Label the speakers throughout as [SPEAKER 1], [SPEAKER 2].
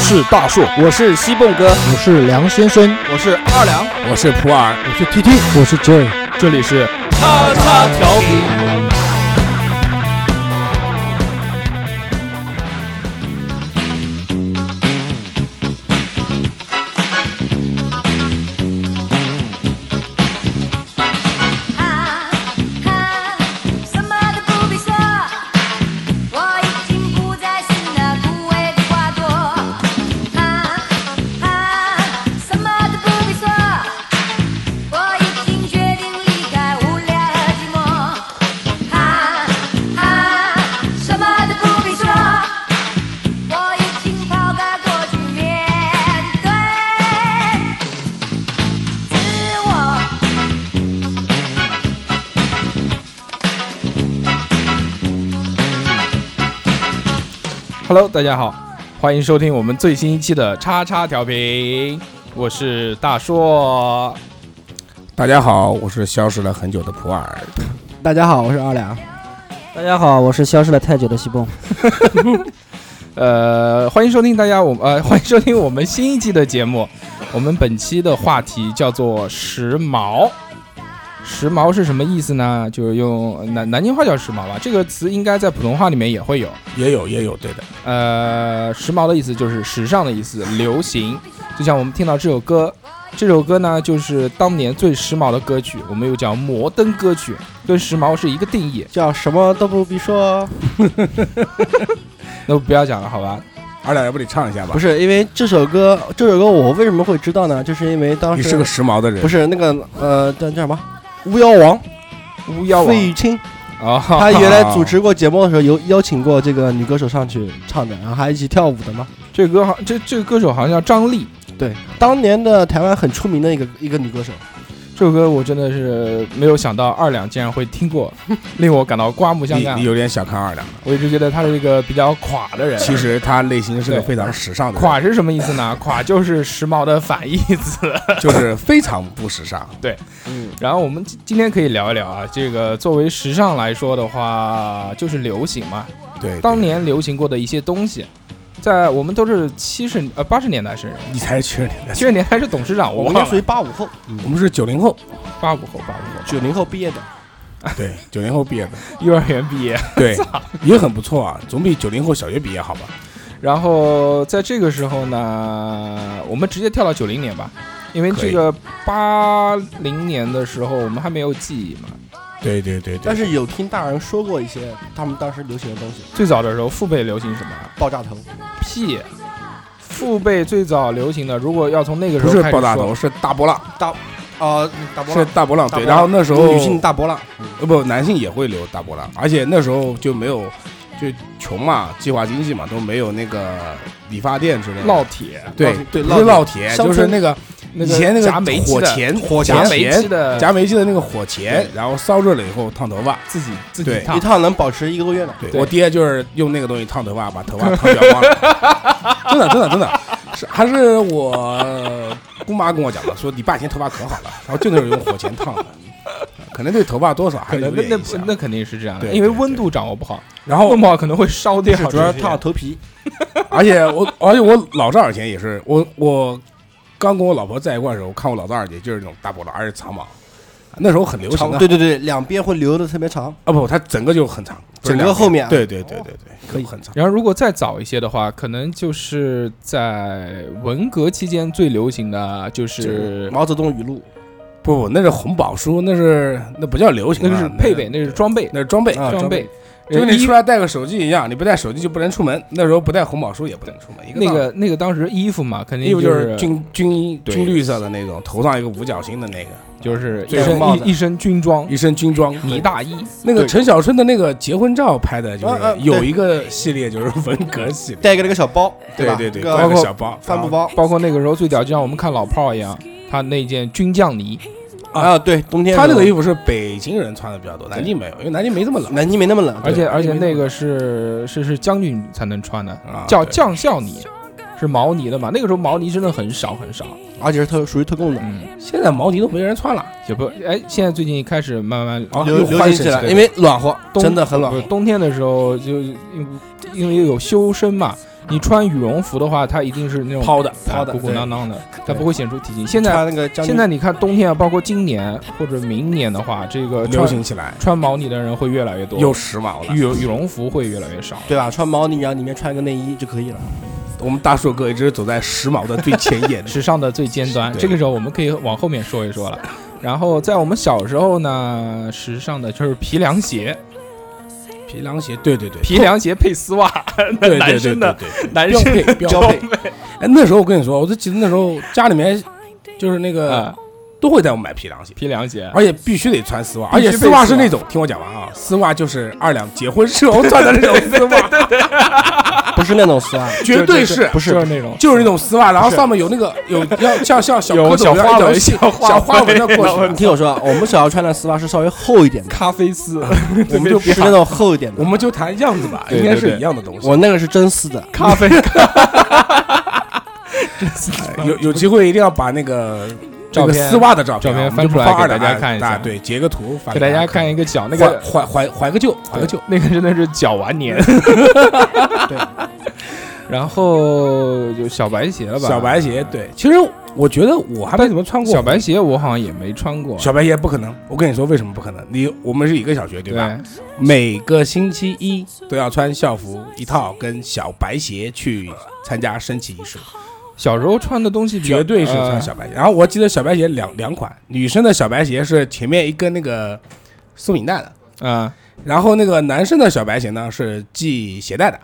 [SPEAKER 1] 是大树，
[SPEAKER 2] 我是西蹦哥，
[SPEAKER 3] 我是梁先生，
[SPEAKER 4] 我是二梁，
[SPEAKER 5] 我是普洱，
[SPEAKER 6] 我是 T T，
[SPEAKER 7] 我是 J，
[SPEAKER 1] 这里是
[SPEAKER 8] 叉叉调频。
[SPEAKER 1] Hello，大家好，欢迎收听我们最新一期的叉叉调频，我是大硕。
[SPEAKER 5] 大家好，我是消失了很久的普洱。
[SPEAKER 3] 大家好，我是二两。
[SPEAKER 2] 大家好，我是消失了太久的西蹦。
[SPEAKER 1] 呃，欢迎收听大家，我呃， 欢迎收听我们新一季的节目。我们本期的话题叫做时髦。时髦是什么意思呢？就是用南南京话叫时髦吧，这个词应该在普通话里面也会有。
[SPEAKER 5] 也有也有，对的。
[SPEAKER 1] 呃，时髦的意思就是时尚的意思，流行。就像我们听到这首歌，这首歌呢就是当年最时髦的歌曲，我们又叫摩登歌曲，跟时髦是一个定义。
[SPEAKER 3] 叫什么都不必说。哦
[SPEAKER 1] 那不要讲了，好吧？
[SPEAKER 5] 二两，要不你唱一下吧？
[SPEAKER 3] 不是因为这首歌，这首歌我为什么会知道呢？就是因为当时
[SPEAKER 5] 你是个时髦的人。
[SPEAKER 3] 不是那个呃叫叫什么巫妖王
[SPEAKER 1] 巫妖王
[SPEAKER 3] 费玉 清。
[SPEAKER 1] 哦，
[SPEAKER 3] 他原来主持过节目的时候，有邀请过这个女歌手上去唱的，然后还一起跳舞的嘛。
[SPEAKER 1] 这个歌好，这这个歌手好像叫张丽。
[SPEAKER 3] 对，当年的台湾很出名的一个一个女歌手。
[SPEAKER 1] 这首歌我真的是没有想到二两竟然会听过，令我感到刮目相看。啊
[SPEAKER 5] 你有点小看二两了，
[SPEAKER 1] 我一直觉得他是一个比较垮的人。
[SPEAKER 5] 其实他内心是个非常时尚的。
[SPEAKER 1] 垮是什么意思呢？垮就是时髦的反义词，
[SPEAKER 5] 就是非常不时尚。
[SPEAKER 1] 对，嗯。然后我们今天可以聊一聊啊，这个作为时尚来说的话，就是流行嘛。
[SPEAKER 5] 对，对
[SPEAKER 1] 当年流行过的一些东西。在我们都是七十呃八十年代生人，
[SPEAKER 5] 你才是七十年代，
[SPEAKER 1] 七十年代是董事长，
[SPEAKER 3] 我
[SPEAKER 1] 们
[SPEAKER 3] 该属于八五后，
[SPEAKER 5] 我们是九零后，
[SPEAKER 1] 八五后八五后
[SPEAKER 3] 九零后毕业的，
[SPEAKER 5] 对，九零后毕业的，
[SPEAKER 1] 幼儿园毕业，
[SPEAKER 5] 对，也很不错啊，总比九零后小学毕业好吧？
[SPEAKER 1] 然后在这个时候呢，我们直接跳到九零年吧，因为这个八零年的时候我们还没有记忆嘛。
[SPEAKER 5] 对对对对，
[SPEAKER 3] 但是有听大人说过一些他们当时流行的东西。
[SPEAKER 1] 最早的时候，父辈流行什么？
[SPEAKER 3] 爆炸头。
[SPEAKER 1] 屁！父辈最早流行的，如果要从那个时候
[SPEAKER 5] 不是爆炸头，是大波浪。
[SPEAKER 3] 大，呃，大波哦
[SPEAKER 5] 浪是大波浪。对，然后那时候
[SPEAKER 3] 女性大波浪，
[SPEAKER 5] 呃不，男性也会留大波浪，而且那时候就没有，就穷嘛，计划经济嘛，都没有那个理发店之类的。
[SPEAKER 1] 烙铁，
[SPEAKER 5] 对
[SPEAKER 3] 对，
[SPEAKER 5] 不是烙铁，就是那个。
[SPEAKER 1] 那
[SPEAKER 5] 个、以前那个
[SPEAKER 1] 夹煤
[SPEAKER 5] 火钳，
[SPEAKER 1] 火
[SPEAKER 5] 钳
[SPEAKER 1] 的
[SPEAKER 5] 夹煤气的那个火钳，然后烧热了以后烫头发，
[SPEAKER 1] 自己自己
[SPEAKER 3] 一烫能保持一个多月呢。
[SPEAKER 5] 对我爹就是用那个东西烫头发，把头发烫掉光了， 真的真的真的，是还是我姑妈跟我讲的，说你爸以前头发可好了，然后就那种用火钳烫的，可能对头发多少还是有
[SPEAKER 1] 那那那肯定是这样的，因为温度掌握不好，
[SPEAKER 5] 然后
[SPEAKER 1] 弄不好可能会烧掉，
[SPEAKER 3] 主要是烫头皮，
[SPEAKER 5] 而且我而且我老丈人以前也是我我。刚跟我老婆在一块的时候，我看我老大二姐就是那种大波浪，而且长毛，那时候很流行的。
[SPEAKER 3] 对对对，两边会留的特别长
[SPEAKER 5] 啊，不，它整个就很长，
[SPEAKER 3] 整个后面、啊。
[SPEAKER 5] 对对对对对，可以很长。
[SPEAKER 1] 然后如果再早一些的话，可能就是在文革期间最流行的就是
[SPEAKER 3] 毛泽东语录。
[SPEAKER 5] 不不，那是红宝书，那是那不叫流
[SPEAKER 1] 啊，
[SPEAKER 5] 行、
[SPEAKER 1] 那是配备，那是装备，
[SPEAKER 5] 那是装备，
[SPEAKER 1] 啊、装备。
[SPEAKER 5] 就跟你出来带个手机一样，你不带手机就不能出门。那时候不带红宝书也不能出门。一个
[SPEAKER 1] 那个那个当时衣服嘛，肯定
[SPEAKER 5] 衣服就是军军衣军绿色的那种，头上一个五角星的那个，
[SPEAKER 1] 就是一身一身军装，
[SPEAKER 5] 一身军装
[SPEAKER 1] 呢大衣。
[SPEAKER 5] 那个陈小春的那个结婚照拍的
[SPEAKER 3] 啊
[SPEAKER 5] 就是有一个系列就是 文革系列，
[SPEAKER 3] 带一个那个小包，
[SPEAKER 5] 对对对，
[SPEAKER 3] 包
[SPEAKER 5] 括小包啊
[SPEAKER 3] 帆布包，
[SPEAKER 1] 包括那个时候最屌，就像我们看老炮一样，他那件军将呢。
[SPEAKER 3] 啊，对，冬天
[SPEAKER 5] 他那个衣服是北京人穿的比较多，南京没有，因为南京没这么冷，
[SPEAKER 3] 南京没那么冷，
[SPEAKER 1] 而且而且那个是是是将军才能穿的，
[SPEAKER 5] 啊、
[SPEAKER 1] 叫将校呢。是毛呢的嘛，那个时候毛呢真的很少很少，
[SPEAKER 3] 而且是特属于特供的，
[SPEAKER 1] 嗯，
[SPEAKER 5] 现在毛呢都没人穿了，
[SPEAKER 1] 也不哎，现在最近开始慢慢
[SPEAKER 5] 啊
[SPEAKER 3] 流
[SPEAKER 5] 又
[SPEAKER 3] 流
[SPEAKER 5] 欢
[SPEAKER 3] 行
[SPEAKER 5] 迎
[SPEAKER 3] 起
[SPEAKER 5] 谁
[SPEAKER 3] 来，
[SPEAKER 5] 谁
[SPEAKER 3] 因为暖和，
[SPEAKER 1] 冬
[SPEAKER 3] 真的很暖
[SPEAKER 1] 不
[SPEAKER 3] 和
[SPEAKER 1] 是。冬天的时候就因因为有修身嘛，你穿羽绒服的话，它一定是那种
[SPEAKER 5] 抛的
[SPEAKER 1] 啊
[SPEAKER 5] 抛的
[SPEAKER 1] 鼓鼓
[SPEAKER 5] 对
[SPEAKER 1] 囊囊的，它不会显出体型。现在
[SPEAKER 3] 穿那个将军
[SPEAKER 1] 现在你看冬天啊，包括今年或者明年的话，这个
[SPEAKER 5] 流
[SPEAKER 1] 穿
[SPEAKER 5] 行起来，
[SPEAKER 1] 穿毛呢的人会越来越多，
[SPEAKER 5] 有时髦了。
[SPEAKER 1] 羽羽绒服会越来越少。
[SPEAKER 3] 对吧？穿毛呢，然后里面穿个内衣就可以了。
[SPEAKER 5] 我们大硕哥一直走在时髦的最前 沿
[SPEAKER 1] 时尚的最尖端，
[SPEAKER 5] 对
[SPEAKER 1] 这个时候我们可以往后面说一说了。然后在我们小时候呢，时尚的就是皮凉鞋，
[SPEAKER 5] 皮凉鞋，对对对，
[SPEAKER 1] 皮凉鞋配丝袜，
[SPEAKER 5] 对对
[SPEAKER 1] 男
[SPEAKER 5] 对对
[SPEAKER 1] 生的
[SPEAKER 5] 对
[SPEAKER 1] 男
[SPEAKER 5] 标
[SPEAKER 1] 生
[SPEAKER 5] 配标配。
[SPEAKER 1] 配
[SPEAKER 5] 哎，那时候我跟你说，我就记得那时候家里面就是那个
[SPEAKER 1] 啊，
[SPEAKER 5] 都会带我买皮凉鞋，
[SPEAKER 1] 皮凉鞋。
[SPEAKER 5] 而且必须得穿丝袜，
[SPEAKER 1] 必
[SPEAKER 5] 而
[SPEAKER 1] 须
[SPEAKER 5] 且
[SPEAKER 1] 配
[SPEAKER 5] 丝袜
[SPEAKER 1] 丝
[SPEAKER 5] 是
[SPEAKER 1] 袜
[SPEAKER 5] 那种，听我讲完啊，丝袜就是二两结婚时候 穿的那种丝袜，
[SPEAKER 3] 不是那种丝袜，
[SPEAKER 5] 绝对，
[SPEAKER 1] 就是
[SPEAKER 3] 不是
[SPEAKER 1] 就是那种，
[SPEAKER 5] 哦就是那种丝袜，然后
[SPEAKER 3] 是
[SPEAKER 5] 上面有那个有要像像小
[SPEAKER 1] 有
[SPEAKER 5] 蝌
[SPEAKER 1] 小
[SPEAKER 5] 蚪一
[SPEAKER 1] 花
[SPEAKER 5] 样一条
[SPEAKER 1] 纹
[SPEAKER 5] 线
[SPEAKER 1] 小花
[SPEAKER 5] 小花纹的
[SPEAKER 1] 纹
[SPEAKER 5] 过
[SPEAKER 1] 然
[SPEAKER 5] 去
[SPEAKER 1] 后
[SPEAKER 3] 你。听我说，啊，我们小时候穿的丝袜是稍微厚一点的，
[SPEAKER 1] 咖啡 丝，
[SPEAKER 3] 我们就不是那种厚一点
[SPEAKER 5] 我
[SPEAKER 3] 的，
[SPEAKER 5] 们就谈样子吧，
[SPEAKER 1] 对
[SPEAKER 5] 应该
[SPEAKER 1] 对
[SPEAKER 5] 是
[SPEAKER 1] 对
[SPEAKER 5] 一样的东西。
[SPEAKER 3] 我那个是真丝的。
[SPEAKER 1] 咖啡，
[SPEAKER 5] 哎有有机会一定要把那个
[SPEAKER 1] 照
[SPEAKER 5] 那个
[SPEAKER 1] 片
[SPEAKER 5] 丝袜的嗯照
[SPEAKER 1] 照片
[SPEAKER 5] 片啊
[SPEAKER 1] 翻出来给
[SPEAKER 5] 我们就放二两
[SPEAKER 1] 大家看一下
[SPEAKER 5] 啊对，截个图发
[SPEAKER 1] 给大家
[SPEAKER 5] 看
[SPEAKER 1] 看。一个脚，那
[SPEAKER 5] 那
[SPEAKER 1] 个
[SPEAKER 5] 个怀怀怀个旧，怀个旧，
[SPEAKER 1] 那个真的是脚完年。 对，然后就小白鞋了吧？
[SPEAKER 5] 小白鞋。对，其实我觉得我还没
[SPEAKER 1] 但
[SPEAKER 5] 怎么穿过
[SPEAKER 1] 小白鞋我好像也没穿过。
[SPEAKER 5] 小白鞋不可能，我跟你说为什么不可能？你我们是一个小学对吧？
[SPEAKER 1] 对，
[SPEAKER 5] 每个星期一都要穿校服一套跟小白鞋去参加升旗仪式，
[SPEAKER 1] 小时候穿的东西比较
[SPEAKER 5] 绝对是穿
[SPEAKER 1] 呃
[SPEAKER 5] 小白鞋。然后我记得小白鞋两两款，女生的小白鞋是前面一根那个松紧带的，
[SPEAKER 1] 啊，
[SPEAKER 5] 然后那个男生的小白鞋呢是系鞋带的。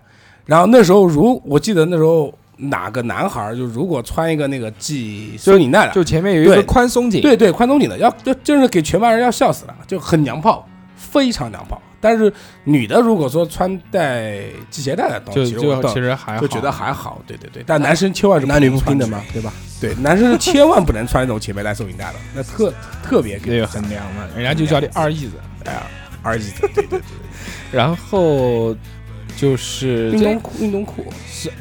[SPEAKER 5] 然后那时候如我记得那时候哪个男孩儿就如果穿一个那个系松紧带的，
[SPEAKER 1] 就前面有一个
[SPEAKER 5] 对
[SPEAKER 1] 宽松紧，
[SPEAKER 5] 对对，宽松紧的，要要真是给全班人要笑死了，就很娘炮，非常娘炮。但是女的如果说穿戴系鞋带的东
[SPEAKER 1] 就
[SPEAKER 5] 西，其实我
[SPEAKER 1] 就
[SPEAKER 5] 倒
[SPEAKER 1] 其实还好
[SPEAKER 5] 就觉得还好，对对对。但男生千万是
[SPEAKER 3] 男女
[SPEAKER 5] 不
[SPEAKER 3] 不平
[SPEAKER 5] 能穿
[SPEAKER 3] 等
[SPEAKER 5] 这
[SPEAKER 3] 嘛，对吧？
[SPEAKER 5] 种，对，男生是千万不能穿这种前面带松紧带的，那特特别
[SPEAKER 1] 那
[SPEAKER 5] 给
[SPEAKER 1] 个很凉嘛，人家就叫你二义子。
[SPEAKER 5] 哎呀二级的，对对对，
[SPEAKER 1] 然后就是
[SPEAKER 5] 运
[SPEAKER 1] 这
[SPEAKER 5] 动裤运动裤，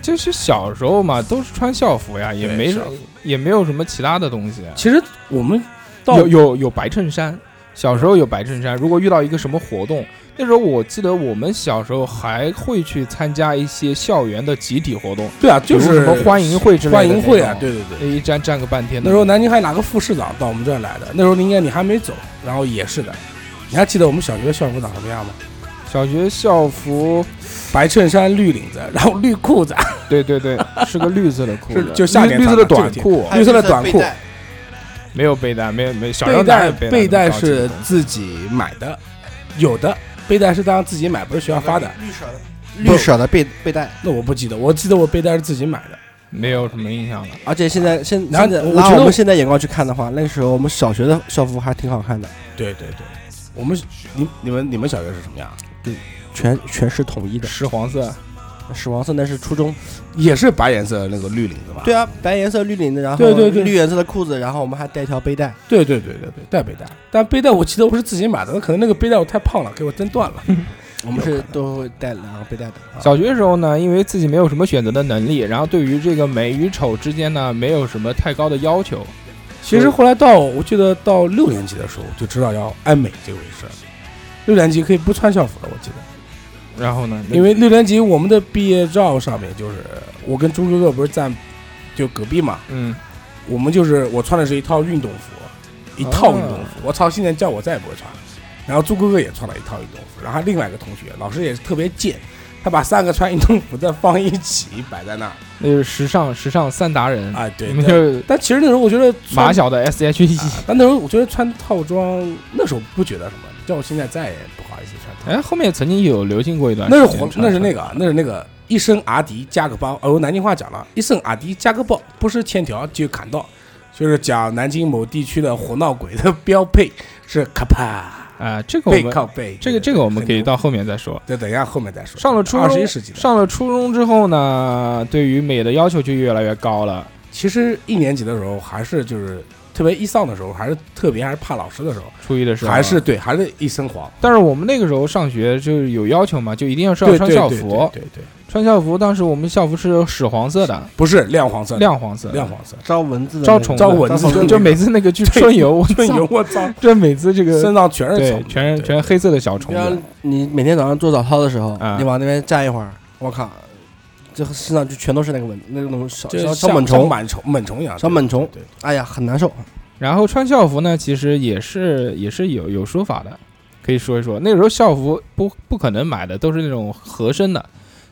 [SPEAKER 1] 就是小时候嘛，都是穿校服呀，也
[SPEAKER 5] 对
[SPEAKER 1] 没什
[SPEAKER 5] 校服
[SPEAKER 1] 也没有什么其他的东西。
[SPEAKER 5] 其实我们到
[SPEAKER 1] 有有有白衬衫，小时候有白衬衫。如果遇到一个什么活动，那时候我记得我们小时候还会去参加一些校园的集体活动，
[SPEAKER 5] 对啊，就
[SPEAKER 1] 比
[SPEAKER 5] 是
[SPEAKER 1] 如什么欢迎会之类的
[SPEAKER 5] 欢迎会啊
[SPEAKER 1] 那，种，
[SPEAKER 5] 对对对。
[SPEAKER 1] 那一站站个半天的。
[SPEAKER 5] 那时候南京还有哪个副市长到我们这儿来的？那时候应该你还没走，然后也是的。你还记得我们小学校服长什么样吗？
[SPEAKER 1] 小学校服，
[SPEAKER 5] 白衬衫、绿领子，然后绿裤子，
[SPEAKER 1] 对对 对，是个绿色的裤
[SPEAKER 5] 是
[SPEAKER 1] 子，
[SPEAKER 5] 就夏
[SPEAKER 1] 绿
[SPEAKER 5] 天
[SPEAKER 1] 绿
[SPEAKER 5] 穿
[SPEAKER 1] 色
[SPEAKER 5] 的
[SPEAKER 1] 的短
[SPEAKER 5] 这个
[SPEAKER 1] 裤，
[SPEAKER 5] 绿色的短裤，
[SPEAKER 1] 没有背带，没有没有小时候
[SPEAKER 5] 背
[SPEAKER 1] 哪
[SPEAKER 5] 带
[SPEAKER 1] 有
[SPEAKER 5] 背带
[SPEAKER 1] 带
[SPEAKER 5] 是自己买的，有的背带是当然自己买，不是学校发的。
[SPEAKER 3] 绿色的背背带，
[SPEAKER 5] 那我不记得，我记得我背带是自己买的。
[SPEAKER 1] 没有什么印象了。
[SPEAKER 3] 而且现在现
[SPEAKER 5] 然后
[SPEAKER 3] 现在
[SPEAKER 5] 我
[SPEAKER 3] 拿
[SPEAKER 5] 觉得
[SPEAKER 3] 我
[SPEAKER 5] 我
[SPEAKER 3] 们现在眼光去看的话，那时候我们小学的校服还挺好看的，
[SPEAKER 5] 对对对，我们你你们你们小学是什么样？
[SPEAKER 3] 全全是统一的，
[SPEAKER 1] 石黄色，
[SPEAKER 3] 屎黄色那是初中。
[SPEAKER 5] 也是白颜色那个绿领子吧？
[SPEAKER 3] 对啊，白颜色绿领子，然后
[SPEAKER 5] 对对对
[SPEAKER 3] 绿颜色的裤子，然后我们还带一条背带。
[SPEAKER 5] 对对对对对，带背带，但背带我记得我是自己买的，可能那个背带我太胖了，给我蹬断 了。
[SPEAKER 3] 我们是都会带两个背带的。啊
[SPEAKER 1] 小学的时候呢，因为自己没有什么选择的能力，然后对于这个美与丑之间呢，没有什么太高的要求。
[SPEAKER 5] 其实后来到我记得到六年级的时候，就知道要爱美这回事儿。六年级可以不穿校服了，我记得，
[SPEAKER 1] 然后呢，
[SPEAKER 5] 因为六年级我们的毕业照上面就是我跟朱哥哥不是站就隔壁嘛，
[SPEAKER 1] 嗯，
[SPEAKER 5] 我们就是我穿的是一套运动服，一套运动服。
[SPEAKER 1] 啊
[SPEAKER 5] 我操，现在叫我再也不会穿。然后朱哥哥也穿了一套运动服，然后另外一个同学老师也是特别贱，他把三个穿运动服的放一起摆在那儿。
[SPEAKER 1] 那是时尚时尚三达人，
[SPEAKER 5] 啊，对
[SPEAKER 1] 你们，
[SPEAKER 5] 但
[SPEAKER 1] 就
[SPEAKER 5] 但其实那时候我觉得穿
[SPEAKER 1] 嗯马小的 S H E
[SPEAKER 5] 啊。但那时候我觉得穿套装，那时候不觉得什么，叫我现在再也不好意思穿套装。
[SPEAKER 1] 哎，后面曾经有流行过一段啊时
[SPEAKER 5] 那
[SPEAKER 1] 间
[SPEAKER 5] 是
[SPEAKER 1] 穿
[SPEAKER 5] 红
[SPEAKER 1] 的，，
[SPEAKER 5] 那是那个啊，那是那个一身阿迪加个包，哦，我南京话讲了，一身阿迪加个包，不是欠条就砍到，就是讲南京某地区的活闹鬼的标配是咔啪
[SPEAKER 1] 啊，这个我
[SPEAKER 5] 背
[SPEAKER 1] 们
[SPEAKER 5] 靠背，
[SPEAKER 1] 这个这个我们可以到后面再说。
[SPEAKER 5] 对，对等一下后面再说。
[SPEAKER 1] 上了初
[SPEAKER 5] 二十
[SPEAKER 1] 中
[SPEAKER 5] 一，世纪的，
[SPEAKER 1] 上了初中之后呢，对于美的要求就越来越高了。
[SPEAKER 5] 其实一年级的时候还是就是特别一丧的时候，还是特别还是怕老师的时候，
[SPEAKER 1] 初一的时候
[SPEAKER 5] 还是，对还是一身黄，
[SPEAKER 1] 但是我们那个时候上学就是有要求嘛，就一定要是要
[SPEAKER 5] 对
[SPEAKER 1] 穿
[SPEAKER 5] 对
[SPEAKER 1] 校
[SPEAKER 5] 对
[SPEAKER 1] 服，
[SPEAKER 5] 对对对。
[SPEAKER 1] 穿校服，当时我们校服是屎黄色的，
[SPEAKER 5] 不是亮黄色的，
[SPEAKER 1] 亮黄色的，
[SPEAKER 5] 呃亮黄色，
[SPEAKER 3] 招蚊子的
[SPEAKER 1] 招
[SPEAKER 3] 那个
[SPEAKER 1] 虫子
[SPEAKER 5] 招蚊子
[SPEAKER 1] 就
[SPEAKER 3] 招
[SPEAKER 5] 那
[SPEAKER 3] 虫
[SPEAKER 1] 就
[SPEAKER 5] 个
[SPEAKER 1] 每次那个去
[SPEAKER 5] 对
[SPEAKER 1] 春游，我
[SPEAKER 5] 春
[SPEAKER 1] 操
[SPEAKER 5] 游，， 我操，
[SPEAKER 1] 这每次这个
[SPEAKER 5] 身上全是
[SPEAKER 1] 对
[SPEAKER 5] 草，
[SPEAKER 1] 全是
[SPEAKER 5] 对啊
[SPEAKER 1] 全是黑色的小虫
[SPEAKER 3] 比方
[SPEAKER 1] 子，
[SPEAKER 3] 你每天早上做早操的时候，
[SPEAKER 1] 啊
[SPEAKER 3] 你往那边站一会儿，我靠，这身上就全都是那个蚊，那种小
[SPEAKER 5] 就
[SPEAKER 3] 小
[SPEAKER 5] 像
[SPEAKER 3] 小
[SPEAKER 5] 像
[SPEAKER 3] 螨
[SPEAKER 5] 螨
[SPEAKER 3] 虫，
[SPEAKER 5] 虫螨虫一样，
[SPEAKER 3] 小
[SPEAKER 5] 对
[SPEAKER 3] 螨虫
[SPEAKER 5] 对，
[SPEAKER 3] 哎呀，很难受。
[SPEAKER 1] 然后穿校服呢，其实也是也是有有说法的，可以说一说。那时候校服不不可能买的，都是那种合身的，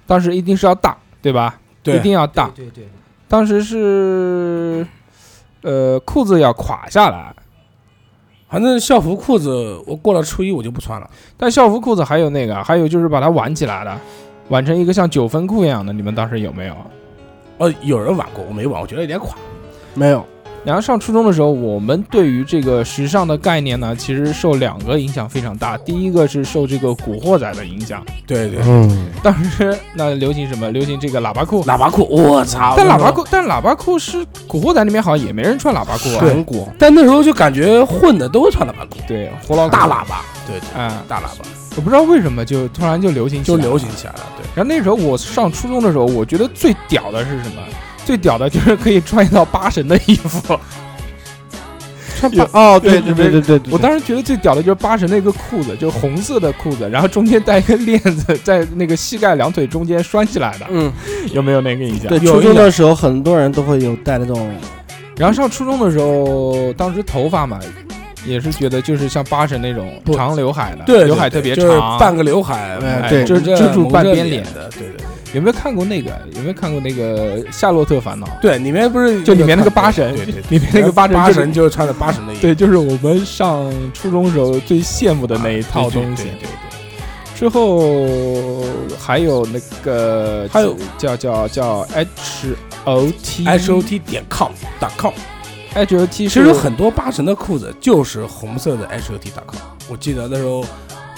[SPEAKER 1] 当时一定是要大，对吧？
[SPEAKER 5] 对
[SPEAKER 1] 一定要大。
[SPEAKER 2] 对对，
[SPEAKER 1] 当时是，呃，裤子要垮下来，
[SPEAKER 5] 反正校服裤子，我过了初一我就不穿了。
[SPEAKER 1] 但校服裤子还有那个，还有就是把它挽起来的，挽成一个像九分裤一样的。你们当时有没有？
[SPEAKER 5] 呃，有人挽过，我没挽，我觉得有点垮。
[SPEAKER 3] 没有，
[SPEAKER 1] 然后上初中的时候，我们对于这个时尚的概念呢，其实受两个影响非常大。第一个是受这个《古惑仔》的影响，
[SPEAKER 5] 对对，
[SPEAKER 3] 嗯，
[SPEAKER 1] 当时那流行什么？流行这个喇叭裤。
[SPEAKER 5] 喇叭裤，我操！
[SPEAKER 1] 但
[SPEAKER 5] 那
[SPEAKER 1] 喇
[SPEAKER 5] 时
[SPEAKER 1] 叭
[SPEAKER 5] 候，
[SPEAKER 1] 裤，但喇叭裤是《古惑仔》里面好像也没人穿喇叭裤啊。
[SPEAKER 5] 对
[SPEAKER 3] 韩国
[SPEAKER 5] 但那时候就感觉混的都穿喇叭裤，
[SPEAKER 1] 对，胡老
[SPEAKER 5] 大喇叭，对，
[SPEAKER 1] 啊、
[SPEAKER 5] 大喇叭
[SPEAKER 1] 我不知道为什么就突然就流行起
[SPEAKER 5] 就
[SPEAKER 1] 来
[SPEAKER 5] 流
[SPEAKER 1] 了
[SPEAKER 5] 行起来了。对，
[SPEAKER 1] 然后那时候我上初中的时候，我觉得最屌的是什么？最屌的就是可以穿一套八神的衣服。穿八，
[SPEAKER 3] 哦，
[SPEAKER 1] 对对对
[SPEAKER 3] 对对对
[SPEAKER 1] 对
[SPEAKER 3] 对对对，
[SPEAKER 1] 我当时觉得最屌的就是八神那个裤子，就红色的裤子，然后中间带一个链子，在那个膝盖两腿中间拴起来的，
[SPEAKER 3] 嗯，
[SPEAKER 1] 有没有那个印象？
[SPEAKER 3] 对，
[SPEAKER 5] 有
[SPEAKER 3] 初
[SPEAKER 5] 一
[SPEAKER 3] 中
[SPEAKER 5] 点
[SPEAKER 3] 的时候很多人都会有戴那种，
[SPEAKER 1] 然后上初中的时候，当时头发嘛，也是觉得就是像八神那种
[SPEAKER 5] 不
[SPEAKER 1] 长刘海的，
[SPEAKER 5] 对，
[SPEAKER 1] 刘
[SPEAKER 5] 对
[SPEAKER 1] 海
[SPEAKER 5] 对
[SPEAKER 1] 特别
[SPEAKER 5] 就是
[SPEAKER 1] 长，
[SPEAKER 5] 半个刘海，
[SPEAKER 3] 哎
[SPEAKER 5] 哎
[SPEAKER 3] 对
[SPEAKER 5] 蒙着
[SPEAKER 1] 遮住
[SPEAKER 5] 蒙
[SPEAKER 1] 半
[SPEAKER 5] 着
[SPEAKER 1] 边
[SPEAKER 5] 脸
[SPEAKER 1] 脸
[SPEAKER 5] 的，对对
[SPEAKER 1] 有没有看过那个？有没有看过那个《夏洛特烦恼》？
[SPEAKER 5] 对，里面不是
[SPEAKER 1] 就里面那个
[SPEAKER 5] 看
[SPEAKER 1] 八神
[SPEAKER 5] 对对，
[SPEAKER 1] 里
[SPEAKER 5] 对
[SPEAKER 1] 面 那个八神
[SPEAKER 5] 八
[SPEAKER 1] 就是
[SPEAKER 5] 神就是穿的八神的衣服，
[SPEAKER 1] 对，就是我们上初中时候最羡慕的那一套东西
[SPEAKER 5] 对。对对对
[SPEAKER 1] 之后还有那个，
[SPEAKER 5] 还有
[SPEAKER 1] 叫叫叫 H O T
[SPEAKER 5] 对，H O T 点 com 打 com，
[SPEAKER 1] H O T
[SPEAKER 5] 其实很多八神的裤子就是红色的 H O T 打 com，我记得那时候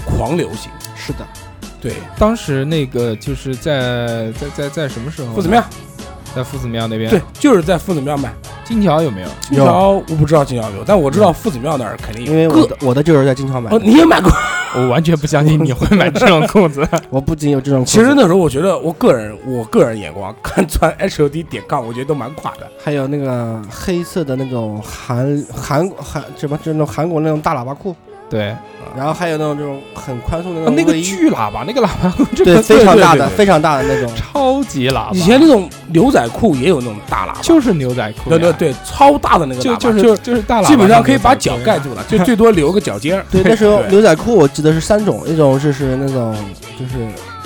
[SPEAKER 5] 狂流行，
[SPEAKER 3] 是的，
[SPEAKER 5] 对，
[SPEAKER 1] 当时那个就是在在在在什么
[SPEAKER 3] 哦
[SPEAKER 1] 时候？
[SPEAKER 5] 夫子庙，，
[SPEAKER 1] 在夫子庙那边。
[SPEAKER 5] 对，，就是在夫子庙买。
[SPEAKER 1] 金桥有没有？
[SPEAKER 5] 金桥我不知道金桥有，但我知道夫子庙那儿肯定有。
[SPEAKER 3] 因为我
[SPEAKER 5] 各
[SPEAKER 3] 的我的就是在经常买的
[SPEAKER 5] 哦，，你 也买过？
[SPEAKER 1] 我完全不相信你会买这种裤子。
[SPEAKER 3] 我不仅有这种裤
[SPEAKER 5] 其
[SPEAKER 3] 子，
[SPEAKER 5] 实那时候我觉得，我个人我个人眼光看穿 H O D 点杠，我觉得都蛮垮的。
[SPEAKER 3] 还有那个黑色的那种韩韩韩什么，就是那种韩国那种大喇叭裤，
[SPEAKER 1] 对，
[SPEAKER 3] 然后还有那种这种很宽
[SPEAKER 5] 哦
[SPEAKER 3] 松的
[SPEAKER 1] 啊
[SPEAKER 3] 那种
[SPEAKER 1] 那个
[SPEAKER 3] 卫衣
[SPEAKER 1] 巨喇叭，那个喇叭裤 真
[SPEAKER 3] 对
[SPEAKER 1] 的
[SPEAKER 3] 非常大的
[SPEAKER 5] 对对对
[SPEAKER 3] 非常大的那种，
[SPEAKER 1] 超级喇叭，
[SPEAKER 5] 以前那种牛仔裤也有那种大喇叭，
[SPEAKER 1] 就是牛仔裤呀，
[SPEAKER 5] 对对对，超大的那个喇
[SPEAKER 1] 就
[SPEAKER 5] 叭，
[SPEAKER 1] 就是
[SPEAKER 5] 就是
[SPEAKER 1] 就是大喇叭，
[SPEAKER 5] 基本上可以把脚盖。住了， 就最多留个脚尖儿。
[SPEAKER 3] 对，那时候
[SPEAKER 5] 对
[SPEAKER 3] 牛仔裤我记得是三种，一种就是那种就是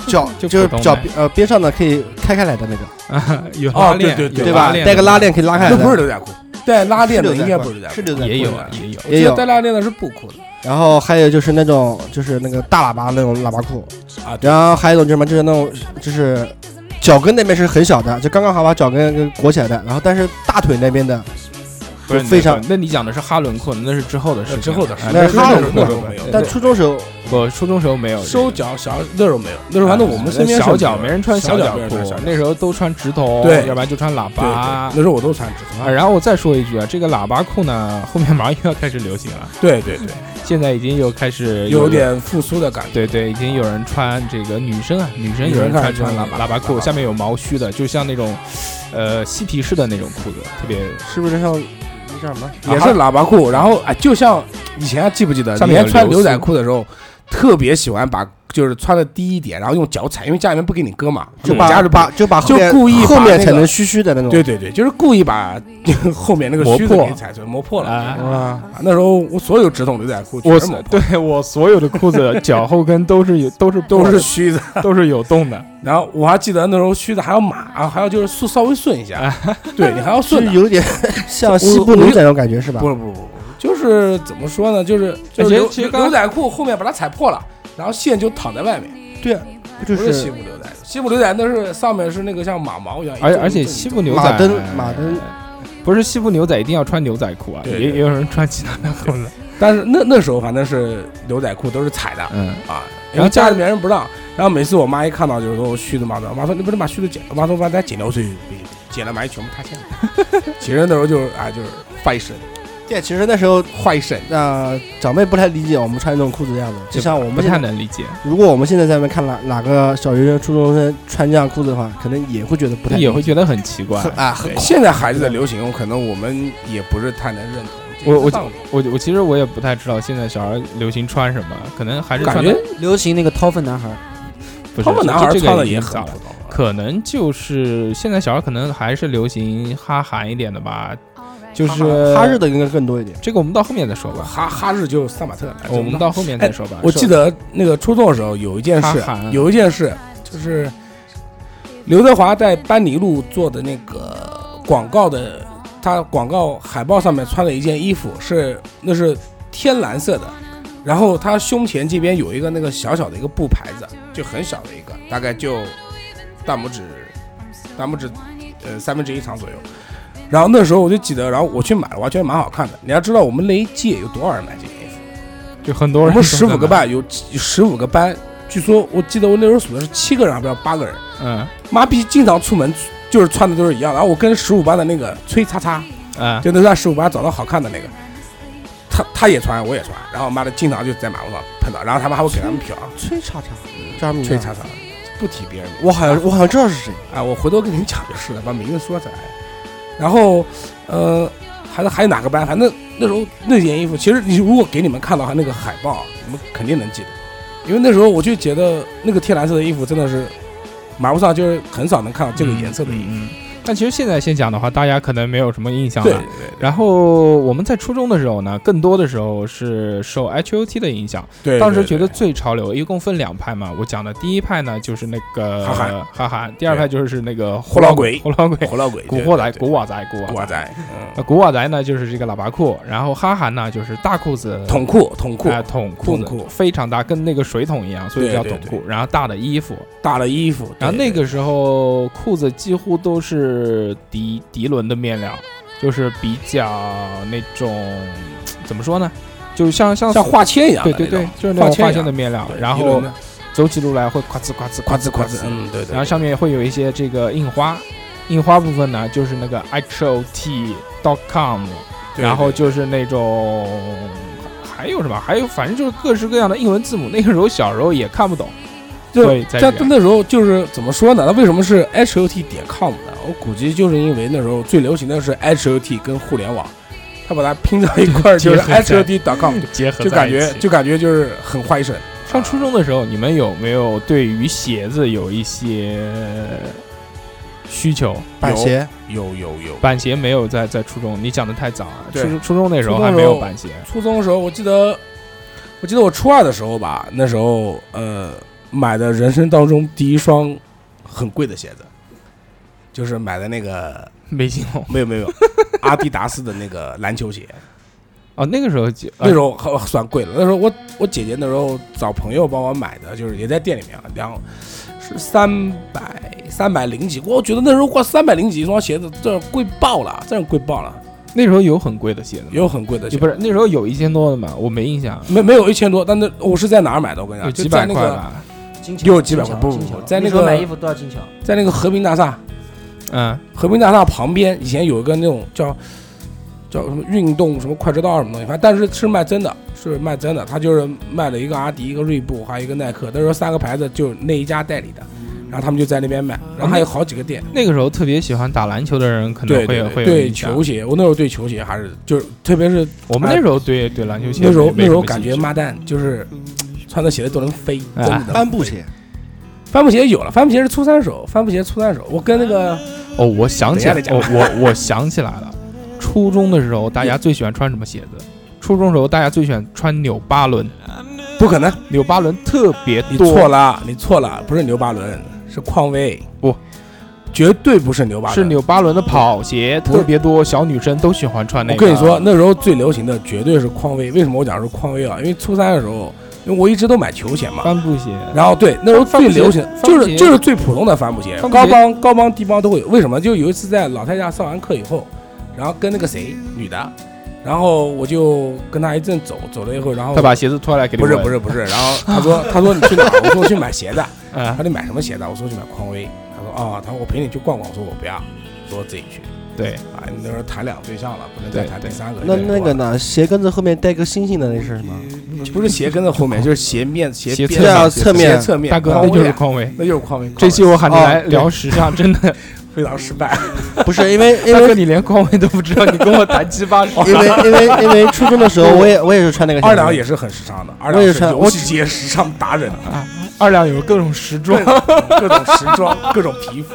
[SPEAKER 3] 脚
[SPEAKER 1] 就
[SPEAKER 3] 就是
[SPEAKER 1] 普通的
[SPEAKER 3] 脚边呃边上的可以开开来的那个，
[SPEAKER 1] 啊，有
[SPEAKER 5] 哦
[SPEAKER 1] 拉链，
[SPEAKER 5] 对对
[SPEAKER 1] 有
[SPEAKER 3] 对
[SPEAKER 1] 拉
[SPEAKER 3] 吧？
[SPEAKER 1] 链
[SPEAKER 3] 带个拉链可以拉开
[SPEAKER 5] 那
[SPEAKER 3] 来
[SPEAKER 5] 不是
[SPEAKER 3] 的，
[SPEAKER 5] 牛仔裤，带拉链的
[SPEAKER 3] 哎是牛仔
[SPEAKER 5] 应该
[SPEAKER 3] 裤
[SPEAKER 5] 不是牛仔
[SPEAKER 3] 是
[SPEAKER 5] 裤。啊
[SPEAKER 3] 牛仔裤
[SPEAKER 1] 也有啊
[SPEAKER 3] 的。
[SPEAKER 1] 也有。
[SPEAKER 5] 我
[SPEAKER 3] 也
[SPEAKER 5] 记得
[SPEAKER 3] 有
[SPEAKER 5] 带拉链的是布裤子
[SPEAKER 3] 然后还有就是那种就是那个大喇叭那种喇叭裤，
[SPEAKER 5] 啊，对
[SPEAKER 3] 然后还有一种就是什么就是那种就是脚跟那边是很小的，就刚刚好把脚跟给裹起来的，然后但是大腿那边的
[SPEAKER 1] 不是
[SPEAKER 3] 非常
[SPEAKER 1] 那那你讲的是哈伦裤，那是之后的事情
[SPEAKER 5] 之后的事
[SPEAKER 1] 哎
[SPEAKER 3] 那
[SPEAKER 1] 那
[SPEAKER 3] 是哈
[SPEAKER 1] 那
[SPEAKER 3] 伦
[SPEAKER 1] 那
[SPEAKER 3] 裤
[SPEAKER 1] 时候没有。
[SPEAKER 3] 但初中时候
[SPEAKER 1] 我初中时候没有
[SPEAKER 5] 收脚小那时候没有，那时候反正我们身边是
[SPEAKER 1] 啊小脚没人穿
[SPEAKER 5] 小
[SPEAKER 1] 脚
[SPEAKER 5] 没人
[SPEAKER 1] 裤
[SPEAKER 5] 穿小脚，裤
[SPEAKER 1] 那时候都穿直筒，
[SPEAKER 5] 对
[SPEAKER 1] 要不然就穿喇
[SPEAKER 5] 对，对
[SPEAKER 1] 叭
[SPEAKER 5] 那。时候我都穿直筒
[SPEAKER 1] 啊，。然后我再说一句啊，这个喇叭裤呢，后面马 上又要开始流行了，
[SPEAKER 5] 对对对，
[SPEAKER 1] 现在已经又开始
[SPEAKER 5] 有点复苏的感觉。
[SPEAKER 1] 对对，已经有人穿这个女生啊，女生
[SPEAKER 5] 女
[SPEAKER 1] 有人
[SPEAKER 5] 生开
[SPEAKER 1] 穿
[SPEAKER 5] 始
[SPEAKER 1] 穿
[SPEAKER 5] 穿
[SPEAKER 1] 喇
[SPEAKER 5] 喇叭
[SPEAKER 1] 喇叭
[SPEAKER 5] 喇
[SPEAKER 1] 裤，
[SPEAKER 5] 叭
[SPEAKER 1] 下面有毛须的，就像那种，呃，嬉皮士的那种裤子，特别
[SPEAKER 3] 是不是像那叫什么？
[SPEAKER 5] 也是喇叭裤，然后哎，就像以前还记不记得，
[SPEAKER 1] 上
[SPEAKER 5] 以
[SPEAKER 1] 面有
[SPEAKER 5] 前穿
[SPEAKER 1] 流
[SPEAKER 5] 牛
[SPEAKER 1] 苏
[SPEAKER 5] 仔裤的时候，特别喜欢把就是穿的低一点，然后用脚踩，因为家里面不给你割嘛，
[SPEAKER 1] 就
[SPEAKER 5] 就
[SPEAKER 1] 把
[SPEAKER 5] 家是
[SPEAKER 3] 把就把后面
[SPEAKER 5] 就故意把
[SPEAKER 3] 后面
[SPEAKER 5] 那
[SPEAKER 3] 才
[SPEAKER 5] 个
[SPEAKER 3] 能虚虚的那种。
[SPEAKER 5] 对对对，就是故意把后面那个
[SPEAKER 1] 磨
[SPEAKER 5] 须子
[SPEAKER 1] 破
[SPEAKER 5] 给踩出来，磨破了。
[SPEAKER 1] 啊。
[SPEAKER 3] 啊，
[SPEAKER 5] 啊那时候我所有直筒牛仔裤
[SPEAKER 1] 我
[SPEAKER 5] 全是磨破，
[SPEAKER 1] 对我所有的裤 子脚后跟都是有都是
[SPEAKER 5] 都是须子。
[SPEAKER 1] 都是有洞的，
[SPEAKER 5] 然后我还记得那时候须子还要码，还要就是顺稍微顺一下，对你还要
[SPEAKER 3] 就
[SPEAKER 5] 顺
[SPEAKER 3] 是
[SPEAKER 5] 的。
[SPEAKER 3] 有 点像西部牛仔那种感觉是吧
[SPEAKER 5] 不？是不是不是，就是怎么说呢，就是就是
[SPEAKER 1] 而且
[SPEAKER 5] 牛
[SPEAKER 1] 其实刚
[SPEAKER 5] 牛仔裤后面把它踩破了，然后线就躺在外面。
[SPEAKER 3] 对啊， 就
[SPEAKER 5] 不是西
[SPEAKER 3] 是
[SPEAKER 5] 部牛仔，西部牛仔那是上面是那个像马毛一样，
[SPEAKER 1] 而
[SPEAKER 5] 一
[SPEAKER 1] 而且
[SPEAKER 5] 一
[SPEAKER 1] 西部牛仔
[SPEAKER 3] 马灯马灯
[SPEAKER 1] 不是西部牛仔一定要穿牛仔裤啊，
[SPEAKER 5] 对对
[SPEAKER 1] 也也有人穿其他的裤子，
[SPEAKER 5] 但是那那时候反正是牛仔裤都是踩的
[SPEAKER 1] 嗯，
[SPEAKER 5] 啊，
[SPEAKER 1] 然
[SPEAKER 5] 然
[SPEAKER 1] 后
[SPEAKER 5] 后
[SPEAKER 1] 家
[SPEAKER 5] 家里面人不让，然后每次我妈一看到就是说我须子妈说，妈说你不能把须子剪，妈说把它剪掉最，剪了买全部塌陷了。其实那时候就是啊就是发一身，
[SPEAKER 3] 对，其实那时候
[SPEAKER 5] 画一身，
[SPEAKER 3] 呃长辈不太理解我们穿这种裤子的样子，就像我
[SPEAKER 1] 不
[SPEAKER 3] 们现
[SPEAKER 1] 太
[SPEAKER 3] 在，
[SPEAKER 1] 能理解，
[SPEAKER 3] 如果我们现在在外面看哪哪个小学生、初中生穿这样裤子的话，可能也会觉得不太
[SPEAKER 1] 也会觉得很奇怪
[SPEAKER 3] 很。啊很恐
[SPEAKER 5] 现在孩子的流行，可能我们也不是太能认同。
[SPEAKER 1] 我我
[SPEAKER 5] 这个道理
[SPEAKER 1] 我我其实我也不太知道现在小孩流行穿什么，可能还是
[SPEAKER 5] 感
[SPEAKER 1] 穿
[SPEAKER 5] 觉
[SPEAKER 1] 的
[SPEAKER 2] 流行那个掏粪男孩，
[SPEAKER 1] 不是
[SPEAKER 5] 他们男孩
[SPEAKER 1] 这这个
[SPEAKER 5] 穿的
[SPEAKER 1] 已
[SPEAKER 5] 也
[SPEAKER 1] 经
[SPEAKER 5] 很
[SPEAKER 1] 早
[SPEAKER 5] 普
[SPEAKER 1] 了
[SPEAKER 5] 通了，
[SPEAKER 1] 可能就是现在小孩可能还是流行哈韩一点的吧，就是
[SPEAKER 3] 哈日的应该更多一点。
[SPEAKER 1] 这个我们到后面再说吧，
[SPEAKER 5] 哈哈日就三把特了。
[SPEAKER 1] 哦我们到后面再说吧。
[SPEAKER 5] 哎我记得那个初中的时候有一件事
[SPEAKER 1] 哈韩，
[SPEAKER 5] 有一件事就是刘德华在班尼路做的那个广告的，他广告海报上面穿的一件衣服是那是天蓝色的，然后他胸前这边有一个那个小小的一个布牌子，就很小的一个，大概就大拇指大拇指呃三分之一长左右。然后那时候我就记得，然后我去买了，我还觉得蛮好看的。你要知道我们那一届有多少人买这件衣服。
[SPEAKER 1] 就很多
[SPEAKER 5] 我
[SPEAKER 1] 人
[SPEAKER 5] 们
[SPEAKER 1] 说
[SPEAKER 5] 十五
[SPEAKER 1] 的
[SPEAKER 5] 个
[SPEAKER 1] 嘛，
[SPEAKER 5] 班有十五个班，据说我记得我那时候数的是七个人，还不知道八个人。
[SPEAKER 1] 嗯
[SPEAKER 5] 妈逼，经常出门就是穿的都是一样的。然后我跟十五班的那个崔叉叉，
[SPEAKER 1] 啊，
[SPEAKER 5] 就能让十五班找到好看的那个，他他也穿，我也穿。然后妈的，经常就在马路上碰到，然后他们还会给他们嫖。
[SPEAKER 3] 崔叉叉，张明
[SPEAKER 5] 崔叉叉，不提别人名
[SPEAKER 3] 我好像我好像知道是谁，
[SPEAKER 5] 啊，我回头跟你讲就是了，把名字说出来。然后，呃，还是还有哪个班？反正那时候那件衣服，其实你如果给你们看到他那个海报，你们肯定能记得，因为那时候我就觉得那个天蓝色的衣服真的是马路上就是很少能看到这个颜色的衣服。
[SPEAKER 1] 嗯。嗯但其实现在先讲的话，大家可能没有什么印象
[SPEAKER 5] 对
[SPEAKER 1] 了。然后我们在初中的时候呢，更多的时候是受 H O T 的影响。
[SPEAKER 5] 对，
[SPEAKER 1] 当时觉得
[SPEAKER 5] 对
[SPEAKER 1] 最潮流，一共分两派嘛。我讲的第一派呢，就是那个
[SPEAKER 5] 哈韩
[SPEAKER 1] 哈韩，第二派就是那个
[SPEAKER 5] 胡老鬼
[SPEAKER 1] 胡老鬼、
[SPEAKER 5] 对火老鬼、
[SPEAKER 1] 古惑仔、古
[SPEAKER 5] 古
[SPEAKER 1] 惑仔、古
[SPEAKER 5] 古
[SPEAKER 1] 惑
[SPEAKER 5] 惑
[SPEAKER 1] 仔。
[SPEAKER 5] 仔、嗯
[SPEAKER 1] 那古惑仔呢，就是这个喇叭裤，然后哈韩呢，就是大裤子、
[SPEAKER 5] 嗯，筒裤、筒裤
[SPEAKER 1] 啊、筒裤
[SPEAKER 5] 筒裤
[SPEAKER 1] 子，非常大，跟那个水桶一样，所以
[SPEAKER 5] 对
[SPEAKER 1] 叫
[SPEAKER 5] 对
[SPEAKER 1] 筒
[SPEAKER 5] 对
[SPEAKER 1] 裤。然后大的衣服，
[SPEAKER 5] 大的衣服，
[SPEAKER 1] 然后
[SPEAKER 5] 对
[SPEAKER 1] 那个时候裤子几乎都是涤涤纶的面料，就是比较那种怎么说呢，就像像
[SPEAKER 5] 像画签一样的
[SPEAKER 1] 对
[SPEAKER 5] 那种，
[SPEAKER 1] 对对，就是那种
[SPEAKER 5] 画
[SPEAKER 1] 化
[SPEAKER 5] 签
[SPEAKER 1] 纤
[SPEAKER 5] 一
[SPEAKER 1] 的
[SPEAKER 5] 样
[SPEAKER 1] 面料，
[SPEAKER 5] 对
[SPEAKER 1] 然
[SPEAKER 5] 一
[SPEAKER 1] 后
[SPEAKER 5] 轮的
[SPEAKER 1] 走起路来会夸哧夸哧夸
[SPEAKER 5] 夸哧
[SPEAKER 1] 哧
[SPEAKER 5] 夸
[SPEAKER 1] 夸
[SPEAKER 5] 哧
[SPEAKER 1] 哧，，
[SPEAKER 5] 嗯，对对，
[SPEAKER 1] 然后上面会有一些这个印花，印花部分呢就是那个 hot.com，
[SPEAKER 5] 对
[SPEAKER 1] 然后
[SPEAKER 5] 对
[SPEAKER 1] 就是那种还有什么，还有反正就是各式各样的英文字母，那个时候小时候也看不懂，
[SPEAKER 5] 就
[SPEAKER 1] 所以才这
[SPEAKER 5] 但
[SPEAKER 1] 样。
[SPEAKER 5] 那时候就是怎么说呢？它为什么是 H O T 点 com 呢？我估计就是因为那时候最流行的是 H O T 跟互联网，它把它拼到一 块儿，就是
[SPEAKER 1] 结合
[SPEAKER 5] H O T com，
[SPEAKER 1] 结合
[SPEAKER 5] 就
[SPEAKER 1] 在
[SPEAKER 5] 感
[SPEAKER 1] 一
[SPEAKER 5] 觉
[SPEAKER 1] 起
[SPEAKER 5] 就感觉就是很坏事。
[SPEAKER 1] 上初中的时候，你们有没有对于鞋子有一些需求？
[SPEAKER 3] 板鞋。
[SPEAKER 5] 有有有。
[SPEAKER 1] 板鞋没有在在初中，你讲的太早了。
[SPEAKER 5] 对
[SPEAKER 1] 初初中那时候
[SPEAKER 5] 初中
[SPEAKER 1] 还没有
[SPEAKER 5] 时候
[SPEAKER 1] 板鞋，
[SPEAKER 5] 初中的时候，我记得，我记得我初二的时候吧，那时候呃买的人生当中第一双很贵的鞋子，就是买的那个
[SPEAKER 1] 没信用
[SPEAKER 5] 没有没有 阿迪达斯的那个篮球鞋。
[SPEAKER 1] 哦。那个时候就
[SPEAKER 5] 那时候还算贵了。那时候我我姐姐那时候找朋友帮我买的，就是也在店里面，然后是三百三百零几。我觉得那时候花三百零几一双鞋子，这贵爆了，真是贵爆了。
[SPEAKER 1] 那时候有很贵的鞋子
[SPEAKER 5] 也
[SPEAKER 1] 吗？
[SPEAKER 5] 有很贵的鞋，
[SPEAKER 1] 也不是那时候有一千多的嘛，我没印象，
[SPEAKER 5] 没没有一千多，但那我是在哪儿买的？我跟你
[SPEAKER 1] 有
[SPEAKER 5] 讲，
[SPEAKER 1] 几
[SPEAKER 5] 就在
[SPEAKER 1] 百
[SPEAKER 5] 那
[SPEAKER 1] 块
[SPEAKER 5] 个
[SPEAKER 1] 吧。
[SPEAKER 2] 金桥
[SPEAKER 5] 有几百块
[SPEAKER 2] 金桥
[SPEAKER 5] 不不不
[SPEAKER 2] 金桥
[SPEAKER 5] 在那
[SPEAKER 2] 时候
[SPEAKER 5] 个
[SPEAKER 2] 买衣服都要金桥，
[SPEAKER 5] 在那个和平大厦，
[SPEAKER 1] 嗯，
[SPEAKER 5] 和平大厦旁边以前有一个那种叫叫什么运动什么快车道什么东西，反正但是是卖真的，是卖真的。他就是卖了一个阿迪、一个锐步，还有一个耐克，那时候三个牌子就那一家代理的，然后他们就在那边卖，
[SPEAKER 1] 嗯
[SPEAKER 5] 然后还有好几个店。
[SPEAKER 1] 那个时候特别喜欢打篮球的人可能
[SPEAKER 5] 对
[SPEAKER 1] 会
[SPEAKER 5] 对
[SPEAKER 1] 会
[SPEAKER 5] 对，
[SPEAKER 1] 有
[SPEAKER 5] 对
[SPEAKER 1] 印象
[SPEAKER 5] 球。鞋，我那时候对球鞋还是就是，特别是
[SPEAKER 1] 我们那时候对对篮球鞋
[SPEAKER 5] 那时候
[SPEAKER 1] 没
[SPEAKER 5] 那时候
[SPEAKER 1] 没什么
[SPEAKER 5] 感觉
[SPEAKER 1] 兴趣
[SPEAKER 5] 妈蛋就是穿的鞋子都能飞，
[SPEAKER 1] 哎
[SPEAKER 5] 真的
[SPEAKER 3] 帆布。鞋，
[SPEAKER 5] 帆布鞋有了，啊帆布鞋是初三手，帆布鞋初三手。我跟那个
[SPEAKER 1] 哦，我想起来，
[SPEAKER 5] 等一下
[SPEAKER 1] 我我我想起来了，初中的时候大家最喜欢穿什么鞋子？初中时候大家最喜欢穿纽巴伦，
[SPEAKER 5] 不可能，
[SPEAKER 1] 纽巴伦特别
[SPEAKER 5] 你
[SPEAKER 1] 多，
[SPEAKER 5] 错了，啊你错了，不是牛巴伦，是匡威，
[SPEAKER 1] 不，
[SPEAKER 5] 绝对不是牛巴伦。
[SPEAKER 1] 哦是纽巴伦的跑鞋
[SPEAKER 5] 不是
[SPEAKER 1] 特别多，小女生都喜欢穿那
[SPEAKER 5] 我
[SPEAKER 1] 个。
[SPEAKER 5] 跟你说，，那时候最流行的绝对是匡威。为什么我讲是匡威啊？因为初三的时候，因为我一直都买球鞋嘛。
[SPEAKER 1] 帆布鞋，
[SPEAKER 5] 然后对，那时候
[SPEAKER 1] 帆布
[SPEAKER 5] 最
[SPEAKER 1] 鞋
[SPEAKER 5] 流行
[SPEAKER 1] 帆布
[SPEAKER 5] 就是
[SPEAKER 1] 鞋
[SPEAKER 5] 就是最普通的帆布鞋，
[SPEAKER 1] 帆布鞋
[SPEAKER 5] 高帮高帮低帮都会有。为什么？就有一次在老太家上完课以后，然后跟那个谁女的，然后我就跟她一阵走，走了以后，然后
[SPEAKER 1] 他把鞋子脱下来给你
[SPEAKER 5] 不是
[SPEAKER 1] 闻
[SPEAKER 5] 不，是不是，然后她说她说你去哪儿？我说我去买鞋子。
[SPEAKER 1] 啊
[SPEAKER 5] 哦他说你买什么鞋子啊？我说去买匡威。他说啊、他说我陪你去逛逛。我说我不要，我说我自己去。
[SPEAKER 1] 对，
[SPEAKER 5] 啊，你都是谈两个对象了，不能
[SPEAKER 1] 对
[SPEAKER 5] 再谈第三个。
[SPEAKER 3] 那
[SPEAKER 5] 对
[SPEAKER 3] 那个呢？鞋跟子后面带个星星的那是什么？
[SPEAKER 5] 不是鞋跟在 后面，就是鞋面、鞋
[SPEAKER 1] 斜
[SPEAKER 5] 边
[SPEAKER 1] 侧
[SPEAKER 5] 上
[SPEAKER 3] 侧面
[SPEAKER 5] 斜侧面。
[SPEAKER 1] 大哥，
[SPEAKER 5] 匡
[SPEAKER 1] 那就
[SPEAKER 5] 威
[SPEAKER 1] 是
[SPEAKER 5] 啊
[SPEAKER 1] 匡威。
[SPEAKER 5] 那就是匡威。
[SPEAKER 1] 这期我喊你
[SPEAKER 3] 哦
[SPEAKER 1] 来
[SPEAKER 3] 对
[SPEAKER 1] 聊时尚，真的，
[SPEAKER 5] 非常失 败。
[SPEAKER 3] 不是因为因
[SPEAKER 1] 大
[SPEAKER 3] 为
[SPEAKER 1] 哥你连匡威都不知道，你跟我谈鸡巴时尚
[SPEAKER 3] 因为因为因为初中的时候，我也我也是穿那个鞋。
[SPEAKER 5] 二两也是很时尚的，二两
[SPEAKER 3] 我也
[SPEAKER 5] 是
[SPEAKER 3] 穿
[SPEAKER 5] 游
[SPEAKER 3] 我
[SPEAKER 5] 戏界时尚达 人，
[SPEAKER 1] 啊！ 二两有各种时装
[SPEAKER 5] 各，种各种时装，各种皮肤，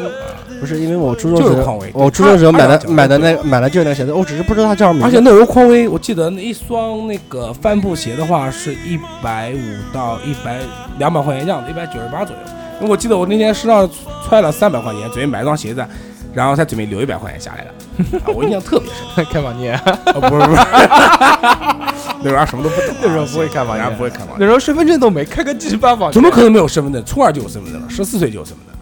[SPEAKER 3] 不是因为我初中
[SPEAKER 5] 就是
[SPEAKER 3] 时候
[SPEAKER 5] 匡威
[SPEAKER 3] 我初中时候买
[SPEAKER 5] 二两
[SPEAKER 3] 的
[SPEAKER 5] 脚
[SPEAKER 3] 买的那买的就是那个鞋子，我只是不知道它叫什么名
[SPEAKER 5] 而
[SPEAKER 3] 字。
[SPEAKER 5] 且那时候匡威，我记得那一双那个帆布鞋的话是一百五到一百两百块钱样子，一百九十八左右。因为我记得我那天身上揣了三百块钱，准备买双鞋子，然后才准备留一百块钱下来的。啊我印象特别深。
[SPEAKER 1] 开网页，
[SPEAKER 5] 啊，不是不是，那时候什么都不懂啊，
[SPEAKER 1] 那时候不会看网页
[SPEAKER 5] 那时候不会看网页
[SPEAKER 1] 那时候身份证都没，开个鸡巴网页，
[SPEAKER 5] 怎么可能没有身份证？初二就有身份证了，十四岁就有身份证。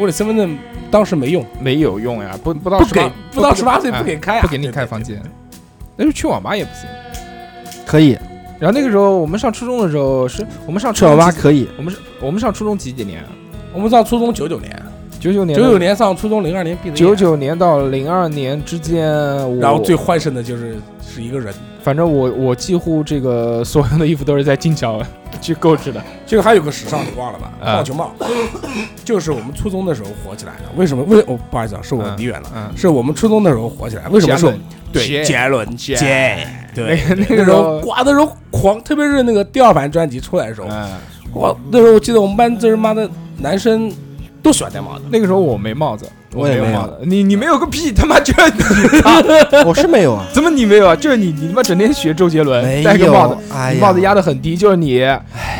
[SPEAKER 5] 我的身份证当时没用，
[SPEAKER 1] 没有用呀？不不到
[SPEAKER 5] 不
[SPEAKER 1] 十
[SPEAKER 5] 给
[SPEAKER 1] 八，，
[SPEAKER 5] 不到十八岁
[SPEAKER 1] 啊
[SPEAKER 5] 不给开啊，
[SPEAKER 1] 不给你开房间，那时候去网吧也不行。
[SPEAKER 3] 可以，
[SPEAKER 1] 然后那个时候我们上初中的时候，是我们上初
[SPEAKER 3] 吃网
[SPEAKER 1] 中
[SPEAKER 3] 吧
[SPEAKER 1] 几，
[SPEAKER 3] 可以。
[SPEAKER 1] 我们是我们上初中几几年啊？
[SPEAKER 5] 对。对对我们上初中九九年，
[SPEAKER 1] 九九年，
[SPEAKER 5] 九九，年上初中，零二年毕业，
[SPEAKER 1] 九。九年到零二年之间，我
[SPEAKER 5] 然后最欢声的就是是一个人，
[SPEAKER 1] 反正我我几乎这个所有的衣服都是在金桥去购置的。
[SPEAKER 5] 这个还有个时尚你忘了吧？
[SPEAKER 1] 啊
[SPEAKER 5] 棒球帽，就是我们初中的时候火起来的。为什么？为哦，不好意思啊，是我离远了。
[SPEAKER 1] 嗯，
[SPEAKER 5] 是我们初中的时候火起来，为什么是我们？对，
[SPEAKER 1] 杰
[SPEAKER 5] 杰伦，
[SPEAKER 1] 杰
[SPEAKER 5] 杰，对，
[SPEAKER 1] 那个
[SPEAKER 5] 那个时
[SPEAKER 1] 时
[SPEAKER 5] 候
[SPEAKER 1] 候，
[SPEAKER 5] 哇，那时候狂，特别是那个第二盘专辑出来的时候，
[SPEAKER 1] 嗯，
[SPEAKER 5] 哇，那时候我记得我们班这是妈的男生都喜欢戴帽子，
[SPEAKER 1] 那个时候我没帽子，
[SPEAKER 3] 我
[SPEAKER 1] 没
[SPEAKER 3] 也
[SPEAKER 1] 有
[SPEAKER 3] 没有
[SPEAKER 1] 帽子。你你没有个屁，他妈就
[SPEAKER 3] 我是没有啊，
[SPEAKER 1] 怎么你没有啊？就是你你他妈整天学周杰伦，
[SPEAKER 3] 没
[SPEAKER 1] 戴个
[SPEAKER 3] 有。
[SPEAKER 1] 帽子，
[SPEAKER 3] 哎
[SPEAKER 1] 你
[SPEAKER 3] 呀，
[SPEAKER 1] 帽子压得很低，就是你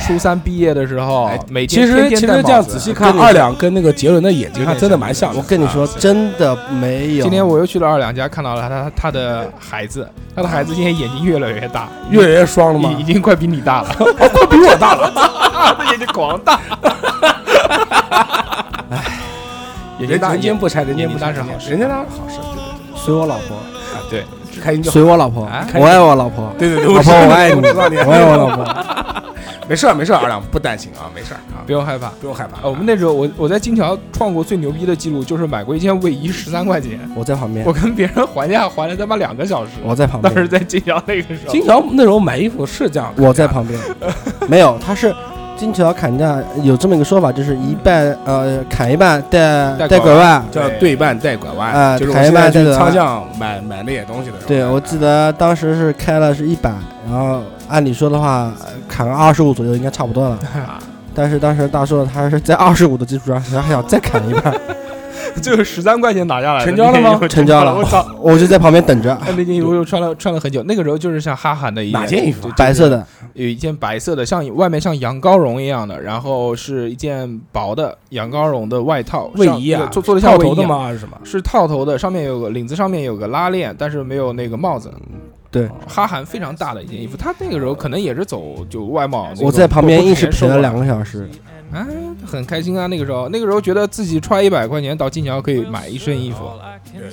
[SPEAKER 1] 初三毕业的时候
[SPEAKER 5] 哎，
[SPEAKER 1] 每
[SPEAKER 5] 其
[SPEAKER 1] 天
[SPEAKER 5] 实
[SPEAKER 1] 天
[SPEAKER 5] 其
[SPEAKER 1] 天戴
[SPEAKER 5] 实这样
[SPEAKER 1] 帽
[SPEAKER 5] 仔
[SPEAKER 1] 子。啊
[SPEAKER 5] 细看，
[SPEAKER 3] 跟你
[SPEAKER 5] 二两跟那个杰伦的眼睛还真的蛮像的。
[SPEAKER 3] 我跟你说，真的没有。
[SPEAKER 1] 今天我又去了二两家，看到了他他的孩子，他的孩子现在眼睛越来越大，
[SPEAKER 5] 越来越双了
[SPEAKER 1] 已已
[SPEAKER 5] 吗？哦
[SPEAKER 1] 经快比你 大了，
[SPEAKER 5] 快比我大了，
[SPEAKER 1] 他 眼睛狂大。眼睛
[SPEAKER 5] 人
[SPEAKER 1] 大
[SPEAKER 5] 人间不拆，人间不拆
[SPEAKER 1] 人间大是好事
[SPEAKER 5] 人间大是好事，对
[SPEAKER 3] 随我老婆，
[SPEAKER 1] 对
[SPEAKER 5] 对对，开心就好。
[SPEAKER 3] 随我老婆
[SPEAKER 1] 啊，
[SPEAKER 3] 我爱我老婆，
[SPEAKER 5] 对对对，
[SPEAKER 3] 老
[SPEAKER 5] 知
[SPEAKER 3] 婆
[SPEAKER 5] 道
[SPEAKER 3] 哎我爱你，
[SPEAKER 5] 我知道你，
[SPEAKER 3] 我爱我老婆。
[SPEAKER 5] 没事儿没事儿，二两不担心啊，没事儿啊
[SPEAKER 1] 不，用害怕。
[SPEAKER 5] 不用害怕。
[SPEAKER 1] 呃，我们那时候我我在金桥创过最牛逼的记录，就是买过一件卫衣十三块
[SPEAKER 5] 哎
[SPEAKER 1] 钱，
[SPEAKER 3] 我在旁边
[SPEAKER 1] 我，跟别人还价还了他妈两个小时。
[SPEAKER 3] 我在旁
[SPEAKER 1] 当时
[SPEAKER 3] 边，
[SPEAKER 1] 在金桥那个时候，
[SPEAKER 5] 金条那时候买衣服是这样，
[SPEAKER 3] 我在旁边。没有，他是金桥砍价有这么一个说法，就是一半呃砍一半带啊
[SPEAKER 1] 带
[SPEAKER 3] 带
[SPEAKER 1] 拐
[SPEAKER 3] 拐弯。
[SPEAKER 5] 叫对半带拐弯，
[SPEAKER 3] 啊
[SPEAKER 5] 就是我
[SPEAKER 3] 台
[SPEAKER 5] 现在
[SPEAKER 3] 湾
[SPEAKER 5] 去
[SPEAKER 3] 带拐
[SPEAKER 5] 仓
[SPEAKER 3] 弯
[SPEAKER 5] 巷买买那些东西的时候。
[SPEAKER 3] 对，啊我记得当时是开了是一百，然后按理说的话呃砍个二十五左右应该差不 多了。但是当时大硕他是在二十五的基础上，他还想再砍一 半，
[SPEAKER 1] 最后十三块钱拿下来的，
[SPEAKER 5] 成交了吗
[SPEAKER 1] 那件衣服
[SPEAKER 3] 成交了
[SPEAKER 1] 我操！
[SPEAKER 3] 我就在旁边等着，
[SPEAKER 1] 哎 那件衣服又穿了穿了很久，那个时候就是像哈韩的一
[SPEAKER 5] 哪件衣服啊
[SPEAKER 3] 白色的，
[SPEAKER 1] 有一件白色的，像外面像羊羔绒一样的，然后是一件薄的羊羔绒的外套，
[SPEAKER 5] 卫
[SPEAKER 1] 上
[SPEAKER 5] 衣啊
[SPEAKER 1] 对，做做的像
[SPEAKER 5] 套
[SPEAKER 1] 卫衣
[SPEAKER 5] 头的
[SPEAKER 1] 一样？
[SPEAKER 5] 吗？还是什么？
[SPEAKER 1] 是套头的，上面有个领子，上面有个拉链，但是没有那个帽子。
[SPEAKER 3] 对，
[SPEAKER 1] 哈韩非常大的一件衣服，他那个时候可能也是走就外贸那种。
[SPEAKER 3] 我在旁边硬是陪
[SPEAKER 1] 陪
[SPEAKER 3] 了两个小时。
[SPEAKER 1] 啊，很开心啊。那个时候，那个时候觉得自己揣一百块钱到金桥可以买一身衣服，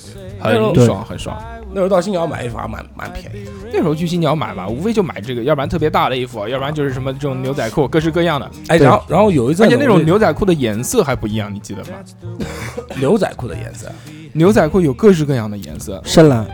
[SPEAKER 5] 对对
[SPEAKER 1] 很
[SPEAKER 3] 对
[SPEAKER 1] 爽很爽。
[SPEAKER 5] 那时候到新疆买衣服还蛮蛮便宜的，
[SPEAKER 1] 那时候去新桥买吧，无非就买这个，要不然特别大的衣服，要不然就是什么这种牛仔裤，各式各样的。
[SPEAKER 5] 哎，
[SPEAKER 3] 对
[SPEAKER 5] 然后然后有一阵
[SPEAKER 1] 而
[SPEAKER 5] 子
[SPEAKER 1] 且
[SPEAKER 5] 我
[SPEAKER 1] 那
[SPEAKER 5] 就，
[SPEAKER 1] 种牛仔裤的颜色还不一样，你记得吗？
[SPEAKER 5] 牛仔裤的颜色，
[SPEAKER 1] 牛仔裤有各式各样的颜色，
[SPEAKER 3] 深蓝、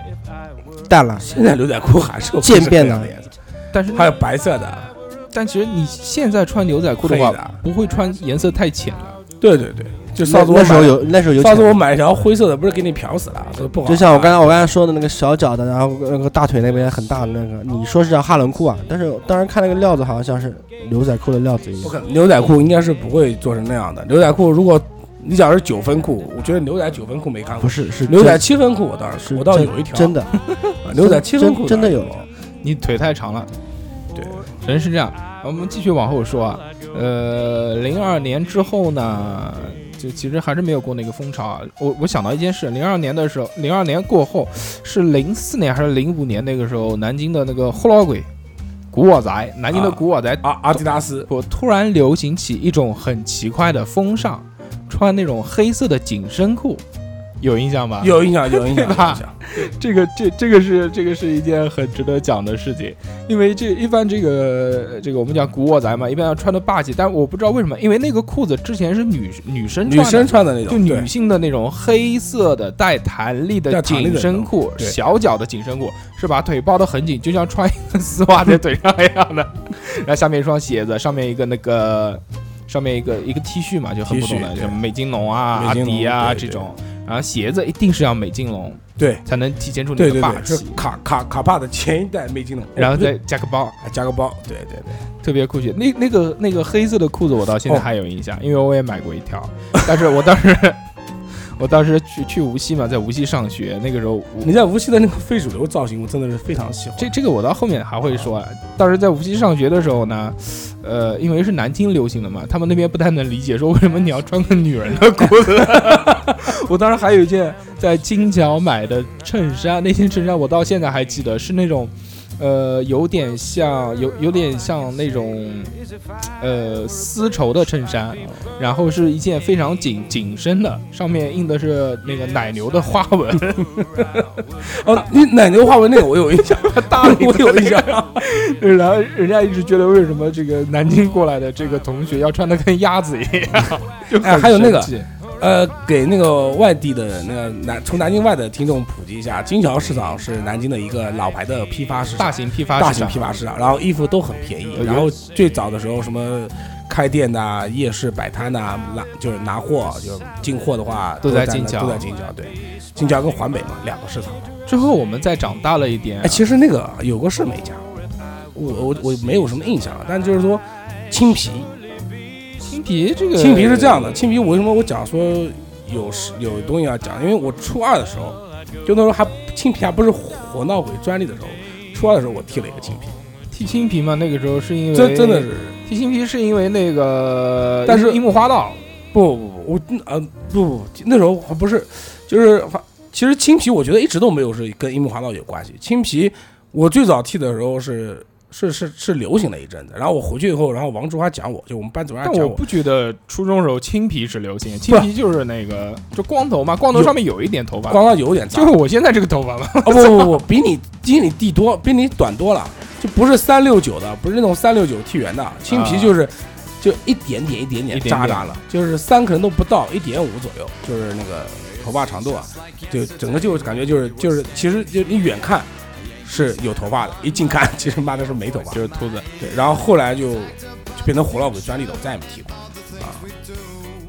[SPEAKER 3] 淡蓝，
[SPEAKER 5] 现在牛仔裤还是有
[SPEAKER 3] 渐变的
[SPEAKER 5] 各式各样的颜色，
[SPEAKER 1] 但是
[SPEAKER 5] 还有白色的、啊
[SPEAKER 1] 但其实你现在穿牛仔裤
[SPEAKER 5] 黑
[SPEAKER 1] 的话，
[SPEAKER 5] 的，
[SPEAKER 1] 不会穿颜色太浅的。
[SPEAKER 5] 对对对，
[SPEAKER 3] 那
[SPEAKER 5] 就上次我
[SPEAKER 3] 那时候
[SPEAKER 5] 买
[SPEAKER 3] 有那时候有
[SPEAKER 5] 上次我
[SPEAKER 3] 钱，
[SPEAKER 5] 买一条灰色的，不是给你漂死了，所以不好看。
[SPEAKER 3] 就像我刚才我刚才说的那个小脚的，然后那个大腿那边很大的那个，你说是叫哈伦裤啊？但是当时看那个料子好像像是牛仔裤的料子一
[SPEAKER 5] 不
[SPEAKER 3] 样。
[SPEAKER 5] 可能，牛仔裤应该是不会做成那样的。牛仔裤如果你讲是九分裤，我觉得牛仔九分裤没看
[SPEAKER 3] 不
[SPEAKER 5] 过，
[SPEAKER 3] 是，是
[SPEAKER 5] 牛
[SPEAKER 3] 真
[SPEAKER 5] 仔七分裤我倒是
[SPEAKER 3] 是
[SPEAKER 5] 我倒
[SPEAKER 3] 真
[SPEAKER 5] 有一条
[SPEAKER 3] 真 的，
[SPEAKER 5] 啊牛仔七分裤啊
[SPEAKER 3] 真真的有
[SPEAKER 5] 一条
[SPEAKER 1] 你腿太长了，
[SPEAKER 5] 对，
[SPEAKER 1] 人是这样。我们继续往后说啊，呃，零二年之后呢，就其实还是没有过那个风潮啊。我我想到一件事，零二年的时候，零二年过后是零四年还是零五年那个时候，南京的那个后老鬼，古惑仔，南京的
[SPEAKER 5] 啊
[SPEAKER 1] 古惑仔
[SPEAKER 5] 阿阿迪达斯
[SPEAKER 1] 我突然流行起一种很奇怪的风尚，穿那种黑色的紧身裤，有印象吧？
[SPEAKER 5] 有印象有印象有印
[SPEAKER 1] 对吧
[SPEAKER 5] 象，
[SPEAKER 1] 这个这这个是这个是一件很值得讲的事情，因为这一般这个这个我们讲古惑仔嘛，一般要穿的霸气，但我不知道为什么，因为那个裤子之前是女女生
[SPEAKER 5] 女
[SPEAKER 1] 穿的
[SPEAKER 5] 生穿的那种，
[SPEAKER 1] 就
[SPEAKER 5] 对
[SPEAKER 1] 女性的那种黑色的带弹力的
[SPEAKER 5] 带弹力的
[SPEAKER 1] 紧身裤，
[SPEAKER 5] 对
[SPEAKER 1] 小脚的紧身裤，是把腿包得很紧，就像穿一个丝袜在腿上一样的。 然后下面一双鞋子，上面一个那个，上面一个一个 T 恤嘛，就很普通
[SPEAKER 5] T
[SPEAKER 1] 的，
[SPEAKER 5] 恤对
[SPEAKER 1] 什么美津浓啊、阿
[SPEAKER 5] 美津浓
[SPEAKER 1] 迪啊
[SPEAKER 5] 对
[SPEAKER 1] 这
[SPEAKER 5] 对
[SPEAKER 1] 种。然后鞋子一定是要美津浓，
[SPEAKER 5] 对
[SPEAKER 1] 才能体现出你
[SPEAKER 5] 对
[SPEAKER 1] 的
[SPEAKER 5] 对
[SPEAKER 1] 霸
[SPEAKER 5] 对，是
[SPEAKER 1] 气。
[SPEAKER 5] 卡卡卡帕的前一代魅金龙，
[SPEAKER 1] 然后
[SPEAKER 5] 哦不对
[SPEAKER 1] 再加个包，
[SPEAKER 5] 还加个包，对对对，
[SPEAKER 1] 特别酷炫。那那个那个黑色的裤子，我到现在
[SPEAKER 5] 哦
[SPEAKER 1] 还有印象，因为我也买过一条。但是我当时， 我当时去去无锡嘛，在无锡上学，那个时候无
[SPEAKER 5] 你在无锡的那个非主流造型，我真的是非常喜欢。
[SPEAKER 1] 这这个我到后面还会说。当时在无锡上学的时候呢，呃，因为是南京流行的嘛，他们那边不太能理解，说为什么你要穿个女人的裤 子。 我当时还有一件在金角买的衬衫，那件衬衫我到现在还记得，是那种。呃，有点像，有有点像那种，呃，丝绸的衬衫，然后是一件非常紧紧身的，上面印的是那个奶牛的花纹，
[SPEAKER 5] 哦，你奶牛花纹那个我有印象，
[SPEAKER 1] 大领
[SPEAKER 5] 我有印象。
[SPEAKER 1] 然后人家一直觉得为什么这个南京过来的这个同学要穿的跟鸭子一样，就很
[SPEAKER 5] 哎还有那个
[SPEAKER 1] 生气
[SPEAKER 5] 呃，给那个外地的那个南从南京外的听众普及一下，金桥市场是南京的一个老牌的批发市场
[SPEAKER 1] 大，型批发
[SPEAKER 5] 大
[SPEAKER 1] 市
[SPEAKER 5] 型
[SPEAKER 1] 场
[SPEAKER 5] 批发市场，然后衣服都很便宜。然后最早的时候，什么开店呐、夜市摆摊呐、拿就是拿货，就是进货的话，
[SPEAKER 1] 都
[SPEAKER 5] 都
[SPEAKER 1] 在
[SPEAKER 5] 那
[SPEAKER 1] 金桥
[SPEAKER 5] 都在金桥。对，金桥跟环北嘛，两个市场。
[SPEAKER 1] 之后我们再长大了一点
[SPEAKER 5] 哎，，其实那个有个是美家，我我我没有什么印象，但就是说青皮，
[SPEAKER 1] 青皮这个
[SPEAKER 5] 青皮是这样的，青皮为什么我讲说有时有东西要讲？因为我初二的时候，就那时候还青皮还不是火闹鬼专利的时候，初二的时候我剃了一个青皮，
[SPEAKER 1] 剃青皮嘛，那个时候是因为
[SPEAKER 5] 真真的是
[SPEAKER 1] 剃青皮是因为那个，
[SPEAKER 5] 但是
[SPEAKER 1] 樱木花道
[SPEAKER 5] 不不不，我呃不不，那时候还不是，就是其实青皮我觉得一直都没有是跟樱木花道有关系。青皮我最早剃的时候是是是是流行了一阵子，然后我回去以后，然后王竹花讲我就我们班主任
[SPEAKER 1] 但
[SPEAKER 5] 还
[SPEAKER 1] 我
[SPEAKER 5] 讲我。
[SPEAKER 1] 不觉得初中时候青皮是流行，青皮就是那个就光头嘛，光头
[SPEAKER 5] 有
[SPEAKER 1] 上面有一点头发，
[SPEAKER 5] 光到有点杂，
[SPEAKER 1] 就是我现在这个头发嘛，
[SPEAKER 5] 哦不不不，比你比你地多，比你短多了，就不是三六九的，不是那种三六九剃圆的，青皮就是、就一点点一点
[SPEAKER 1] 啊
[SPEAKER 5] 点
[SPEAKER 1] 一点点
[SPEAKER 5] 扎扎了，就是三可能都不到一点五左右，就是那个头发长度啊，就整个就是感觉就是就是其实就你远看是有头发的，一近看 其实妈的是没头发，
[SPEAKER 1] 就是秃子。
[SPEAKER 5] 对，然后后来就就变成火老鬼专利了，我再也没剃过啊。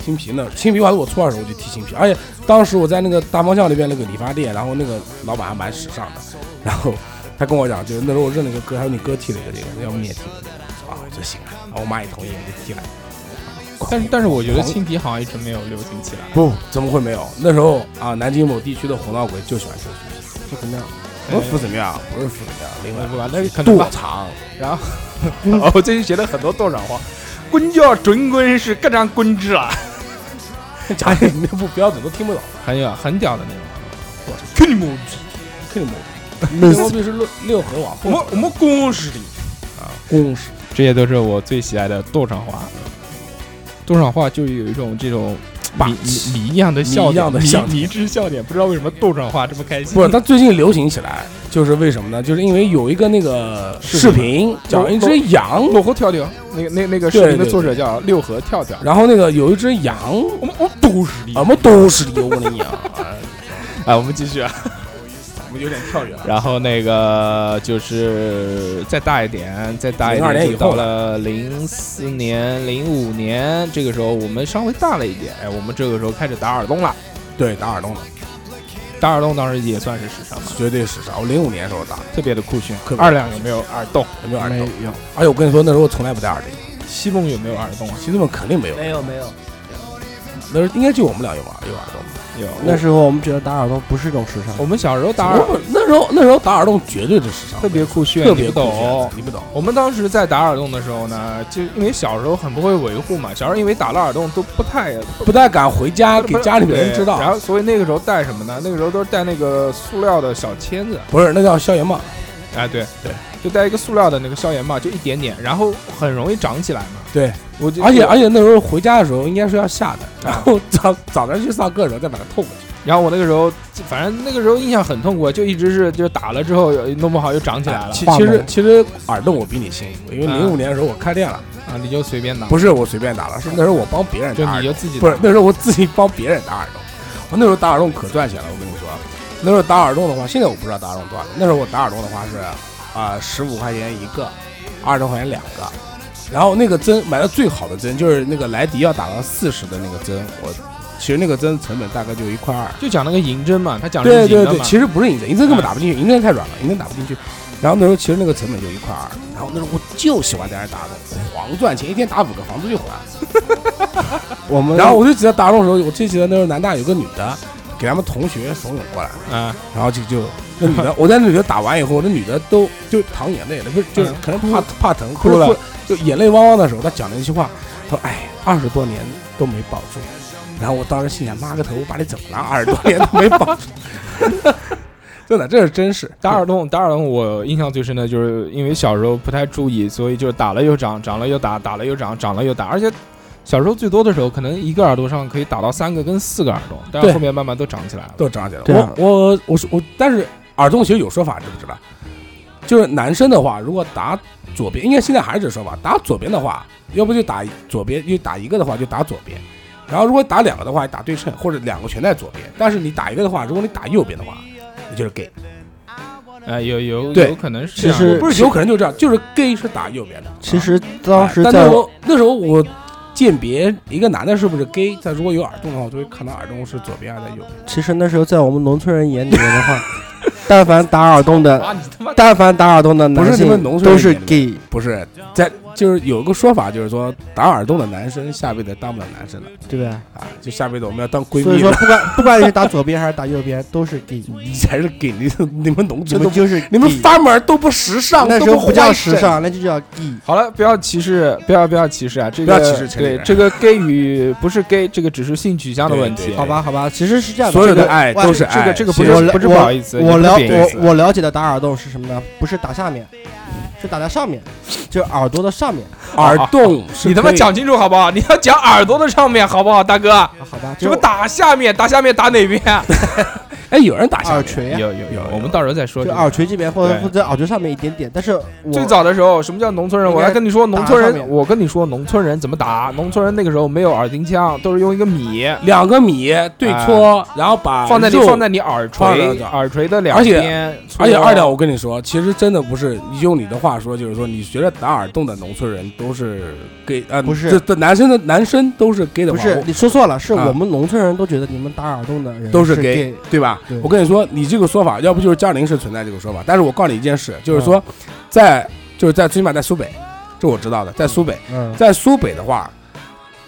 [SPEAKER 5] 青皮呢？青皮我还是我初二的时候我就剃青皮，而且当时我在那个大方向那边那个理发店，然后那个老板还蛮时尚的，然后他跟我讲，就是那时候我认了一个哥，他说你哥剃了一个这个，要不你也剃一个？啊，我说行啊，然后我妈也同意，我就剃了。
[SPEAKER 1] 但是但是我觉得
[SPEAKER 5] 狂
[SPEAKER 1] 青皮好像一直没有流行起来。
[SPEAKER 5] 不怎么会没有？那时候啊，南京某地区的红闹鬼就喜欢修皮，
[SPEAKER 3] 就怎么样？
[SPEAKER 5] 不是服怎么样？不是服怎么样？另外
[SPEAKER 1] 不吧，那哎可能吧
[SPEAKER 5] 多。长？
[SPEAKER 1] 然后 我最近学了很多多少话，滚叫准滚是各种滚之啊，
[SPEAKER 5] 讲哎你那不标准都听不懂，
[SPEAKER 1] 很有很屌的那种。
[SPEAKER 5] 肯定没有，肯定没有。
[SPEAKER 3] 闷
[SPEAKER 5] 牛
[SPEAKER 3] 死！
[SPEAKER 5] 逼是六六合往
[SPEAKER 1] 我
[SPEAKER 5] 后
[SPEAKER 1] 们我们公司里，
[SPEAKER 5] 公式，
[SPEAKER 1] 这些都是我最喜爱的多少话。多少话就有一种这种
[SPEAKER 5] 霸
[SPEAKER 1] 迷
[SPEAKER 5] 气
[SPEAKER 1] 迷迷一样的
[SPEAKER 5] 迷
[SPEAKER 1] 笑
[SPEAKER 5] 一
[SPEAKER 1] 点，
[SPEAKER 5] 样的
[SPEAKER 1] 迷
[SPEAKER 5] 笑点
[SPEAKER 1] 迷之笑点，不知道为什么豆上话这么开心。
[SPEAKER 5] 不是，它最近流行起来，就是为什么呢？就是因为有一个那个
[SPEAKER 1] 视
[SPEAKER 5] 视频讲一只羊，
[SPEAKER 1] 裸河跳跳，那个那那个视
[SPEAKER 5] 对
[SPEAKER 1] 频的
[SPEAKER 5] 对
[SPEAKER 1] 作者叫六合跳跳。
[SPEAKER 5] 然后那个有一只羊，
[SPEAKER 1] 我们我们都是的
[SPEAKER 5] 我们都是的，我跟你讲， 哎
[SPEAKER 1] 啊，我们继续啊。
[SPEAKER 5] 我们有点跳远了。啊
[SPEAKER 1] 然后那个就是再大一点，再大一
[SPEAKER 5] 02年
[SPEAKER 1] 点，
[SPEAKER 5] 以
[SPEAKER 1] 就
[SPEAKER 5] 后
[SPEAKER 1] 到了零四年、零五年，这个时候我们稍微大了一点，哎，我们这个时候开始打耳洞了。
[SPEAKER 5] 对，打耳洞了，
[SPEAKER 1] 打耳洞当时也算是时尚嘛，
[SPEAKER 5] 绝对时尚。我零五年的时候打的，
[SPEAKER 1] 特别的酷炫
[SPEAKER 5] 特。别
[SPEAKER 1] 二两有没有耳洞？
[SPEAKER 5] 有没有耳
[SPEAKER 3] 没
[SPEAKER 5] 洞？
[SPEAKER 3] 有，
[SPEAKER 5] 而且我跟你说，那时候我从来不戴耳钉，
[SPEAKER 1] 西梦有没有耳洞啊？
[SPEAKER 5] 其实我们肯定没有。
[SPEAKER 2] 没有没有，
[SPEAKER 5] 那时候应该就我们俩有耳有耳洞。
[SPEAKER 1] 有。
[SPEAKER 3] 那时候我们觉得打耳洞不是一种时尚。
[SPEAKER 1] 我们小时候打耳
[SPEAKER 5] 我那时候那时候打耳洞绝对是时尚，
[SPEAKER 1] 特别酷炫，
[SPEAKER 5] 特别
[SPEAKER 1] 你不
[SPEAKER 5] 酷炫
[SPEAKER 1] 懂。
[SPEAKER 5] 你不懂。
[SPEAKER 1] 我们当时在打耳洞的时候呢，就因为小时候很不会维护嘛，小时候因为打了耳洞都不太
[SPEAKER 5] 不太敢回家给
[SPEAKER 1] 不是
[SPEAKER 5] 家里面人
[SPEAKER 1] 对
[SPEAKER 5] 知
[SPEAKER 1] 然
[SPEAKER 5] 道，
[SPEAKER 1] 后所以那个时候戴什么呢？那个时候都是戴那个塑料的小签子，
[SPEAKER 5] 不是那叫消炎棒。
[SPEAKER 1] 哎，对
[SPEAKER 5] 对，
[SPEAKER 1] 就戴一个塑料的那个消炎帽，就一点点，然后很容易长起来嘛。
[SPEAKER 5] 对，
[SPEAKER 1] 我就
[SPEAKER 5] 啊而且而且那时候回家的时候应该是要下的，然后早早上去上课的时候再把它透过去，
[SPEAKER 1] 然后我那个时候，反正那个时候印象很痛苦，就一直是就打了之后呃弄不好又长起来了
[SPEAKER 5] 哎其
[SPEAKER 3] 画
[SPEAKER 5] 啊其
[SPEAKER 3] 眉
[SPEAKER 5] 实其实耳洞我比你轻，因为
[SPEAKER 1] 啊
[SPEAKER 5] 零五年的时候我开店了，
[SPEAKER 1] 啊，你就随便打，
[SPEAKER 5] 不是我随便打了，是那时候我帮别人
[SPEAKER 1] 就
[SPEAKER 5] 打耳
[SPEAKER 1] 你
[SPEAKER 5] 洞
[SPEAKER 1] 就，自己
[SPEAKER 5] 不是那时候我自己帮别人打耳洞，我那时候打耳洞可赚钱了，我跟你说，那时候打耳洞的话，现在我不知道打耳洞多少钱，那时候我打耳洞的话是啊十五块钱一个，二十块钱两个。然后那个针买的最好的针就是那个莱迪要打到四十的那个针，我其实那个针成本大概就一块二，
[SPEAKER 1] 就讲那个银针嘛，他讲的
[SPEAKER 5] 对
[SPEAKER 1] 是银
[SPEAKER 5] 对
[SPEAKER 1] 的
[SPEAKER 5] 对，
[SPEAKER 1] 嘛，
[SPEAKER 5] 其实不是银针，银针根本打不进去，银针太软了，银针打不进去。然后那时候其实那个成本就一块二，然后那时候我就喜欢在那儿打洞，狂赚钱，一天打五个房租就还。
[SPEAKER 3] 我们
[SPEAKER 5] 然后我就记得打洞的时候，我最记得那时候南大有个女的，给他们同学怂恿过来，
[SPEAKER 1] 啊，
[SPEAKER 5] 然后就就那女的，我在那女的打完以后，那女的都就淌眼泪了，不是就是
[SPEAKER 1] 嗯
[SPEAKER 5] 可能怕怕疼，
[SPEAKER 1] 哭
[SPEAKER 5] 不是
[SPEAKER 1] 了
[SPEAKER 5] 不是，就眼泪汪汪的时候，她讲了一句话，她说：“哎，二十多年都没保住。”然后我当时心想：“妈个头，我把你怎么了？二十多年都没保住。” 真的，这是真事。
[SPEAKER 1] 打耳洞，打耳洞，我印象最深的就是因为小时候不太注意，所以就是打了又长，长了又打，打了又长，长了又打，而且小时候最多的时候，可能一个耳朵上可以打到三个跟四个耳洞，但是
[SPEAKER 5] 对
[SPEAKER 1] 后面慢慢都长起来了。
[SPEAKER 5] 都长起来
[SPEAKER 3] 对啊
[SPEAKER 5] 了。我我我说我，但是耳洞其实有说法，知不知道？就是男生的话，如果打左边，应该现在还是这说法，打左边的话，要不就打左边，就打一个的话就打左边，然后如果打两个的话打对称，或者两个全在左边。但是你打一个的话，如果你打右边的话，你就是 gay。
[SPEAKER 1] 哎，有有
[SPEAKER 5] 对
[SPEAKER 1] 有可能是
[SPEAKER 3] 其
[SPEAKER 1] 这样的
[SPEAKER 3] 实
[SPEAKER 5] 不是有可能就这样，就是 gay 是打右边的。啊
[SPEAKER 3] 其实当时
[SPEAKER 5] 但那
[SPEAKER 3] 在
[SPEAKER 5] 时候那时候我鉴别一个男的是不是 gay，他如果有耳洞的话，我就会看到耳洞是左边还是在右边。
[SPEAKER 3] 其实那时候在我们农村人眼里面的 话，但凡打耳洞的，
[SPEAKER 1] 啊，你他妈
[SPEAKER 3] 但凡打耳洞的
[SPEAKER 5] 不
[SPEAKER 3] 男
[SPEAKER 5] 是你们
[SPEAKER 3] 性
[SPEAKER 5] 农村
[SPEAKER 3] 都
[SPEAKER 5] 人
[SPEAKER 3] 是
[SPEAKER 5] 眼里
[SPEAKER 3] gay，
[SPEAKER 5] 不是在，就是有个说法，就是说打耳洞的男生下辈子当不了男生了
[SPEAKER 3] 对不对？
[SPEAKER 5] 啊，就下辈子我们要当闺
[SPEAKER 3] 所以
[SPEAKER 5] 蜜
[SPEAKER 3] 说
[SPEAKER 5] 了。
[SPEAKER 3] 不管不管你是打左边还是打右边，都是 gay，
[SPEAKER 5] 你才是给你你们农
[SPEAKER 3] 你
[SPEAKER 5] 村都
[SPEAKER 3] 们就是
[SPEAKER 5] 你们
[SPEAKER 3] gay
[SPEAKER 5] 阀门都不时尚，
[SPEAKER 3] 那时候
[SPEAKER 5] 都
[SPEAKER 3] 不叫
[SPEAKER 5] 坏
[SPEAKER 3] 时
[SPEAKER 5] 人，
[SPEAKER 3] 尚，那就叫 gay。
[SPEAKER 1] 好了，不要歧视，不要不要歧视啊！这个
[SPEAKER 5] 不要歧视城里
[SPEAKER 1] 对
[SPEAKER 5] 人
[SPEAKER 1] 这个 gay 与不是 gay，这个只是性取向的问
[SPEAKER 5] 对
[SPEAKER 1] 题
[SPEAKER 5] 对。
[SPEAKER 3] 好吧，好吧，其实是这样的，
[SPEAKER 5] 所有的
[SPEAKER 3] 这个
[SPEAKER 5] 爱
[SPEAKER 3] 哇
[SPEAKER 5] 都是
[SPEAKER 1] 这
[SPEAKER 5] 爱。
[SPEAKER 1] 个这个不
[SPEAKER 5] 其实
[SPEAKER 3] 我
[SPEAKER 1] 是
[SPEAKER 3] 了
[SPEAKER 1] 不是
[SPEAKER 3] 我
[SPEAKER 1] 不好意思，
[SPEAKER 3] 我
[SPEAKER 1] 了
[SPEAKER 3] 了
[SPEAKER 1] 解
[SPEAKER 3] 我我了解的打耳洞是什么呢？不是打下面，是打在上面，就是耳朵的上面。
[SPEAKER 5] 耳洞是可以，
[SPEAKER 1] 你他妈讲清楚好不好？你要讲耳朵的上面好不好，大哥？
[SPEAKER 3] 啊好吧，
[SPEAKER 1] 什
[SPEAKER 3] 就
[SPEAKER 1] 么打下面，打下面打哪边？
[SPEAKER 5] 哎，有人打下
[SPEAKER 3] 耳
[SPEAKER 5] 面
[SPEAKER 3] 垂呀，
[SPEAKER 1] 有有
[SPEAKER 5] 有
[SPEAKER 1] 我们到时候再说
[SPEAKER 3] 就
[SPEAKER 1] 这个。
[SPEAKER 3] 耳垂这边或者
[SPEAKER 1] 对
[SPEAKER 3] 或者在耳垂上面一点点。但是我
[SPEAKER 1] 最早的时候，什么叫农村人？
[SPEAKER 3] 应
[SPEAKER 1] 我
[SPEAKER 3] 该
[SPEAKER 1] 来跟你说，农村
[SPEAKER 3] 打上
[SPEAKER 1] 人，
[SPEAKER 3] 面
[SPEAKER 1] 我跟你说，农村人怎么啊打？农村人那个时候没有耳钉枪，都是用一个米
[SPEAKER 5] 两个米对搓，
[SPEAKER 3] 哎
[SPEAKER 5] 然后把
[SPEAKER 1] 放在你
[SPEAKER 5] 肉
[SPEAKER 1] 放在你耳
[SPEAKER 5] 放在
[SPEAKER 1] 垂，
[SPEAKER 5] 这儿
[SPEAKER 1] 耳垂的两
[SPEAKER 5] 而且
[SPEAKER 1] 边。
[SPEAKER 5] 而且
[SPEAKER 3] 啊
[SPEAKER 1] 搓
[SPEAKER 5] 二两，我跟你说，其实真的不是，你用你的话说，就是说，你觉得打耳洞的农村人都是 gay，呃，
[SPEAKER 3] 不是
[SPEAKER 5] 这这男生的男生都是 gay 的
[SPEAKER 3] 不
[SPEAKER 5] 话，
[SPEAKER 3] 是
[SPEAKER 5] 我
[SPEAKER 3] 你说错了，是
[SPEAKER 5] 啊
[SPEAKER 3] 我们农村人都觉得你们打耳洞的人
[SPEAKER 5] 都是
[SPEAKER 3] 是
[SPEAKER 5] gay
[SPEAKER 3] gay，
[SPEAKER 5] 对吧？
[SPEAKER 3] 对
[SPEAKER 5] 我跟你说，你这个说法，要不就是江宁是存在这个说法，但是我告诉你一件事，就是说，
[SPEAKER 1] 嗯
[SPEAKER 5] 在就是在最起码在苏北，这我知道的，在苏北，
[SPEAKER 3] 嗯，
[SPEAKER 5] 在苏北的话，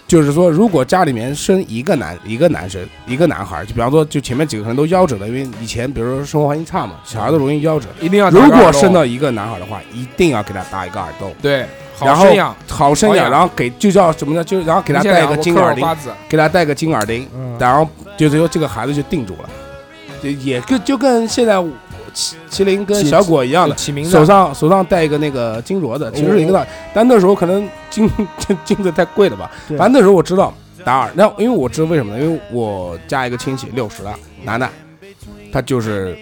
[SPEAKER 5] 就是说，如果家里面生一个男一个男生一个男孩儿，就比方说，就前面几个可能都夭折了，因为以前比如说生活环境差嘛，小孩都容易夭折。
[SPEAKER 1] 一定要打
[SPEAKER 5] 如
[SPEAKER 1] 个耳
[SPEAKER 5] 果
[SPEAKER 1] 洞
[SPEAKER 5] 生到一个男孩儿的话，一定要给他打一个耳洞，
[SPEAKER 1] 对，好
[SPEAKER 5] 然后
[SPEAKER 1] 生养，
[SPEAKER 5] 好生
[SPEAKER 1] 好
[SPEAKER 5] 养，
[SPEAKER 1] 养
[SPEAKER 5] 然后给就叫什么呢？就然后给他
[SPEAKER 1] 你先
[SPEAKER 5] 戴一
[SPEAKER 1] 养
[SPEAKER 5] 个
[SPEAKER 1] 我
[SPEAKER 5] 金
[SPEAKER 1] 嗑
[SPEAKER 5] 耳
[SPEAKER 1] 会儿
[SPEAKER 5] 钉
[SPEAKER 1] 瓜，子，
[SPEAKER 5] 给他戴个金耳钉，
[SPEAKER 3] 嗯
[SPEAKER 5] 然后就是说这个孩子就定住了，就也跟就跟现在我麒麒麟跟
[SPEAKER 1] 起
[SPEAKER 5] 小果一样的，
[SPEAKER 1] 起名字
[SPEAKER 5] 手上手上戴一个那个金镯子，其实是一个道理。但那时候可能金 金金子太贵了吧，
[SPEAKER 3] 对
[SPEAKER 5] 反正那时候我知道打耳，那因为我知道为什么呢？因为我家一个亲戚六十了，男的，他就是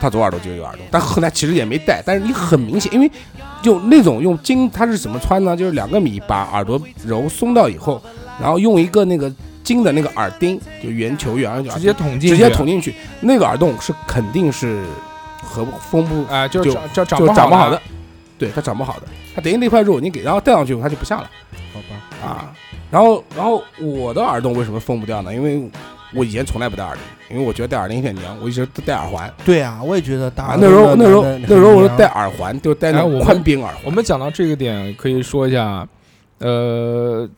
[SPEAKER 5] 他左耳朵就有耳洞，但后来其实也没戴，但是你很明显，因为就那种用金，它是怎么穿呢？就是两个米把耳朵揉松到以后，然后用一个那个金的那个耳钉，就圆球圆耳钉
[SPEAKER 1] 直接捅进去，
[SPEAKER 5] 直接捅进去，那个耳洞是肯定是合不封不
[SPEAKER 1] 啊，就
[SPEAKER 5] 就
[SPEAKER 1] 长就长
[SPEAKER 5] 就长不
[SPEAKER 1] 不
[SPEAKER 5] 好
[SPEAKER 1] 的
[SPEAKER 5] 的，，对，它长不好的，它等于那块肉你给然后戴上去它就不下了
[SPEAKER 3] 好吧，
[SPEAKER 1] 嗯
[SPEAKER 5] 啊。然后然后我的耳洞为什么封不掉呢？因为我以前从来不戴耳钉，因为我觉得戴耳钉有点娘，我一直都戴耳环。
[SPEAKER 3] 对啊，我也觉得打
[SPEAKER 5] 啊
[SPEAKER 3] 耳，
[SPEAKER 5] 那时候
[SPEAKER 3] 洞的
[SPEAKER 5] 那时候
[SPEAKER 3] 男的
[SPEAKER 5] 那时候我
[SPEAKER 3] 很
[SPEAKER 5] 戴
[SPEAKER 3] 娘
[SPEAKER 5] 耳环，就戴那
[SPEAKER 1] 哎我们
[SPEAKER 5] 宽边耳环。
[SPEAKER 1] 我们讲到这个点，可以说一下，呃，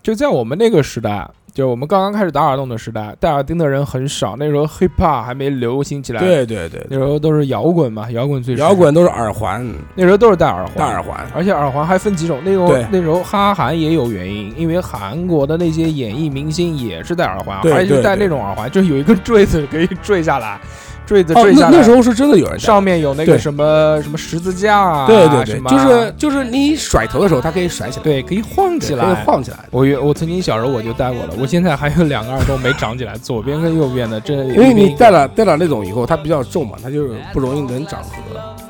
[SPEAKER 1] 就在我们那个时代，就我们刚刚开始打耳洞的时代，戴耳钉的人很少。那时候 hiphop 还没流行起来，，
[SPEAKER 5] 对对对，
[SPEAKER 1] 那时候都是摇滚嘛，摇滚最盛
[SPEAKER 5] 摇，滚都是耳环，
[SPEAKER 1] 那时候都是戴耳环，
[SPEAKER 5] 戴耳，环。
[SPEAKER 1] 而且耳环还分几种。那时候
[SPEAKER 5] 对
[SPEAKER 1] 那时候哈韩也有原因，因为韩国的那些演艺明星也是戴耳环，
[SPEAKER 5] 对
[SPEAKER 1] 而且是
[SPEAKER 5] 对
[SPEAKER 1] 戴
[SPEAKER 5] 对
[SPEAKER 1] 那种耳环，就是有一根坠子可以坠下来。坠子
[SPEAKER 5] 哦，
[SPEAKER 1] 坠
[SPEAKER 5] 那
[SPEAKER 1] 下
[SPEAKER 5] 那时
[SPEAKER 1] 来，
[SPEAKER 5] 候是真的有人戴，
[SPEAKER 1] 上面有那个
[SPEAKER 5] 对
[SPEAKER 1] 什么什么十字架啊，
[SPEAKER 5] 对对对
[SPEAKER 1] 什，么啊
[SPEAKER 5] 就是就是你甩头的时候，它可以甩起来，
[SPEAKER 1] 对，可以晃起
[SPEAKER 5] 对，
[SPEAKER 1] 来，
[SPEAKER 5] 可以。晃起来。
[SPEAKER 1] 我原我曾经小时候我就戴过了，我现在还有两个耳洞没长起来，左边跟右边的，这
[SPEAKER 5] 因为哎你戴了戴了那种以后，它比较重嘛，它就是不容易能长合。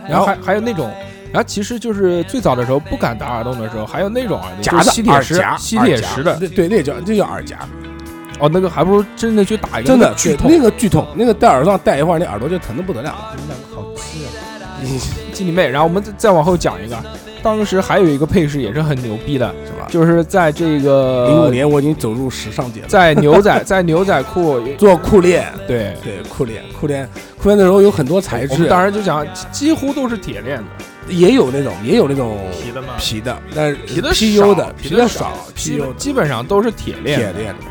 [SPEAKER 1] 然后还还有那种，然后其实就是最早的时候不敢打耳洞的时候，还有那种耳钉，
[SPEAKER 5] 夹
[SPEAKER 1] 就是
[SPEAKER 5] 的
[SPEAKER 1] 吸铁
[SPEAKER 5] 耳
[SPEAKER 1] 石
[SPEAKER 5] 夹，，
[SPEAKER 1] 吸
[SPEAKER 5] 耳
[SPEAKER 1] 铁
[SPEAKER 5] 夹
[SPEAKER 1] 石的，
[SPEAKER 5] 对对，那叫那叫耳夹，
[SPEAKER 1] 哦，那个还不如真的去打一个，
[SPEAKER 5] 真的
[SPEAKER 1] 剧
[SPEAKER 5] 对
[SPEAKER 1] 痛，
[SPEAKER 5] 那个剧痛，那个戴耳上戴一会儿，那耳朵就疼的不得了。
[SPEAKER 1] 啊鸡你妹！然后我们再再往后讲一个，当时还有一个配饰也是很牛逼的，
[SPEAKER 5] 是吧？
[SPEAKER 1] 就是在这
[SPEAKER 5] 零五
[SPEAKER 1] 个
[SPEAKER 5] 年我已经走入时尚界了，
[SPEAKER 1] 在牛仔在牛仔 裤
[SPEAKER 5] 做裤链，
[SPEAKER 1] 对，
[SPEAKER 5] 对裤链，裤链，裤链那时候有很多材
[SPEAKER 1] 我们
[SPEAKER 5] 质，
[SPEAKER 1] 当时就讲几几乎都是铁链子，
[SPEAKER 5] 也有那种也有那种
[SPEAKER 1] 皮的嘛，
[SPEAKER 5] 皮的，但是
[SPEAKER 1] 皮的
[SPEAKER 5] PU
[SPEAKER 1] 少
[SPEAKER 5] 的
[SPEAKER 1] 皮
[SPEAKER 5] 皮
[SPEAKER 1] 的
[SPEAKER 5] 的
[SPEAKER 1] 少
[SPEAKER 5] 少
[SPEAKER 1] 基
[SPEAKER 5] ，PU
[SPEAKER 1] 本基本上都是铁链
[SPEAKER 5] 铁
[SPEAKER 1] 子。
[SPEAKER 5] 链子，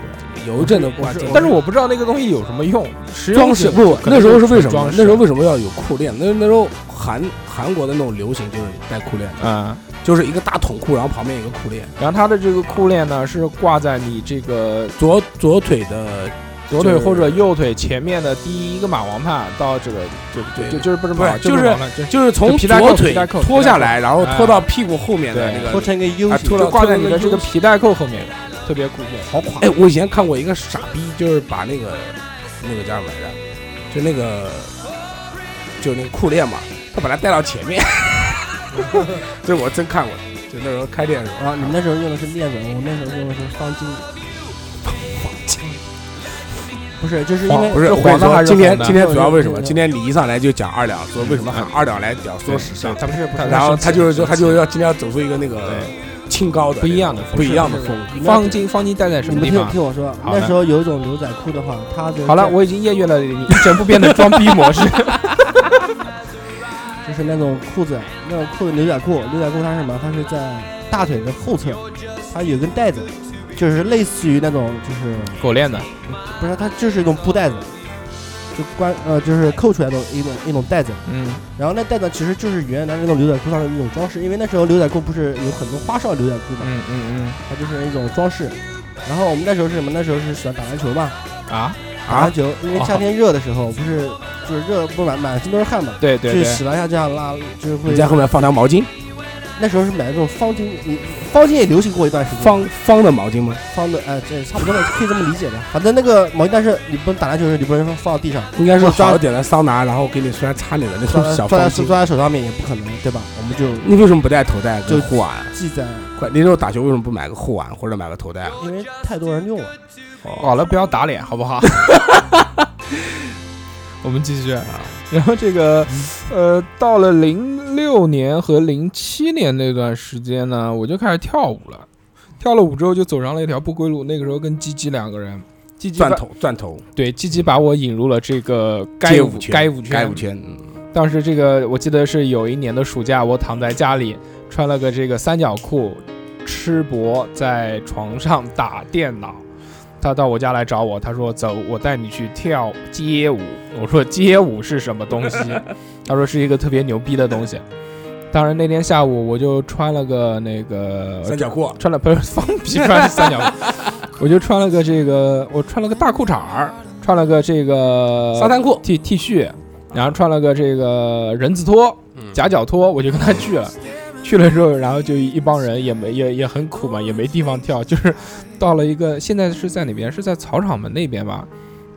[SPEAKER 5] 邮政的
[SPEAKER 1] 我
[SPEAKER 5] 挂
[SPEAKER 1] 是
[SPEAKER 5] 件。
[SPEAKER 1] 但是我不知道那个东西有什么用，实用
[SPEAKER 5] 装饰
[SPEAKER 1] 性
[SPEAKER 5] 不，
[SPEAKER 1] 可能
[SPEAKER 5] 那时候是为什
[SPEAKER 1] 装
[SPEAKER 5] 么？
[SPEAKER 1] 饰
[SPEAKER 5] 那时候为什么要有裤链？那那时候韩韩国的那种流行就是带裤链，
[SPEAKER 1] 嗯，
[SPEAKER 5] 就是一个大筒裤，然后旁边有一个裤链，
[SPEAKER 1] 然后它的这个裤链呢是挂在你这个
[SPEAKER 5] 左左腿的
[SPEAKER 1] 左腿或者右腿前面的第一个马王帕到这个就就
[SPEAKER 5] 对
[SPEAKER 1] 就就是不是
[SPEAKER 5] 不是
[SPEAKER 1] 马，
[SPEAKER 5] 就是
[SPEAKER 1] 是马王帕
[SPEAKER 5] 就是从
[SPEAKER 1] 皮带扣
[SPEAKER 5] 左
[SPEAKER 1] 皮
[SPEAKER 5] 腿
[SPEAKER 1] 带扣啊
[SPEAKER 5] 脱下来，然后拖到屁股后面的
[SPEAKER 1] 对
[SPEAKER 5] 那
[SPEAKER 3] 做
[SPEAKER 5] 个。
[SPEAKER 3] 成一个 U
[SPEAKER 5] 啊
[SPEAKER 3] 型，
[SPEAKER 5] 脱
[SPEAKER 1] 就
[SPEAKER 5] 了
[SPEAKER 1] 挂
[SPEAKER 5] 脱
[SPEAKER 1] 在
[SPEAKER 5] 在
[SPEAKER 1] 你
[SPEAKER 5] 那
[SPEAKER 1] 的
[SPEAKER 5] 个
[SPEAKER 1] 这个
[SPEAKER 5] 优
[SPEAKER 1] 皮带扣后面，特别酷炫。
[SPEAKER 3] 好垮
[SPEAKER 5] 哎，我以前看过一个傻逼，就是把那个那个叫什么来着，就那个就那个裤链嘛，他把它带到前面。 这我真看过，就那时候开店的时
[SPEAKER 1] 哦
[SPEAKER 5] 候
[SPEAKER 3] 啊！你们那时候用的是链子，我那时候用的是方巾。不是，就是因为
[SPEAKER 5] 不是，
[SPEAKER 1] 是
[SPEAKER 5] 我
[SPEAKER 1] 黄
[SPEAKER 5] 跟你
[SPEAKER 1] 的还是嗯
[SPEAKER 5] 说，今天
[SPEAKER 1] 红的
[SPEAKER 5] 今天主要为什
[SPEAKER 3] 对
[SPEAKER 5] 么？
[SPEAKER 3] 对对
[SPEAKER 5] 今天你一上来就讲二两，说为什么喊二两来讲说时尚，
[SPEAKER 1] 他不是不是，
[SPEAKER 5] 然后他就是说他
[SPEAKER 1] 是
[SPEAKER 5] 就是要今天要走出一个那个清高的
[SPEAKER 1] 不一样的
[SPEAKER 5] 不一样的风格。
[SPEAKER 3] 你们
[SPEAKER 1] 方巾方巾戴在什
[SPEAKER 3] 你
[SPEAKER 1] 么
[SPEAKER 3] 们
[SPEAKER 1] 地
[SPEAKER 3] 听
[SPEAKER 1] 方？
[SPEAKER 3] 听我说，
[SPEAKER 1] 好的
[SPEAKER 3] 那时候有一种牛仔裤的话，它的
[SPEAKER 1] 好了，我已经厌倦了你一成不变的装逼模式。
[SPEAKER 3] 就是那种裤子，那种裤子牛仔裤，牛仔裤它是什么？它是在大腿的后侧，它有根带子，就是类似于那种就是
[SPEAKER 1] 狗链子，
[SPEAKER 3] 不是它就是一种布带子，就关呃就是扣出来的一种一种带子。
[SPEAKER 1] 嗯，
[SPEAKER 3] 然后那带子其实就是原来那种牛仔裤上的一种装饰，因为那时候牛仔裤不是有很多花哨牛仔裤嘛，
[SPEAKER 1] 嗯嗯
[SPEAKER 3] 它就是一种装饰。然后我们那时候是什么？那时候是喜欢打篮球嘛，
[SPEAKER 1] 嗯啊，
[SPEAKER 3] 打篮球，因为夏天热的时候不是就是热不满满身都是汗嘛，
[SPEAKER 1] 对对
[SPEAKER 3] 去
[SPEAKER 1] 对，
[SPEAKER 3] 洗了一下这样拉，就是会
[SPEAKER 5] 你在后面放条毛巾，
[SPEAKER 3] 那时候是买那种方巾，你方巾也流行过一段时间，
[SPEAKER 5] 方方的毛巾吗？
[SPEAKER 3] 方的，哎，这差不多了，可以这么理解的。反正那个毛巾，但是你不能打篮球的时候，你不能放放到地上，
[SPEAKER 5] 应该是
[SPEAKER 3] 我抓
[SPEAKER 5] 好一点的桑拿，然后给你虽然擦脸的那
[SPEAKER 3] 抓
[SPEAKER 5] 种小
[SPEAKER 3] 抓
[SPEAKER 5] 方
[SPEAKER 3] 在手
[SPEAKER 5] 巾。
[SPEAKER 3] 抓在手上面也不可能，对吧？我们就
[SPEAKER 5] 你为什么不戴头带跟
[SPEAKER 3] 就
[SPEAKER 5] 护腕？
[SPEAKER 3] 记在，
[SPEAKER 5] 快，你那时候打球为什么不买个护腕或者买个头啊带？
[SPEAKER 3] 因为太多人用了。
[SPEAKER 1] 好了，不要打脸，好不好？ 我们继续啊，然后这个，呃，到了零六年和零七年那段时间呢，我就开始跳舞了。跳了舞之后，就走上了一条不归路。那个时候跟鸡鸡两个人，鸡鸡把
[SPEAKER 5] 钻头钻头
[SPEAKER 1] 对鸡鸡把我引入了这个该
[SPEAKER 5] 街
[SPEAKER 1] 舞
[SPEAKER 5] 舞圈
[SPEAKER 1] 该舞圈
[SPEAKER 5] 该五圈，嗯
[SPEAKER 1] 当时这个我记得是有一年的暑假，我躺在家里穿了个这个三角裤，吃播在床上打电脑。他到我家来找我，他说：“走，我带你去跳街舞。”我说：“街舞是什么东西？”他说：“是一个特别牛逼的东西。”当然那天下午我就穿了个那个
[SPEAKER 5] 嗯三角裤，
[SPEAKER 1] 穿了不是放屁，穿三角裤，我就穿了个这个，我穿了个大裤衩儿，穿了个这个
[SPEAKER 5] 沙滩裤，
[SPEAKER 1] T T 恤，然后穿了个这个人字拖、夹脚拖，我就跟他去了。
[SPEAKER 5] 嗯
[SPEAKER 1] 去了之后，然后就一帮人也没也也很苦嘛，也没地方跳，就是到了一个现在是在哪边？是在草场门那边吧，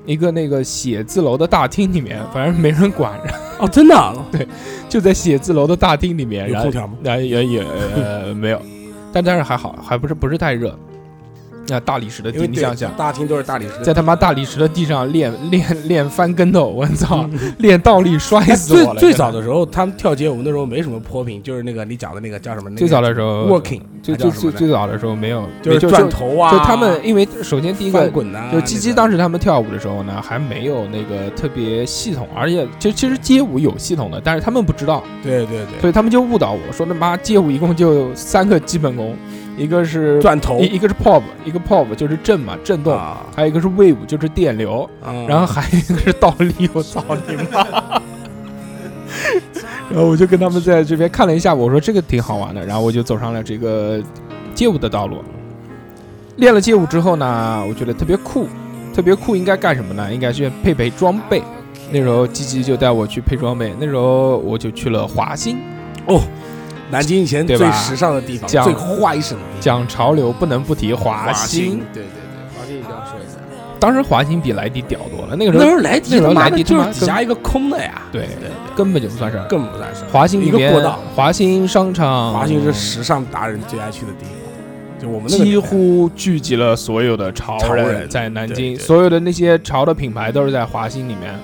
[SPEAKER 1] 一个那个写字楼的大厅里面，
[SPEAKER 5] 嗯
[SPEAKER 1] 反正没人管，
[SPEAKER 5] 哦，真的啊
[SPEAKER 1] 就在写字楼的大厅里面，
[SPEAKER 5] 有
[SPEAKER 1] 然后
[SPEAKER 5] 空调吗？
[SPEAKER 1] 那也也呃没有，但但是还好，还不是不是太热。那大理石的
[SPEAKER 5] 因
[SPEAKER 1] 地，
[SPEAKER 5] 为
[SPEAKER 1] 你
[SPEAKER 5] 对
[SPEAKER 1] 想想，
[SPEAKER 5] 大厅都是大理石的
[SPEAKER 1] 在他妈大理石的地上练练练翻跟头，我操，练倒立摔
[SPEAKER 5] 哎
[SPEAKER 1] 死我
[SPEAKER 5] 最
[SPEAKER 1] 了！
[SPEAKER 5] 最
[SPEAKER 1] 真的
[SPEAKER 5] 早的时候，他们跳街舞那时候没什么坡平，就是那个你讲的那个叫什么？那个
[SPEAKER 1] 最早的时候
[SPEAKER 5] working，
[SPEAKER 1] 最
[SPEAKER 5] 还
[SPEAKER 1] 最
[SPEAKER 5] 叫什么
[SPEAKER 1] 最
[SPEAKER 5] 呢
[SPEAKER 1] 最早的时候没有，
[SPEAKER 5] 就
[SPEAKER 1] 没
[SPEAKER 5] 是转头啊，
[SPEAKER 1] 就他们，因为首先第一
[SPEAKER 5] 翻
[SPEAKER 1] 个。
[SPEAKER 5] 滚啊，
[SPEAKER 1] 就鸡鸡
[SPEAKER 5] 那个
[SPEAKER 1] 当时他们跳舞的时候呢，还没有那个特别系统，而且就其实街舞有系统的，但是他们不知道，
[SPEAKER 5] 对对对，
[SPEAKER 1] 所以他们就误导我说他妈街舞一共就三个基本功，一个是
[SPEAKER 5] 转头
[SPEAKER 1] 一一个是 pop，一个 pop 就是震嘛震动，
[SPEAKER 5] 啊，嗯
[SPEAKER 1] 还有一个是 wave 就是电流，然
[SPEAKER 5] 然
[SPEAKER 1] 后还有一个是倒立，我操你妈！ 然后我就跟他们在这边看了一下，我说这个挺好玩的，然后我就走上了这个街舞的道路。练了街舞之后呢，我觉得特别酷，特别酷应该干什么呢？应该去配备装备。那时候鸡鸡就带我去配装备，那时候我就去了华兴，
[SPEAKER 5] 哦南京以前
[SPEAKER 1] 对
[SPEAKER 5] 最
[SPEAKER 1] 吧
[SPEAKER 5] 时尚的地方，
[SPEAKER 1] 讲
[SPEAKER 5] 最花一省的地方，
[SPEAKER 1] 讲潮流不能不提华
[SPEAKER 5] 华
[SPEAKER 1] 兴。，
[SPEAKER 5] 对对对，华兴一定要说一下。
[SPEAKER 1] 当时华兴比莱迪屌多了，那个时
[SPEAKER 5] 那时
[SPEAKER 1] 候
[SPEAKER 5] 候莱
[SPEAKER 1] 那
[SPEAKER 5] 迪
[SPEAKER 1] 时候
[SPEAKER 5] 他妈
[SPEAKER 1] 莱迪
[SPEAKER 5] 的就
[SPEAKER 1] 他妈
[SPEAKER 5] 是底下一个空的呀，
[SPEAKER 1] 对
[SPEAKER 5] 对对，
[SPEAKER 1] 根本就不算事儿。
[SPEAKER 5] 更不算是
[SPEAKER 1] 华兴里
[SPEAKER 5] 一个
[SPEAKER 1] 面嗯
[SPEAKER 5] 过道，，
[SPEAKER 1] 华兴商场，
[SPEAKER 5] 华兴是时尚达人最爱去的地方，就我们那个
[SPEAKER 1] 几
[SPEAKER 5] 年代
[SPEAKER 1] 乎聚集了所有的潮
[SPEAKER 5] 潮
[SPEAKER 1] 人
[SPEAKER 5] 人
[SPEAKER 1] 在南
[SPEAKER 5] 对
[SPEAKER 1] 京，
[SPEAKER 5] 对
[SPEAKER 1] 所有的那些潮的品牌都是在华兴里面，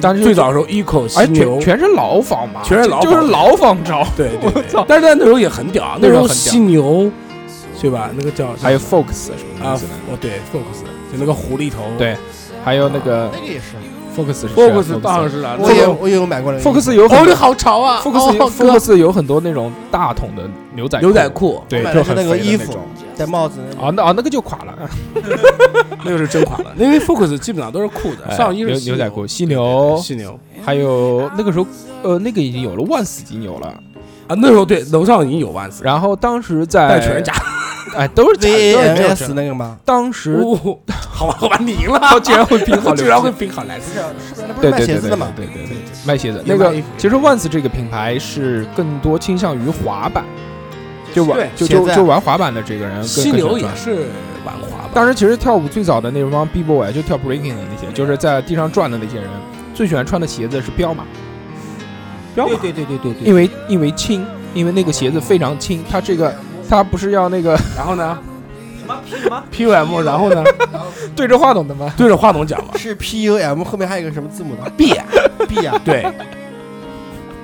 [SPEAKER 1] 当时
[SPEAKER 5] 最早的时候，eco
[SPEAKER 1] 而全
[SPEAKER 5] 犀牛，
[SPEAKER 1] 全是牢房嘛，
[SPEAKER 5] 全是牢
[SPEAKER 1] 就
[SPEAKER 5] 房
[SPEAKER 1] 就是牢房潮，
[SPEAKER 5] 对对对
[SPEAKER 1] 我操
[SPEAKER 5] 但是在那时候也很屌啊，
[SPEAKER 1] 那
[SPEAKER 5] 那
[SPEAKER 1] 时
[SPEAKER 5] 时
[SPEAKER 1] 候
[SPEAKER 5] 候
[SPEAKER 1] 很屌
[SPEAKER 5] 犀牛，对吧？那个叫
[SPEAKER 1] 还有
[SPEAKER 5] 叫
[SPEAKER 1] Fox 什么东
[SPEAKER 5] 啊
[SPEAKER 1] 西的，，
[SPEAKER 5] 哦对，Fox 就那个狐狸头，
[SPEAKER 1] 对还有那个
[SPEAKER 4] 那个也是，
[SPEAKER 1] Fox 是啊
[SPEAKER 5] ，Fox 当然
[SPEAKER 1] 是
[SPEAKER 5] 是了，
[SPEAKER 4] 我
[SPEAKER 5] 那
[SPEAKER 4] 也
[SPEAKER 5] 个
[SPEAKER 4] 我也有买过那个
[SPEAKER 1] Fox 有
[SPEAKER 4] 哦，
[SPEAKER 1] 很
[SPEAKER 4] 这
[SPEAKER 1] 多
[SPEAKER 4] 好潮啊
[SPEAKER 1] Fox 有
[SPEAKER 4] 哦哥
[SPEAKER 1] Fox 有很多那种大桶的牛仔
[SPEAKER 5] 牛仔，裤，哦
[SPEAKER 1] 对
[SPEAKER 4] 我，买
[SPEAKER 1] 就
[SPEAKER 4] 的
[SPEAKER 3] 是
[SPEAKER 1] 很
[SPEAKER 3] 那个
[SPEAKER 1] 肥的
[SPEAKER 3] 衣
[SPEAKER 1] 那
[SPEAKER 3] 服
[SPEAKER 1] 种
[SPEAKER 3] 戴帽子那种，
[SPEAKER 1] 啊，那啊那个就垮了，
[SPEAKER 5] 那个是真垮 了，因为 Fox 基本上都是裤子，
[SPEAKER 1] 哎
[SPEAKER 5] 上衣
[SPEAKER 1] 牛
[SPEAKER 5] 是
[SPEAKER 1] 牛仔裤，犀
[SPEAKER 5] 犀
[SPEAKER 1] 牛，
[SPEAKER 5] 犀牛
[SPEAKER 1] 还有那个时候呃那个已经有了万斯基牛了，
[SPEAKER 5] 啊，那时候对楼上已经有万斯，
[SPEAKER 1] 然后当时在
[SPEAKER 5] 但全是假的，
[SPEAKER 1] 哎，都是假的
[SPEAKER 3] V
[SPEAKER 1] 都
[SPEAKER 3] A
[SPEAKER 1] 是
[SPEAKER 3] M
[SPEAKER 1] 这种
[SPEAKER 3] S 那个吗？
[SPEAKER 1] 当时
[SPEAKER 5] 哦好吧好吧，你赢了，
[SPEAKER 1] 他居然会拼好
[SPEAKER 5] 我
[SPEAKER 1] 流
[SPEAKER 5] 居
[SPEAKER 1] 行
[SPEAKER 5] 然会冰好莱斯，
[SPEAKER 3] 是不啊是那不
[SPEAKER 1] 对对对
[SPEAKER 3] 是卖鞋
[SPEAKER 1] 对
[SPEAKER 3] 子的吗？
[SPEAKER 1] 对对对，卖鞋子。
[SPEAKER 5] 也
[SPEAKER 1] 那
[SPEAKER 5] 卖
[SPEAKER 1] 个
[SPEAKER 5] 衣服
[SPEAKER 1] 其实 Vans 这个品牌是更多倾向于滑板，就玩
[SPEAKER 5] 对
[SPEAKER 1] 就
[SPEAKER 3] 鞋
[SPEAKER 1] 就
[SPEAKER 3] 子啊
[SPEAKER 1] 就玩滑板的这个人更
[SPEAKER 5] 犀
[SPEAKER 1] 更
[SPEAKER 5] 牛
[SPEAKER 1] 喜
[SPEAKER 5] 也
[SPEAKER 1] 欢
[SPEAKER 5] 是玩滑吧，
[SPEAKER 1] 当时其实跳舞最早的那帮 B boy 就跳 breaking 的那些，就是在地上转的那些人，最喜欢穿的鞋子是彪马，彪马，
[SPEAKER 2] 对对对对对
[SPEAKER 1] 因为因为轻，因为那个鞋子非常轻，它这个它不是要那个
[SPEAKER 5] 然后呢
[SPEAKER 2] 什么
[SPEAKER 5] P U M，然后呢
[SPEAKER 1] 对着话筒的吗？
[SPEAKER 5] 对着话筒讲嘛
[SPEAKER 4] 是 P U M 后面还有一个什么字 母的，
[SPEAKER 5] ，B 呀
[SPEAKER 4] B
[SPEAKER 3] 啊
[SPEAKER 4] 呀，
[SPEAKER 5] 对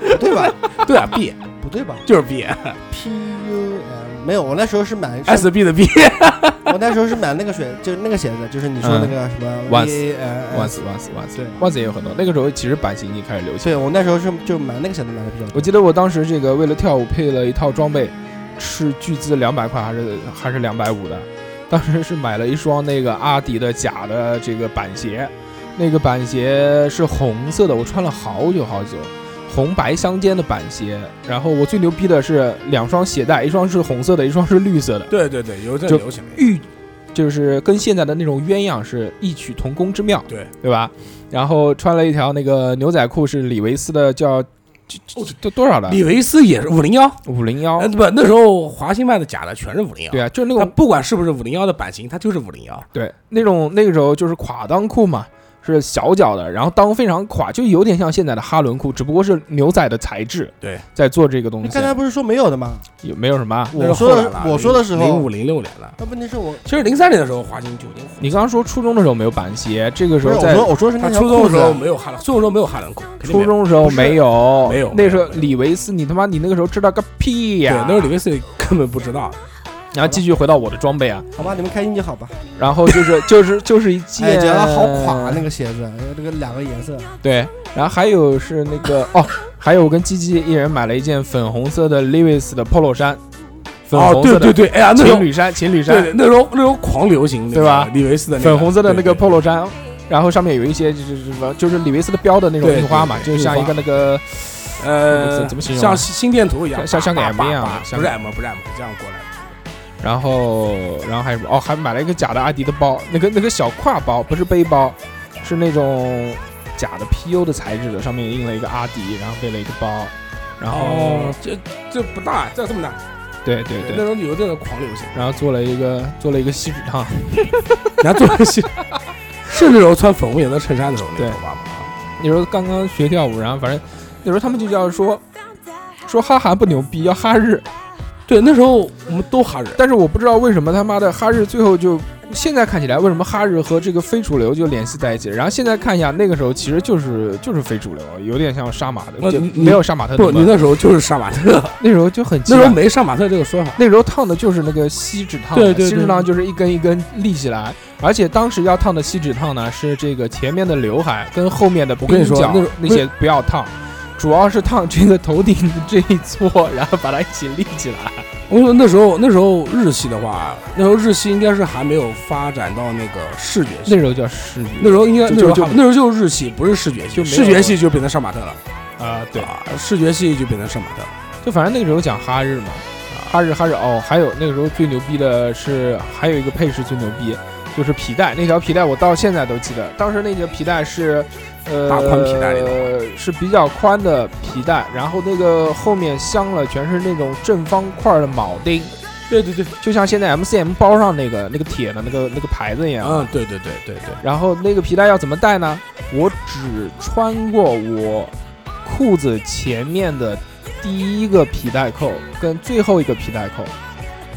[SPEAKER 4] 不对吧？
[SPEAKER 5] 对啊 B
[SPEAKER 4] 不对吧
[SPEAKER 5] 就是 B
[SPEAKER 4] ？P U M
[SPEAKER 3] 没有，我那时候是买，是
[SPEAKER 5] S B 的 B，
[SPEAKER 3] 我那时候是买那个水，就是那个鞋子，就是你说那
[SPEAKER 5] 嗯
[SPEAKER 3] 个什么
[SPEAKER 1] Vans
[SPEAKER 3] V A M
[SPEAKER 1] 万
[SPEAKER 3] S，
[SPEAKER 1] 斯万斯万斯
[SPEAKER 3] 对，
[SPEAKER 1] 万斯也有很多。那个时候其实版型已经开始流行。
[SPEAKER 3] 对我那时候是就买那个鞋子买的比较多。
[SPEAKER 1] 我记得我当时这个为了跳舞配了一套装备，是巨资两百块还是还是两百五的，当时是买了一双那个阿迪的假的这个板鞋，那个板鞋是红色的，我穿了好久好久。红白相间的板鞋，然后我最牛逼的是两双鞋带，一双是红色的，一双是绿色的，
[SPEAKER 5] 对对对，有一阵
[SPEAKER 1] 就
[SPEAKER 5] 流行，
[SPEAKER 1] 玉就是跟现在的那种鸳鸯是异曲同工之妙，
[SPEAKER 5] 对
[SPEAKER 1] 对吧？然后穿了一条那个牛仔裤，是李维斯的，叫这这这这多少的
[SPEAKER 5] 李维斯也是五零幺，
[SPEAKER 1] 五零幺
[SPEAKER 5] 哎，不，那时候华星卖的假的全是五零幺，
[SPEAKER 1] 哦对啊，就是那
[SPEAKER 5] 它
[SPEAKER 1] 种
[SPEAKER 5] 不管是不是五零幺的版型，它就是五零幺，
[SPEAKER 1] 对那种那个时候就是垮裆裤嘛，是小脚的，然后裆非常垮，就有点像现在的哈伦裤，只不过是牛仔的材质。
[SPEAKER 5] 对，
[SPEAKER 1] 在做这个东
[SPEAKER 3] 你
[SPEAKER 1] 西
[SPEAKER 3] 刚，才不是说没有的吗？
[SPEAKER 1] 有没有什么啊？
[SPEAKER 3] 我说的我说的时
[SPEAKER 5] 零
[SPEAKER 3] 候
[SPEAKER 5] 五，零六年了，
[SPEAKER 3] 那问题是我
[SPEAKER 5] 其实零三年的时候华星就已经火了。
[SPEAKER 1] 你刚刚说初中的时候没有板鞋，这个时
[SPEAKER 3] 不是
[SPEAKER 1] 候
[SPEAKER 3] 我
[SPEAKER 1] 在
[SPEAKER 3] 说我说是
[SPEAKER 5] 他
[SPEAKER 3] 那条
[SPEAKER 5] 初中
[SPEAKER 3] 裤
[SPEAKER 5] 的时候
[SPEAKER 3] 子，
[SPEAKER 5] 没有哈兰，初中的时候没有哈兰裤，肯定没
[SPEAKER 1] 初
[SPEAKER 5] 有
[SPEAKER 1] 中的时候没有，
[SPEAKER 5] 不是没有
[SPEAKER 1] 那时候
[SPEAKER 5] 没有
[SPEAKER 1] 李维斯，你他妈你那个时候知道个屁
[SPEAKER 5] 对，
[SPEAKER 1] 呀、
[SPEAKER 5] 那时候李维斯根本不知道，
[SPEAKER 1] 然后继续回到我的装备啊，
[SPEAKER 3] 好吧，你们开心就好吧。
[SPEAKER 1] 然后就是就是就是一
[SPEAKER 3] 哎，
[SPEAKER 1] 件，
[SPEAKER 3] 觉得好垮那个鞋子，呃那个两个颜色，
[SPEAKER 1] 对，然后还有是那个哦，还有我跟鸡鸡一人买了一件粉红色的 Levi's 的 polo 衫，粉
[SPEAKER 5] 哦，
[SPEAKER 1] 红色
[SPEAKER 5] 对
[SPEAKER 1] 的
[SPEAKER 5] 对对，哎呀，那时候
[SPEAKER 1] 情侣衫，情侣
[SPEAKER 5] 对
[SPEAKER 1] 衫，
[SPEAKER 5] 对，那时候那时候狂流行，那个
[SPEAKER 1] 对吧
[SPEAKER 5] 李维斯的那个
[SPEAKER 1] 粉红色的那个
[SPEAKER 5] 对对
[SPEAKER 1] polo 衫，然后上面有一些就是什么，就是李维斯的标的那种
[SPEAKER 5] 对
[SPEAKER 1] 印花嘛，
[SPEAKER 5] 对
[SPEAKER 1] 就
[SPEAKER 5] 对
[SPEAKER 1] 像一个那个
[SPEAKER 5] 呃，
[SPEAKER 1] 怎么形容啊
[SPEAKER 5] 像心心电图一样，
[SPEAKER 1] 像像
[SPEAKER 5] 叭
[SPEAKER 1] 像个 M 一样
[SPEAKER 5] 叭叭
[SPEAKER 1] 像
[SPEAKER 5] 不是 M，不是 M，这样过来的。
[SPEAKER 1] 然后，然后还有什么？哦，还买了一个假的阿迪的包，那个那个小挎包，不是背包，是那种假的 PU 的材质的，上面印了一个阿迪，然后背了一个包，然后、
[SPEAKER 5] 哦，这这不大，这这么大，
[SPEAKER 1] 对对
[SPEAKER 5] 那
[SPEAKER 1] 对，
[SPEAKER 5] 时候有这个狂流行，
[SPEAKER 1] 然后做了一个做了一个锡纸烫，
[SPEAKER 5] 然后做了 些，是那时候穿粉红颜色衬衫的时候那
[SPEAKER 1] 对
[SPEAKER 5] 个头发吗？
[SPEAKER 1] 那时候刚刚学跳舞，然后反正那时候他们就叫说说哈韩不牛逼，要哈日，
[SPEAKER 5] 对，那时候我们都哈人，
[SPEAKER 1] 但是我不知道为什么他妈的哈日最后就现在看起来为什么哈日和这个非主流就联系在一起了，然后现在看一下那个时候其实就是就是非主流，有点像杀马特，
[SPEAKER 5] 呃
[SPEAKER 1] 就
[SPEAKER 5] 你
[SPEAKER 1] 没有杀马特
[SPEAKER 5] 不，
[SPEAKER 1] 那
[SPEAKER 5] 你
[SPEAKER 1] 么
[SPEAKER 5] 那时候就是杀马特，
[SPEAKER 1] 那时候就很奇
[SPEAKER 5] 那时候
[SPEAKER 1] 怪。
[SPEAKER 5] 没杀马特这个说法。
[SPEAKER 1] 那时候烫的就是那个锡纸烫，
[SPEAKER 5] 对对对
[SPEAKER 1] 锡纸烫就是一根一根立起来，而且当时要烫的锡纸烫呢是这个前面的刘海跟后面的
[SPEAKER 5] 我跟
[SPEAKER 1] 鬓
[SPEAKER 5] 你说
[SPEAKER 1] 角
[SPEAKER 5] 那时候
[SPEAKER 1] 那些不要烫，主要是烫这个头顶这一撮，然后把它一起立起来。
[SPEAKER 5] 我跟你说那时候那时候日系的话，那时候日系应该是还没有发展到那个视觉系。
[SPEAKER 1] 那时候叫视觉
[SPEAKER 5] 那时候应该
[SPEAKER 1] 就
[SPEAKER 5] 那时候
[SPEAKER 1] 就
[SPEAKER 5] 还那时候就是日系，不是视觉
[SPEAKER 1] 就
[SPEAKER 5] 系，
[SPEAKER 1] 没有
[SPEAKER 5] 视觉系就变成杀马特了。
[SPEAKER 1] 啊、对。
[SPEAKER 5] 啊，视觉系就变成杀马特了。
[SPEAKER 1] 就反正那个时候讲哈日嘛，哈日哈日哦，还有那个时候最牛逼的是还有一个配饰最牛逼，就是皮带，那条皮带我到现在都记得。当时那条皮带是，呃，
[SPEAKER 5] 大宽皮带那
[SPEAKER 1] 是比较宽的皮带，然后那个后面镶了全是那种正方块的铆钉，
[SPEAKER 5] 对对对，
[SPEAKER 1] 就像现在 MCM 包上那个那个铁的那个那个牌子一样。
[SPEAKER 5] 嗯，对对对对对，
[SPEAKER 1] 然后那个皮带要怎么带呢？我只穿过我裤子前面的第一个皮带扣跟最后一个皮带扣，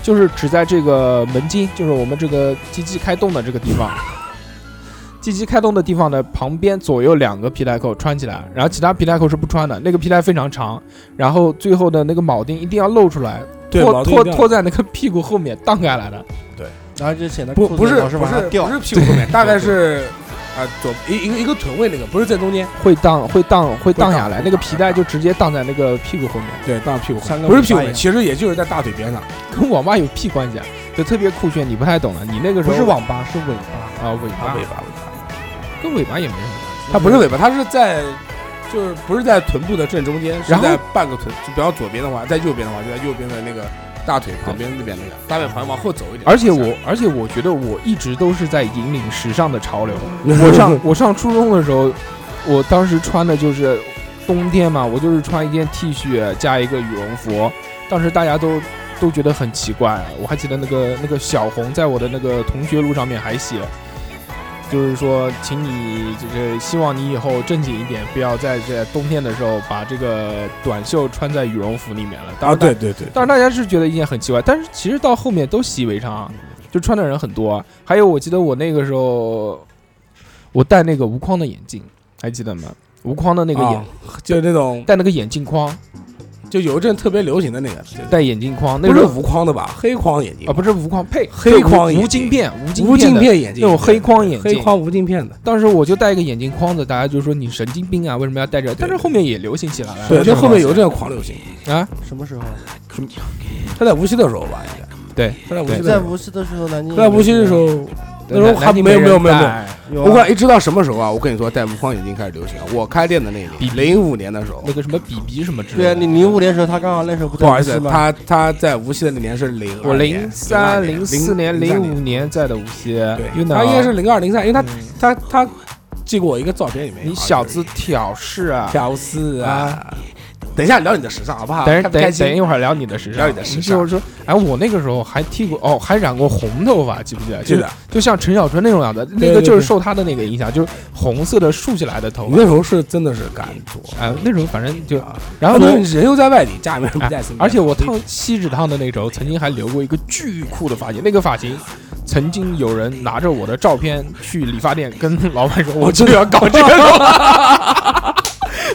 [SPEAKER 1] 就是只在这个门襟，就是我们这个鸡鸡开洞的这个地方。 鸡鸡开洞的地方的旁边左右两个皮带扣穿起来，然后其他皮带扣是不穿的。那个皮带非常长，然后最后的那个铆钉一定要露出来，
[SPEAKER 5] 对
[SPEAKER 1] 拖
[SPEAKER 5] 铆钉
[SPEAKER 1] 拖
[SPEAKER 5] 一定要
[SPEAKER 1] 拖在那个屁股后面荡开来的。
[SPEAKER 3] 然后就显得
[SPEAKER 5] 不
[SPEAKER 3] 裤子
[SPEAKER 5] 不是
[SPEAKER 3] 老
[SPEAKER 5] 不
[SPEAKER 3] 是
[SPEAKER 5] 是
[SPEAKER 3] 往下掉
[SPEAKER 5] 不，是屁股后面，大概是啊左一一个一个臀位那个，不是在中间，
[SPEAKER 1] 会荡会荡会荡下来，
[SPEAKER 5] 荡
[SPEAKER 1] 那个皮带就直接荡在那个屁股后面，
[SPEAKER 5] 对，大屁股后面
[SPEAKER 3] 三个
[SPEAKER 5] 不是屁股后
[SPEAKER 3] 尾巴一
[SPEAKER 5] 面，
[SPEAKER 3] 样
[SPEAKER 5] 其实也就是在大腿边上，
[SPEAKER 1] 跟网吧有屁关系啊？就特别酷炫，你不太懂了。啊你那个时
[SPEAKER 3] 不
[SPEAKER 1] 候
[SPEAKER 3] 是网吧是尾巴，
[SPEAKER 1] 啊尾巴，
[SPEAKER 5] 尾巴尾巴，
[SPEAKER 1] 跟尾巴也没什么。
[SPEAKER 5] 它不是尾巴，它是在就是不是在臀部的正中间，是
[SPEAKER 1] 然后
[SPEAKER 5] 在半个臀，就比方左边的话，在右边的话就在右边的那个大腿旁边那边那个大腿旁边往后走一点，
[SPEAKER 1] 而且我，而且我觉得我一直都是在引领时尚的潮流。 我 上我上初中的时候，我当时穿的就是冬天嘛，我就是穿一件 T 恤加一个羽绒服，当时大家都都觉得很奇怪。我还记得那个那个小红在我的那个同学录上面还写，就是说，请你就是希望你以后正经一点，不要在这冬天的时候把这个短袖穿在羽绒服里面了。当
[SPEAKER 5] 啊
[SPEAKER 1] 然大
[SPEAKER 5] 对对对，
[SPEAKER 1] 当然大家是觉得一件很奇怪，但是其实到后面都习以为常啊，就穿的人很多。还有我记得我那个时候，我戴那个无框的眼镜，还记得吗？无框的那个眼，
[SPEAKER 5] 啊就是那种
[SPEAKER 1] 戴那个眼镜框，
[SPEAKER 5] 就有一阵特别流行的那个，就是
[SPEAKER 1] 戴眼镜框，那
[SPEAKER 5] 不
[SPEAKER 1] 个
[SPEAKER 5] 是
[SPEAKER 1] 时候
[SPEAKER 5] 无框的吧？黑框眼镜
[SPEAKER 1] 啊，不是无框，呸，
[SPEAKER 5] 黑
[SPEAKER 1] 就无
[SPEAKER 5] 框眼
[SPEAKER 1] 无镜
[SPEAKER 5] 镜
[SPEAKER 1] 片，无镜
[SPEAKER 5] 无镜
[SPEAKER 1] 的
[SPEAKER 5] 片眼镜，
[SPEAKER 1] 那种黑框眼
[SPEAKER 5] 黑
[SPEAKER 1] 镜。
[SPEAKER 5] 框无镜片的。
[SPEAKER 1] 当时我就戴一个眼镜框子，大家就说你神经病啊，为什么要戴着？但是后面也流行起来了。
[SPEAKER 5] 对，就后面有一阵狂流行，
[SPEAKER 1] 啊，
[SPEAKER 3] 什么时候？
[SPEAKER 5] 他在无锡的时候吧，应该
[SPEAKER 1] 对，
[SPEAKER 5] 他在无锡
[SPEAKER 3] 在
[SPEAKER 5] 的时候，
[SPEAKER 3] 无锡的时候，南京
[SPEAKER 5] 在无锡的时候，那时候还
[SPEAKER 1] 南京
[SPEAKER 5] 没有没有
[SPEAKER 1] 人
[SPEAKER 5] 没有没有
[SPEAKER 1] 戴
[SPEAKER 3] 有啊，
[SPEAKER 5] 我管一直到什么时候啊？我跟你说，戴无框眼镜开始流行啊，我开店的那一
[SPEAKER 1] 比
[SPEAKER 5] 年，零五年的时候
[SPEAKER 1] 那，个什么 BB 什么之类
[SPEAKER 3] 对
[SPEAKER 1] 的。
[SPEAKER 3] 啊，你零五年的时候他刚好那时候不在
[SPEAKER 5] 不好意
[SPEAKER 3] 无
[SPEAKER 5] 思，
[SPEAKER 3] 锡吗
[SPEAKER 5] 他他在无锡的那年是零，
[SPEAKER 1] 我
[SPEAKER 5] 零
[SPEAKER 1] 零三、零四年、零
[SPEAKER 5] 零
[SPEAKER 1] 五，年在的无锡，
[SPEAKER 5] 对
[SPEAKER 1] 因为，呢
[SPEAKER 5] 他应该是零二零三，因为他他他寄过我一个照片，里面
[SPEAKER 1] 你小
[SPEAKER 5] 子
[SPEAKER 1] 子挑事啊！
[SPEAKER 5] 屌丝啊！等一下聊你的时尚好不好？
[SPEAKER 1] 等
[SPEAKER 5] 开
[SPEAKER 1] 等
[SPEAKER 5] 不开
[SPEAKER 1] 等
[SPEAKER 5] 心
[SPEAKER 1] 一会儿聊你的时尚，
[SPEAKER 5] 聊你的时尚
[SPEAKER 1] 就是说，哎，我那个时候还剃过哦，还染过红头发，记不记得？
[SPEAKER 5] 记
[SPEAKER 1] 就
[SPEAKER 5] 得
[SPEAKER 1] 是就像陈小春那种样子，那
[SPEAKER 5] 对
[SPEAKER 1] 个
[SPEAKER 5] 对
[SPEAKER 1] 就是
[SPEAKER 5] 对
[SPEAKER 1] 受他的那个影响，就是红色的竖起来的头
[SPEAKER 5] 你
[SPEAKER 1] 发。
[SPEAKER 5] 那时候是真的是敢做，
[SPEAKER 1] 哎，那时候反正就
[SPEAKER 5] 啊，
[SPEAKER 1] 然后
[SPEAKER 5] 那
[SPEAKER 1] 呢，
[SPEAKER 5] 人又在外地，家里面不
[SPEAKER 1] 哎
[SPEAKER 5] 在身边，
[SPEAKER 1] 而且我烫锡纸烫的那时候，曾经还留过一个巨酷的发型，那个发型。曾经有人拿着我的照片去理发店跟老板说：“我就要搞这个头发。”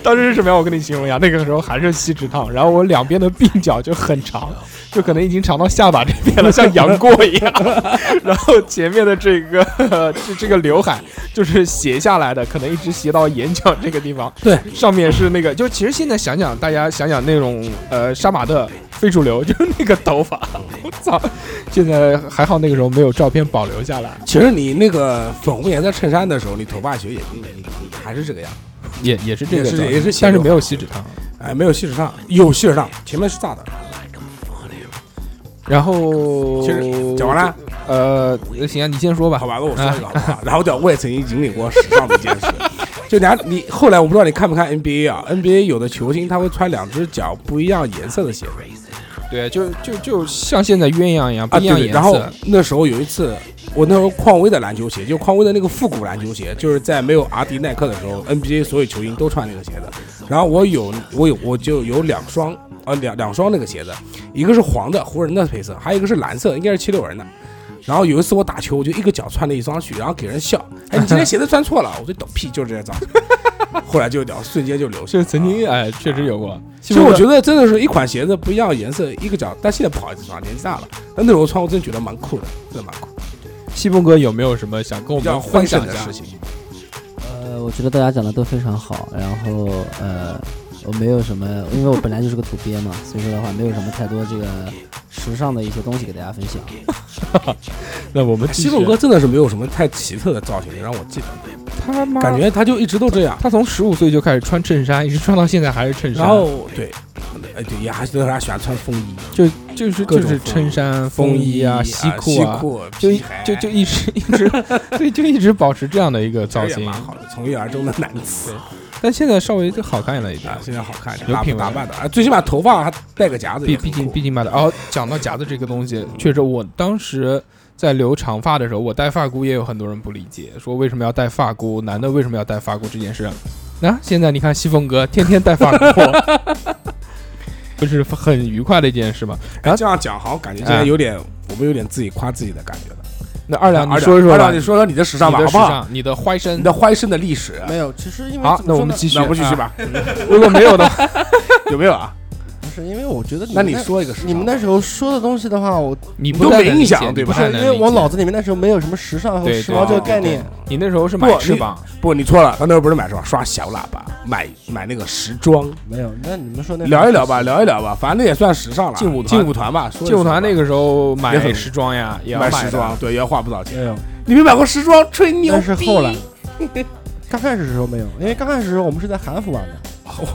[SPEAKER 1] 当时是什么样？我跟你形容一下，那个时候还是锡纸烫，然后我两边的鬓角就很长，就可能已经长到下巴这边了，像杨过一样。 然后前面的这个这这个刘海就是斜下来的，可能一直斜到眼角这个地方。
[SPEAKER 5] 对，
[SPEAKER 1] 上面是那个，就其实现在想想，大家想想那种呃杀马特非主流，就是那个头发， 我操！现在还好那个时候没有照片保留下来，
[SPEAKER 5] 其实你那个粉红颜色衬衫的时候，你头发其实也还是这个样，
[SPEAKER 1] 也也是这个
[SPEAKER 5] 也是
[SPEAKER 1] 造型，
[SPEAKER 5] 也是斜
[SPEAKER 1] 但是
[SPEAKER 5] 留
[SPEAKER 1] 没有锡纸烫。
[SPEAKER 5] 哎，没有细指上，有细指上，前面是炸的。
[SPEAKER 1] 然后
[SPEAKER 5] 其实讲完了，
[SPEAKER 1] 呃，行啊，你先说吧。
[SPEAKER 5] 好吧，那我说一个好不好？然后讲，我也曾经引领过时尚的一件事，就俩你后来我不知道你看不看 NBA 啊？NBA 有的球星他会穿两只脚不一样颜色的鞋子
[SPEAKER 1] 对，就就就像现在鸳鸯一样，不
[SPEAKER 5] 啊，
[SPEAKER 1] 一
[SPEAKER 5] 对
[SPEAKER 1] 样
[SPEAKER 5] 对。
[SPEAKER 1] 颜色。
[SPEAKER 5] 然后那时候有一次，我那时候匡威的篮球鞋，就匡威的那个复古篮球鞋，就是在没有阿迪耐克的时候，NBA 所有球星都穿那个鞋子。然后我有我有我就有两双呃两两双那个鞋子，一个是黄的湖人的配色，还有一个是蓝色，应该是七六人的。然后有一次我打球，我就一个脚穿了一双去，然后给人笑，哎，你今天鞋子穿错了，我说 懂屁，就是这张。后来就聊，瞬间就流行
[SPEAKER 1] 就
[SPEAKER 5] 了。啊
[SPEAKER 1] 曾经哎，确实有过。
[SPEAKER 5] 其实我觉得真的是一款鞋子不一样的颜色，一个脚，但现在不好意思穿，年纪大了。但那时候穿，我真觉得蛮酷的，真的蛮酷。
[SPEAKER 1] 西风哥有没有什么想跟我
[SPEAKER 5] 比较
[SPEAKER 1] 们
[SPEAKER 5] 欢
[SPEAKER 1] 分
[SPEAKER 5] 声
[SPEAKER 1] 享一
[SPEAKER 5] 的
[SPEAKER 1] 下
[SPEAKER 5] 事？情，
[SPEAKER 2] 呃，我觉得大家讲的都非常好，然后呃，我没有什么，因为我本来就是个土鳖嘛，所以说的话没有什么太多这个时尚的一些东西给大家分享。
[SPEAKER 1] 那我们继续
[SPEAKER 5] 西贡哥真的是没有什么太奇特的造型，让我记得。啊
[SPEAKER 1] 他妈
[SPEAKER 5] 感觉他就一直都这样。
[SPEAKER 1] 他从十五岁就开始穿衬衫，一直穿到现在还是衬衫，
[SPEAKER 5] 然后对，哎对，也还是他喜欢穿风衣、
[SPEAKER 1] 就就是
[SPEAKER 5] 各
[SPEAKER 1] 就
[SPEAKER 5] 种
[SPEAKER 1] 是衬衫、风
[SPEAKER 5] 衣
[SPEAKER 1] 啊、
[SPEAKER 5] 西
[SPEAKER 1] 西裤啊，
[SPEAKER 5] 裤
[SPEAKER 1] 就
[SPEAKER 5] 皮鞋
[SPEAKER 1] 就就一直一直，所以就一直保持这样的一个造
[SPEAKER 5] 也
[SPEAKER 1] 型
[SPEAKER 5] 蛮，好的，从一而终的男子
[SPEAKER 1] 但现在稍微就好看了一点
[SPEAKER 5] 啊，，现在好看，
[SPEAKER 1] 有
[SPEAKER 5] 打
[SPEAKER 1] 品味
[SPEAKER 5] 打扮的，啊最起码头发还带个夹子
[SPEAKER 1] 毕
[SPEAKER 5] 也
[SPEAKER 1] 毕
[SPEAKER 5] 很酷，
[SPEAKER 1] 竟毕竟把它哦，讲到夹子这个东西，确实我当时在留长发的时候，我戴发箍也有很多人不理解，说为什么要戴发箍，男的为什么要戴发箍这件事。那、现在你看西风哥天天戴发箍， 不是很愉快的一件事嘛？然后
[SPEAKER 5] 哎这样讲好像感觉现在有点，我们有点自己夸自己的感觉了。
[SPEAKER 1] 那二两
[SPEAKER 5] 二
[SPEAKER 1] 你啊说说
[SPEAKER 5] 二
[SPEAKER 1] 吧，
[SPEAKER 5] 两，你说说你的时尚吧，
[SPEAKER 1] 你的
[SPEAKER 5] 好
[SPEAKER 1] 时
[SPEAKER 5] 不好？
[SPEAKER 1] 尚，你的欢声
[SPEAKER 5] 你，的欢声的历史，啊
[SPEAKER 3] 没有，其实因为
[SPEAKER 1] 好，
[SPEAKER 3] 怎么
[SPEAKER 1] 那我
[SPEAKER 3] 说
[SPEAKER 1] 们
[SPEAKER 3] 呢
[SPEAKER 1] 继续，
[SPEAKER 5] 那我们继续
[SPEAKER 1] 啊。
[SPEAKER 5] 吧，
[SPEAKER 1] 如果没有的话，
[SPEAKER 5] 有没有啊？
[SPEAKER 3] 不是因为我觉得
[SPEAKER 5] 那
[SPEAKER 3] 你
[SPEAKER 5] 你
[SPEAKER 3] 们
[SPEAKER 5] 说一个时尚吧，
[SPEAKER 3] 你们那时候说的东西的话，我
[SPEAKER 1] 你
[SPEAKER 5] 都
[SPEAKER 1] 不太
[SPEAKER 5] 没
[SPEAKER 1] 能
[SPEAKER 5] 印
[SPEAKER 1] 理
[SPEAKER 5] 象
[SPEAKER 1] 解
[SPEAKER 5] 对
[SPEAKER 1] 你不
[SPEAKER 5] 吧
[SPEAKER 1] 太
[SPEAKER 3] 是
[SPEAKER 1] 能
[SPEAKER 3] 因为
[SPEAKER 1] 理
[SPEAKER 3] 我
[SPEAKER 1] 解
[SPEAKER 3] 脑子里面那时候没有什么时尚和
[SPEAKER 1] 对
[SPEAKER 3] 时髦这个
[SPEAKER 5] 对
[SPEAKER 3] 概念，
[SPEAKER 1] 你那时候是
[SPEAKER 5] 不
[SPEAKER 1] 买
[SPEAKER 5] 你
[SPEAKER 1] 翅膀，
[SPEAKER 5] 不，你错了，他那时候不是买什么刷小喇叭，买买那个时装，
[SPEAKER 3] 没有。那你们说那
[SPEAKER 5] 聊一聊吧，聊一聊吧，反正那也算时尚了。啊
[SPEAKER 1] 劲舞团
[SPEAKER 5] 劲舞团吧，说一
[SPEAKER 1] 劲舞团那
[SPEAKER 5] 说
[SPEAKER 1] 个时候买
[SPEAKER 5] 也很
[SPEAKER 1] 时装呀，也要
[SPEAKER 5] 吧买
[SPEAKER 1] 的
[SPEAKER 5] 时装，对，也要花不少钱。
[SPEAKER 3] 没有，
[SPEAKER 5] 你没买过时装，吹牛
[SPEAKER 3] 但是
[SPEAKER 5] 逼
[SPEAKER 3] 后来，刚开始的时候没有，因为刚开始的时候我们是在韩服玩的，
[SPEAKER 5] 哦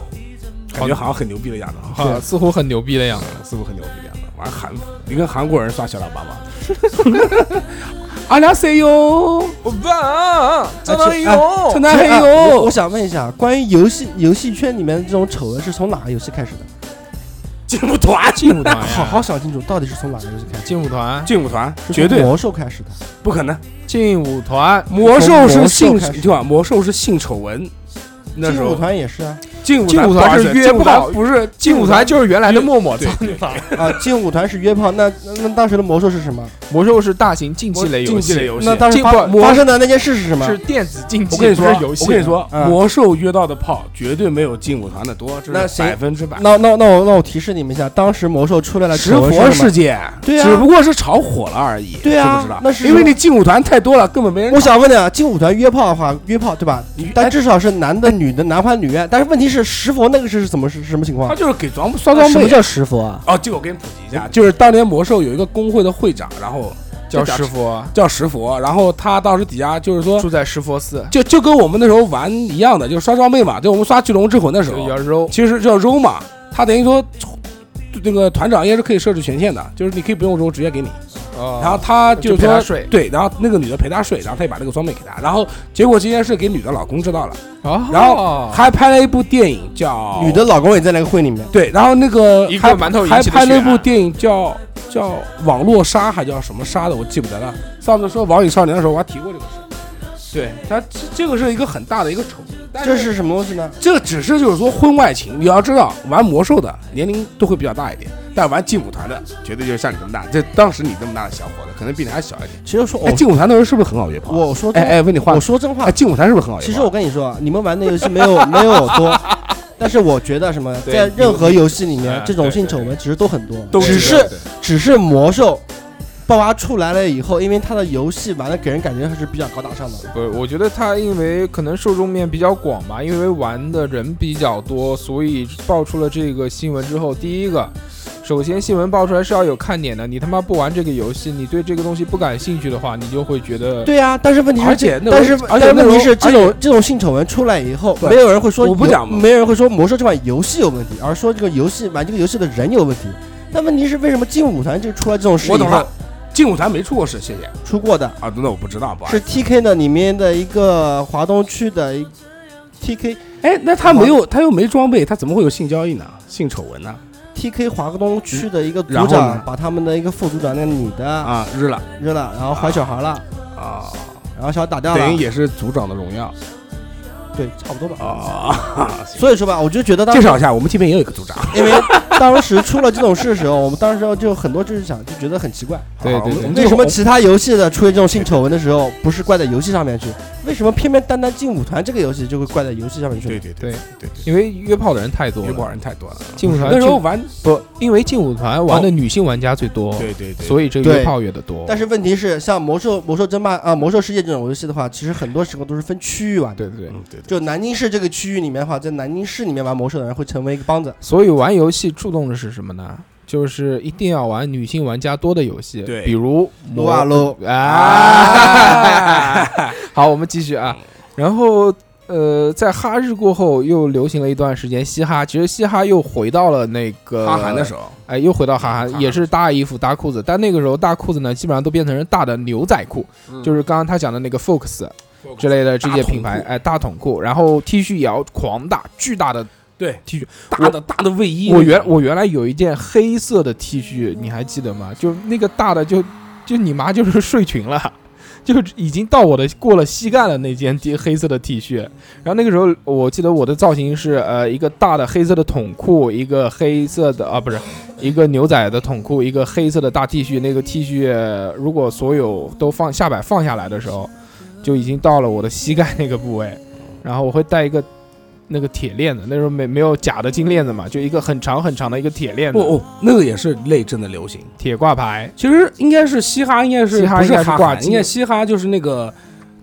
[SPEAKER 5] 感觉好像很牛逼的样子，好
[SPEAKER 1] 好，似乎很牛逼的样子。
[SPEAKER 5] 似乎很牛逼的样子。玩韩服，你跟韩国人刷小喇叭吗？ 阿拉塞哟，
[SPEAKER 1] 我爸，张大英
[SPEAKER 5] 哦陈
[SPEAKER 1] 勇，
[SPEAKER 5] 丹黑
[SPEAKER 3] 哎我
[SPEAKER 5] 哟
[SPEAKER 3] 我，想问一下，关于游戏游戏圈里面的这种丑闻是从哪个游戏开始的？
[SPEAKER 5] 劲舞团，
[SPEAKER 1] 劲舞团 呀，
[SPEAKER 3] 好好想清楚，到底是从哪个游戏开始？
[SPEAKER 1] 劲舞团，
[SPEAKER 5] 劲舞团，
[SPEAKER 3] 是从
[SPEAKER 5] 绝对
[SPEAKER 3] 魔兽开始的，
[SPEAKER 5] 不可能。
[SPEAKER 1] 劲舞团，
[SPEAKER 5] 魔兽是性，
[SPEAKER 3] 魔兽开始
[SPEAKER 5] 你听啊，魔兽是性丑闻。那时
[SPEAKER 3] 劲
[SPEAKER 5] 候
[SPEAKER 3] 舞团也是啊，
[SPEAKER 5] 劲舞
[SPEAKER 1] 劲舞团
[SPEAKER 5] 不好意
[SPEAKER 1] 是
[SPEAKER 5] 思
[SPEAKER 1] 约
[SPEAKER 5] 劲舞团
[SPEAKER 1] 炮
[SPEAKER 5] 不是
[SPEAKER 1] 劲舞团就是原来的默默。
[SPEAKER 5] 对
[SPEAKER 1] 操
[SPEAKER 5] 对
[SPEAKER 1] 你妈
[SPEAKER 3] 啊，劲舞团是约炮，那那那当时的魔兽是什么？
[SPEAKER 1] 魔兽是大型竞技类
[SPEAKER 5] 竞
[SPEAKER 1] 游
[SPEAKER 5] 技
[SPEAKER 1] 戏，
[SPEAKER 5] 类游戏。
[SPEAKER 3] 那当时
[SPEAKER 1] 劲爆
[SPEAKER 3] 发
[SPEAKER 1] 魔
[SPEAKER 3] 发生的那件事是什么？
[SPEAKER 1] 是电子竞技，
[SPEAKER 5] 我跟你
[SPEAKER 1] 不
[SPEAKER 5] 说，啊
[SPEAKER 1] 是游戏。
[SPEAKER 5] 我跟你，说，
[SPEAKER 3] 嗯
[SPEAKER 5] 魔兽约到的炮绝对没有劲舞团的多，这
[SPEAKER 3] 那
[SPEAKER 5] 是
[SPEAKER 3] 行
[SPEAKER 5] 百分之百。
[SPEAKER 3] 那那那我那我提示你们一下，当时魔兽出来了
[SPEAKER 5] 直
[SPEAKER 3] 丑闻
[SPEAKER 5] 播
[SPEAKER 3] 是什么
[SPEAKER 5] 事件，
[SPEAKER 3] 对啊
[SPEAKER 5] 只不过是炒火了而已，
[SPEAKER 3] 对啊
[SPEAKER 5] 知不知道？
[SPEAKER 3] 那是
[SPEAKER 5] 因为你劲舞团太多了，根本没人。
[SPEAKER 3] 我想问你啊，劲舞团约炮的话，约炮对吧？
[SPEAKER 5] 你哎
[SPEAKER 3] 但至少是男的、女的、男欢女爱。但是问题是，石佛那个是什么是什啊么情
[SPEAKER 5] 他
[SPEAKER 3] 况？
[SPEAKER 5] 就是给装刷装
[SPEAKER 2] 什么
[SPEAKER 5] 备。
[SPEAKER 2] 叫石佛啊？
[SPEAKER 5] 哦，这个我给你普及一下，就是当年魔兽有一个工会的会长，然后
[SPEAKER 1] 叫石佛，
[SPEAKER 5] 叫石佛，然后他当时底下就是说
[SPEAKER 1] 住，在石佛寺，
[SPEAKER 5] 就就跟我们那时候玩一样的，就是刷装备嘛，就我们刷巨龙之魂的时
[SPEAKER 1] 就
[SPEAKER 5] 候
[SPEAKER 1] 是，要揉。
[SPEAKER 5] 其实叫 roll 嘛，他等于说那个团长应该是可以设置权限的，就是你可以不用 roll 直接给你，然后他
[SPEAKER 1] 啊就是陪他
[SPEAKER 5] 说
[SPEAKER 1] 睡
[SPEAKER 5] 对，然后那个女的陪他睡，然后他也把那个装备给他，然后结果这件事给女的老公知道了，
[SPEAKER 1] 哦
[SPEAKER 5] 然后还拍了一部电影叫
[SPEAKER 3] 女的老公也在那个会里面。
[SPEAKER 5] 对，然后那个
[SPEAKER 1] 一个
[SPEAKER 5] 还
[SPEAKER 1] 馒头
[SPEAKER 5] 还
[SPEAKER 1] 引起的
[SPEAKER 5] 拍了一
[SPEAKER 1] 血
[SPEAKER 5] 部
[SPEAKER 1] 案
[SPEAKER 5] 电影叫叫网络杀还叫什么杀的我记不得了，上次说网瘾少年的时候我还提过这个事。对他，这这个是一个很大的一个丑闻，但
[SPEAKER 3] 这是什么东西呢？
[SPEAKER 5] 这只是就是说婚外情，你要知道，玩魔兽的年龄都会比较大一点，但玩劲舞团的绝对就是像你这么大，这当时你这么大的小伙子，可能比你还小一点。
[SPEAKER 3] 其实说我
[SPEAKER 5] 哎，劲舞团那时候是不是很好约炮？
[SPEAKER 3] 我说
[SPEAKER 5] 哎
[SPEAKER 3] 真
[SPEAKER 5] 哎，问你话
[SPEAKER 3] 我，说真话
[SPEAKER 5] 哎，，劲舞团是不是很好约炮？
[SPEAKER 3] 其实我跟你说，啊，你们玩的游戏没有没有我多，但是我觉得什么，
[SPEAKER 1] 对
[SPEAKER 3] 在任何游戏里
[SPEAKER 1] 有
[SPEAKER 3] 面
[SPEAKER 1] 啊，
[SPEAKER 3] 这种性丑闻其实都很多，
[SPEAKER 5] 都
[SPEAKER 3] 只
[SPEAKER 5] 觉得
[SPEAKER 3] 是只是魔兽。爆发出来了以后，因为它的游戏玩的给人感觉还是比较高大上的，
[SPEAKER 1] 不是，呃我觉得他因为可能受众面比较广吧，因为玩的人比较多，所以爆出了这个新闻之后，第一个，首先新闻爆出来是要有看点的，你他妈不玩这个游戏，你对这个东西不感兴趣的话，你就会觉得
[SPEAKER 3] 对
[SPEAKER 5] 啊
[SPEAKER 3] 呀、但是问题是，
[SPEAKER 5] 而且那
[SPEAKER 3] 但是
[SPEAKER 5] 种而
[SPEAKER 3] 但
[SPEAKER 5] 且
[SPEAKER 3] 是
[SPEAKER 5] 那
[SPEAKER 3] 问题
[SPEAKER 5] 种
[SPEAKER 3] 是，这
[SPEAKER 5] 而
[SPEAKER 3] 种这种性丑闻出来以后，
[SPEAKER 5] 对
[SPEAKER 3] 没有人会说
[SPEAKER 5] 我不
[SPEAKER 3] 游
[SPEAKER 5] 讲嘛
[SPEAKER 3] 没有人会说魔兽这款游戏有问题，而说这个游戏玩这个游戏的人有问题。那问题是为什么劲舞团就出了这种事
[SPEAKER 5] 我
[SPEAKER 3] 以
[SPEAKER 5] 懂
[SPEAKER 3] 后
[SPEAKER 5] 了，劲舞团没出过事，谢谢
[SPEAKER 3] 出过的
[SPEAKER 5] 啊，那我不知道，不好意
[SPEAKER 3] 是 TK 的里面的一个华东区的一 TK
[SPEAKER 5] 思哎，那他没有，他又没装备，他怎么会有性交易呢？性丑闻呢？
[SPEAKER 3] TK 华东区的一个组
[SPEAKER 5] 然后呢
[SPEAKER 3] 长把他们的一个副组长那个女的
[SPEAKER 5] 啊，日了
[SPEAKER 3] 扔了，然后怀小孩了，
[SPEAKER 5] 啊，
[SPEAKER 3] 然后小孩打掉了
[SPEAKER 5] 等于，也是组长的荣耀
[SPEAKER 3] 对，差不多吧。
[SPEAKER 5] 啊。
[SPEAKER 3] 所以说吧，我就觉得当
[SPEAKER 5] 介
[SPEAKER 3] 时
[SPEAKER 5] 绍一下，我们这边也有一个组长，
[SPEAKER 3] 因为当时出了这种事的时候，我们当时就很多就是想就觉得很奇怪。
[SPEAKER 1] 对
[SPEAKER 5] 好
[SPEAKER 1] 对
[SPEAKER 5] 我
[SPEAKER 1] 对
[SPEAKER 5] 们我们
[SPEAKER 3] 为什么其他游戏的出现这种性丑闻的时候，不是怪在游戏上面去？为什么偏偏单单劲舞团这个游戏就会怪在游戏上面去？
[SPEAKER 5] 对对
[SPEAKER 1] 对
[SPEAKER 5] 对对对，
[SPEAKER 1] 因为约炮的人太多
[SPEAKER 5] 约炮
[SPEAKER 1] 了，
[SPEAKER 5] 人太多了，
[SPEAKER 1] 劲舞团
[SPEAKER 5] 那时候
[SPEAKER 1] 劲
[SPEAKER 5] 玩
[SPEAKER 1] 不，因为劲舞团玩的女性玩家最多，
[SPEAKER 5] 对对对，
[SPEAKER 1] 所以这
[SPEAKER 3] 对
[SPEAKER 1] 约炮约的多。
[SPEAKER 3] 但是问题是，像魔兽、魔兽争霸啊、魔兽世界这种游戏的话，其实很多时候都是分区域玩的。
[SPEAKER 1] 对对对，
[SPEAKER 5] 嗯对对。
[SPEAKER 3] 就南京市这个区域里面的话，在南京市里面玩魔兽的人会成为一个帮子。
[SPEAKER 1] 所以玩游戏触动的是什么呢？就是一定要玩女性玩家多的游戏，
[SPEAKER 5] 对
[SPEAKER 1] 比如
[SPEAKER 3] 撸啊
[SPEAKER 1] 撸
[SPEAKER 3] 撸，
[SPEAKER 5] 嗯
[SPEAKER 1] 啊。好，我们继续啊。然然后呃，在哈日过后又流行了一段时间嘻哈，其实嘻哈又回到了那个
[SPEAKER 5] 哈韩的时候，嗯
[SPEAKER 1] 哎，又回到哈
[SPEAKER 5] 哈
[SPEAKER 1] 韩，
[SPEAKER 5] 韩
[SPEAKER 1] 也是搭衣服搭裤子，但那个时候大裤子呢，基本上都变成是大的牛仔裤，
[SPEAKER 5] 嗯
[SPEAKER 1] 就是刚刚他讲的那个 Fox
[SPEAKER 5] 呃
[SPEAKER 1] 之类的这些品牌，哎，大筒裤，然后 T 恤也要狂大巨大的。
[SPEAKER 5] 对
[SPEAKER 1] T 恤，
[SPEAKER 5] 大的大的卫衣。
[SPEAKER 1] 我原我原来有一件黑色的 T 恤，你还记得吗？就那个大的就就你妈就是睡裙了。就已经到我的过了膝盖了那件 T 黑色的 T 恤，然后那个时候我记得我的造型是呃一个大的黑色的筒裤，一个黑色的啊不是一个牛仔的筒裤，一个黑色的大 T 恤。那个 T 恤如果所有都放下摆放下来的时候，就已经到了我的膝盖那个部位，然后我会带一个那个铁链子，那时候没没有假的金链子嘛，就一个很长很长的一个铁链子，
[SPEAKER 5] 不哦，那个也是类真的流行。
[SPEAKER 1] 铁挂牌。
[SPEAKER 5] 其实应该是嘻哈，应该是
[SPEAKER 1] 嘻哈
[SPEAKER 5] 不是
[SPEAKER 1] 应该是
[SPEAKER 5] 哈
[SPEAKER 1] 挂
[SPEAKER 5] 韩
[SPEAKER 1] 机
[SPEAKER 5] 应该嘻哈就是那个，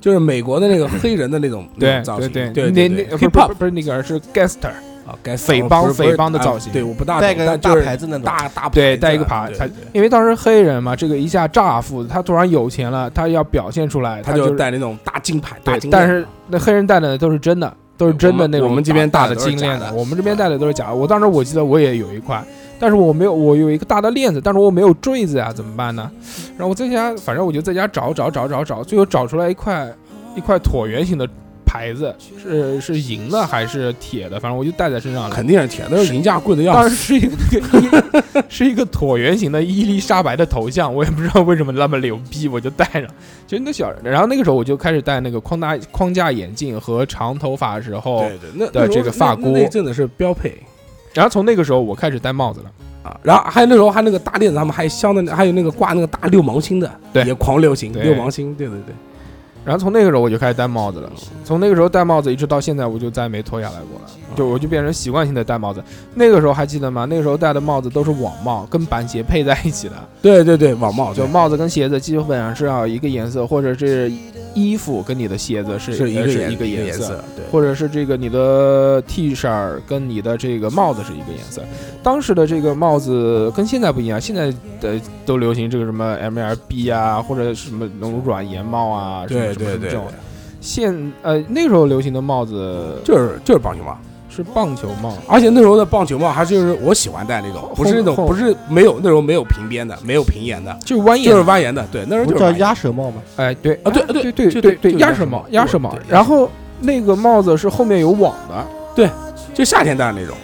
[SPEAKER 5] 就是美国的那个黑人的那种那
[SPEAKER 1] 对
[SPEAKER 5] 种嗯造型，
[SPEAKER 1] 对
[SPEAKER 5] 对对
[SPEAKER 1] 那
[SPEAKER 5] 对
[SPEAKER 1] 那不是
[SPEAKER 5] hip
[SPEAKER 1] 不
[SPEAKER 5] hop
[SPEAKER 1] 是不是那个而是 gangster，
[SPEAKER 5] 啊，该
[SPEAKER 1] 匪帮
[SPEAKER 5] 不是不是
[SPEAKER 1] 匪帮的
[SPEAKER 5] 啊
[SPEAKER 1] 造型
[SPEAKER 5] 对，我不大懂
[SPEAKER 4] 带个
[SPEAKER 5] 但
[SPEAKER 4] 大
[SPEAKER 5] 就是
[SPEAKER 4] 牌子那种，
[SPEAKER 5] 大大牌
[SPEAKER 1] 对，
[SPEAKER 5] 子啊
[SPEAKER 1] 带一个牌，
[SPEAKER 5] 对
[SPEAKER 1] 他
[SPEAKER 5] 对
[SPEAKER 1] 因为当时黑人嘛，这个一下乍富，他突然有钱了，他要表现出来，
[SPEAKER 5] 他
[SPEAKER 1] 就
[SPEAKER 5] 就是带那种大金牌，大
[SPEAKER 1] 对，
[SPEAKER 5] 金链
[SPEAKER 1] 但是那黑人戴的都是真的，都是真的
[SPEAKER 5] 我们
[SPEAKER 1] 那种
[SPEAKER 5] 我们这边
[SPEAKER 1] 大
[SPEAKER 5] 戴的都是
[SPEAKER 1] 金链
[SPEAKER 5] 假
[SPEAKER 1] 子，
[SPEAKER 5] 的
[SPEAKER 1] 我们这边戴的都是假的。我当时我记得我也有一块，但是我没有，我有一个大的链子，但是我没有坠子呀，怎么办呢？然后我在家，反正我就在家找找找找找，最后找出来一块一块椭圆形的牌子，是是银的还是铁的？反正我就戴在身上了。
[SPEAKER 5] 肯定是铁，那是银价贵的要
[SPEAKER 1] 当时是
[SPEAKER 5] 死。
[SPEAKER 1] 一个 那个伊是一个椭圆形的伊丽莎白的头像，我也不知道为什么那么牛逼，我就戴上。真的小，然后那个时候我就开始戴那个框大框架眼镜和长头发的时候，
[SPEAKER 5] 对对，那
[SPEAKER 1] 的
[SPEAKER 5] 哦那时候
[SPEAKER 1] 这个发箍
[SPEAKER 5] 那那阵子是标配
[SPEAKER 1] 然后从那个时候我开始戴帽子了。
[SPEAKER 5] 啊。然后还有那时候还那个大链子，他们还镶的那，还有那个挂那个大六芒星的，
[SPEAKER 1] 对
[SPEAKER 5] 也狂流行
[SPEAKER 1] 对
[SPEAKER 5] 六芒星，对对对。
[SPEAKER 1] 然后从那个时候我就开始戴帽子了，从那个时候戴帽子一直到现在，我就再没脱下来过了，就我就变成习惯性的戴帽子。那个时候还记得吗？那个时候戴的帽子都是网帽，跟板鞋配在一起的，
[SPEAKER 5] 对对对，网帽
[SPEAKER 1] 就
[SPEAKER 5] 对
[SPEAKER 1] 帽子跟鞋子基本上是要一个颜色，或者是衣服跟你的鞋子是
[SPEAKER 5] 是一
[SPEAKER 1] 呃
[SPEAKER 5] 个
[SPEAKER 1] 是
[SPEAKER 5] 颜
[SPEAKER 1] 一个
[SPEAKER 5] 颜
[SPEAKER 1] 颜色，，
[SPEAKER 5] 对。
[SPEAKER 1] 或者是这个你的 T 恤儿跟你的这个帽子是一个颜色。当时的这个帽子跟现在不一样，现在的都流行这个什么 MLB 啊，或者什么那种软檐帽啊，什么什么
[SPEAKER 5] 对对
[SPEAKER 1] 什么
[SPEAKER 5] 对
[SPEAKER 1] 这，种。现呃那时候流行的帽子
[SPEAKER 5] 就是就是棒球帽，
[SPEAKER 1] 是棒球帽，
[SPEAKER 5] 而且那时候的棒球帽还就是我喜欢戴那种，不是那种
[SPEAKER 1] 后
[SPEAKER 5] 不是没有那时候没有平边的，没有平沿的，
[SPEAKER 1] 就是蜿
[SPEAKER 5] 就是
[SPEAKER 1] 蜒。
[SPEAKER 5] 蜿蜒的。对，那时候
[SPEAKER 4] 不
[SPEAKER 5] 就
[SPEAKER 4] 叫
[SPEAKER 5] 是蜿蜒
[SPEAKER 4] 鸭舌帽吗？
[SPEAKER 1] 哎，对
[SPEAKER 5] 啊对
[SPEAKER 1] 哎
[SPEAKER 5] 对
[SPEAKER 1] 对对
[SPEAKER 5] 就
[SPEAKER 1] 对
[SPEAKER 5] 就
[SPEAKER 1] 鸭
[SPEAKER 5] 鸭
[SPEAKER 1] 舌
[SPEAKER 5] 舌
[SPEAKER 1] 帽
[SPEAKER 5] 帽，
[SPEAKER 1] 鸭
[SPEAKER 5] 对
[SPEAKER 1] 舌帽
[SPEAKER 5] 对。
[SPEAKER 1] 然后那个帽子是后面有网的
[SPEAKER 5] 就夏天戴的那种，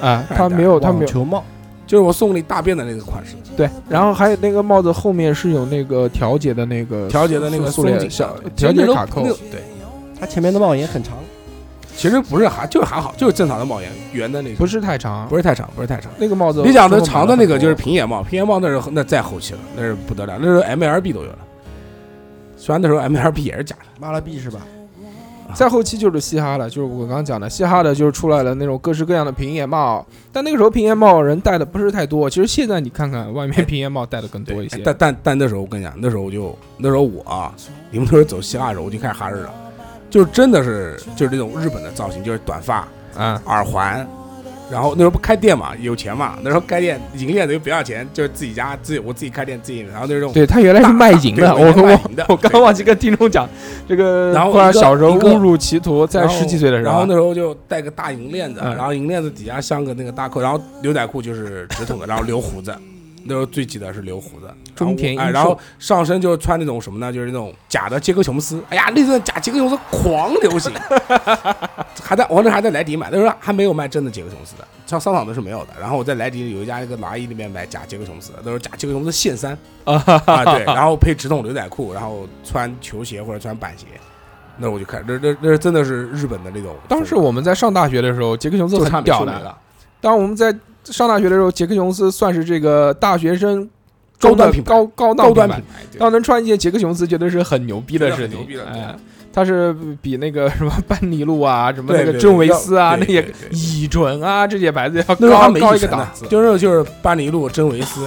[SPEAKER 1] 啊，它没有它没
[SPEAKER 4] 网
[SPEAKER 1] 有。
[SPEAKER 4] 球帽，
[SPEAKER 5] 就是我送给你大便的那个款式，
[SPEAKER 1] 对，然后还有那个帽子后面是有那个调节的那个
[SPEAKER 5] 调节的那个
[SPEAKER 1] 呃塑
[SPEAKER 5] 松紧
[SPEAKER 1] 料
[SPEAKER 5] 的
[SPEAKER 1] 小
[SPEAKER 5] 对
[SPEAKER 1] 调
[SPEAKER 5] 其
[SPEAKER 1] 节
[SPEAKER 5] 实那
[SPEAKER 1] 卡
[SPEAKER 5] 种
[SPEAKER 1] 扣
[SPEAKER 5] 那，种对，
[SPEAKER 4] 它前面的帽檐很长，
[SPEAKER 5] 其实不是还就是还好，就是正常的帽檐，圆的那种，
[SPEAKER 1] 不是太长，
[SPEAKER 5] 不是太长，不是太长。
[SPEAKER 1] 那个帽子。
[SPEAKER 5] 你讲的长的那个就是平檐帽，平檐帽那是那再后期了，那是不得了，那时候 MLB 都有了。虽然那时候 MLB 也是假的，
[SPEAKER 4] 妈了逼是吧？
[SPEAKER 1] 再后期就是嘻哈了，就是我刚刚讲的嘻哈的，就是出来了那种各式各样的平檐帽，但那个时候平檐帽人戴的不是太多。其实现在你看看外面平檐帽戴的更多一
[SPEAKER 5] 哎
[SPEAKER 1] 些。
[SPEAKER 5] 但但但那时候我跟你讲，那时候我就那时候我啊，你们都是走希腊的时候，我就开始哈日了，就是真的是就是那种日本的造型，就是短发、
[SPEAKER 1] 啊，
[SPEAKER 5] 耳环，然后那时候不开店嘛，有钱嘛，那时候开店银链子又不要钱，就是自己家自己我自己开店自己，然后那种
[SPEAKER 1] 对他原来是卖淫的，
[SPEAKER 5] 大
[SPEAKER 1] 我
[SPEAKER 5] 嗯对卖
[SPEAKER 1] 我
[SPEAKER 5] 淫的
[SPEAKER 1] 我刚忘记跟听众讲，这个
[SPEAKER 5] 然后
[SPEAKER 1] 不然
[SPEAKER 5] 一个
[SPEAKER 1] 小时候
[SPEAKER 5] 一个
[SPEAKER 1] 误入歧途，在
[SPEAKER 5] 然后
[SPEAKER 1] 十几岁的时
[SPEAKER 5] 然后
[SPEAKER 1] 候啊
[SPEAKER 5] 那，时候就戴个大银链子，
[SPEAKER 1] 嗯
[SPEAKER 5] 然后银链子底下镶个那个大扣，然后牛仔裤就是直筒的，然后留胡子。那时候最记得是留胡子，
[SPEAKER 1] 中
[SPEAKER 5] 然后
[SPEAKER 1] 田
[SPEAKER 5] 哎，
[SPEAKER 1] 英
[SPEAKER 5] 然后
[SPEAKER 1] 寿
[SPEAKER 5] 上身就是穿那种什么呢？就是那种假的杰克琼斯。哎呀，那阵假杰克琼斯狂流行， 还在我那还在莱迪买，那时候还没有卖真的杰克琼斯的，像商场都是没有的。然后我在莱迪有一家那个麻衣里面买假杰克琼斯的，那时候假杰克琼斯线三 啊， 对，然后配直筒牛仔裤，然后穿球鞋或者穿板鞋。那我就看，那那那真的是日本的那种风格。
[SPEAKER 1] 当时我们在上大学的时候，杰克琼斯
[SPEAKER 5] 就差
[SPEAKER 1] 很
[SPEAKER 5] 没
[SPEAKER 1] 屌
[SPEAKER 5] 出
[SPEAKER 1] 的
[SPEAKER 5] 来，了，
[SPEAKER 1] 当我们在上大学的时候，杰克琼斯算是这个大学生中的
[SPEAKER 5] 高端品牌
[SPEAKER 1] 高高档
[SPEAKER 5] 高端
[SPEAKER 1] 品
[SPEAKER 5] 品
[SPEAKER 1] 牌。
[SPEAKER 5] 牌，
[SPEAKER 1] 要能穿一件杰克琼斯，绝对是很牛逼的事情。
[SPEAKER 5] 真的很牛逼的
[SPEAKER 1] 哎，它是比那个什么班尼路啊，什么
[SPEAKER 5] 对
[SPEAKER 1] 那个
[SPEAKER 5] 对
[SPEAKER 1] 真维斯啊，那
[SPEAKER 5] 对
[SPEAKER 1] 些
[SPEAKER 5] 对对对
[SPEAKER 1] 乙醇啊这些牌子要
[SPEAKER 5] 那时候还
[SPEAKER 1] 高
[SPEAKER 5] 没
[SPEAKER 1] 高一
[SPEAKER 5] 乙
[SPEAKER 1] 个
[SPEAKER 5] 醇呢
[SPEAKER 1] 档次。
[SPEAKER 5] 就是就是班尼路、真维斯。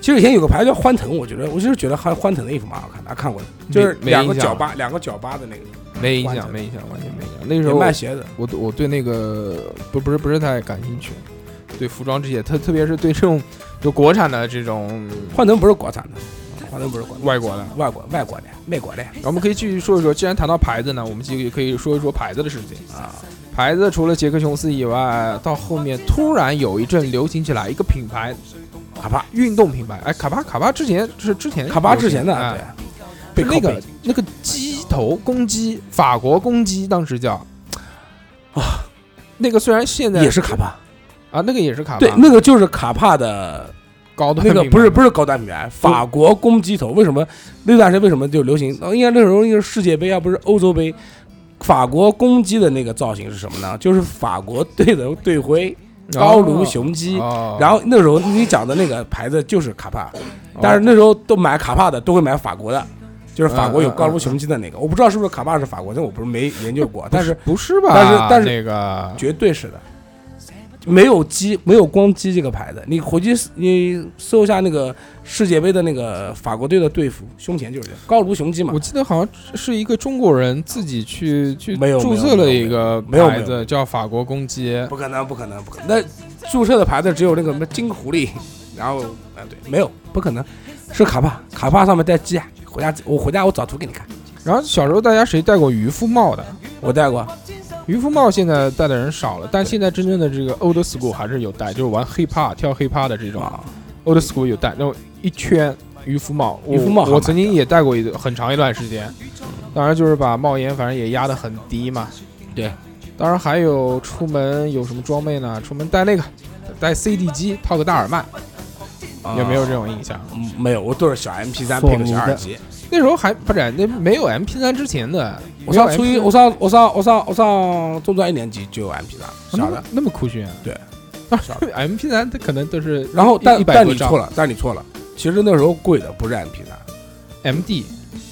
[SPEAKER 5] 其实以前有个牌子叫欢腾，我觉得我就是觉得欢欢腾的衣服蛮好看的，啊看过的，就是
[SPEAKER 1] 没
[SPEAKER 5] 两个
[SPEAKER 1] 印象
[SPEAKER 5] 角八两个角八的那个，
[SPEAKER 1] 没影
[SPEAKER 5] 完
[SPEAKER 1] 响，
[SPEAKER 5] 全
[SPEAKER 1] 没影响，完全没影响。那时
[SPEAKER 5] 也
[SPEAKER 1] 候
[SPEAKER 5] 卖鞋子。
[SPEAKER 1] 我我对那个不不是不是太感兴趣，对服装这些，特特别是对这种就国产的这种
[SPEAKER 5] 欢腾不是国产的，华东不是广东，
[SPEAKER 1] 外国的。
[SPEAKER 5] 外国外国的美国的
[SPEAKER 1] 我们可以继续说一说，既然谈到牌子呢，我们就可以说一说牌子的事情。
[SPEAKER 5] 啊，
[SPEAKER 1] 牌子除了杰克琼斯以外，到后面突然有一阵流行起来一个品牌，
[SPEAKER 5] 卡巴
[SPEAKER 1] 运动品牌。哎，卡巴卡巴之前是之前
[SPEAKER 5] 卡巴之前的啊
[SPEAKER 1] 哎
[SPEAKER 5] 对，
[SPEAKER 1] 那
[SPEAKER 5] 被靠
[SPEAKER 1] 个
[SPEAKER 5] 背
[SPEAKER 1] 那个鸡头公鸡，法国公鸡当时叫啊，那个虽然现在
[SPEAKER 5] 啊也是卡巴，
[SPEAKER 1] 啊，那个也是卡巴
[SPEAKER 5] 对，那个就是卡帕的
[SPEAKER 1] 高端
[SPEAKER 5] 那个
[SPEAKER 1] 品牌
[SPEAKER 5] 不是不是高端品牌，法国公鸡头为什么那段时间为什么就流行？哦应该那时候应该是世界杯啊，不是欧洲杯，法国公鸡的那个造型是什么呢？就是法国队的队徽高卢雄鸡。
[SPEAKER 1] 哦
[SPEAKER 5] 然后那时候你讲的那个牌子就是卡帕，但是那时候都买卡帕的都会买法国的，就是法国有高卢雄鸡的那个。我不知道是不是卡帕是法国的，我不是没研究过，但是
[SPEAKER 1] 不是吧？
[SPEAKER 5] 但是但是
[SPEAKER 1] 那个
[SPEAKER 5] 绝对是的。没有鸡，没有光鸡这个牌子。你回去你搜一下那个世界杯的那个法国队的队服，胸前就是这样高卢雄鸡嘛
[SPEAKER 1] 我。记得好像是一个中国人自己去去
[SPEAKER 5] 没有
[SPEAKER 1] 注册了一个
[SPEAKER 5] 没有没有没有
[SPEAKER 1] 牌
[SPEAKER 5] 没
[SPEAKER 1] 子，叫法国公鸡。
[SPEAKER 5] 不可能，不可能，不可能。那注册的牌子只有那个什么金狐狸，然后啊对，没有，不可能，是卡帕，卡帕上面带鸡啊。回家我回家我找图给你看，
[SPEAKER 1] 然后小时候大家谁戴过渔夫帽的？
[SPEAKER 5] 我戴过。
[SPEAKER 1] 渔夫帽现在戴的人少了，但现在真正的这个 old school 还是有戴，就是玩 hip hop 跳 hip hop 的这种
[SPEAKER 5] 啊
[SPEAKER 1] old school 有戴，那种一圈渔夫帽。我
[SPEAKER 5] 渔夫帽好
[SPEAKER 1] 我
[SPEAKER 5] 买
[SPEAKER 1] 曾经也戴过一段很长一段时间，当然就是把帽檐反正也压得很低嘛。
[SPEAKER 5] 对，
[SPEAKER 1] 当然还有出门有什么装备呢？出门戴那个，戴 CD 机套个大耳麦，有没有这种印象？
[SPEAKER 5] 啊嗯没有，我都是小 MP 三配个小耳机。
[SPEAKER 1] 那时候还不是那没有 MP 3之前的，
[SPEAKER 5] 我上初
[SPEAKER 1] 没
[SPEAKER 5] 一，
[SPEAKER 1] 有 MP3
[SPEAKER 5] 我上我上我上我上中专一年级就有 MP 三，
[SPEAKER 1] 啊那
[SPEAKER 5] 小的
[SPEAKER 1] 么。那么酷炫啊？
[SPEAKER 5] 对，小
[SPEAKER 1] MP 3它可能都是
[SPEAKER 5] 然后但
[SPEAKER 1] 一百
[SPEAKER 5] 但
[SPEAKER 1] 多
[SPEAKER 5] 你
[SPEAKER 1] 张
[SPEAKER 5] 错了，但你错了。其实那时候贵的不是 MP 三，
[SPEAKER 1] MD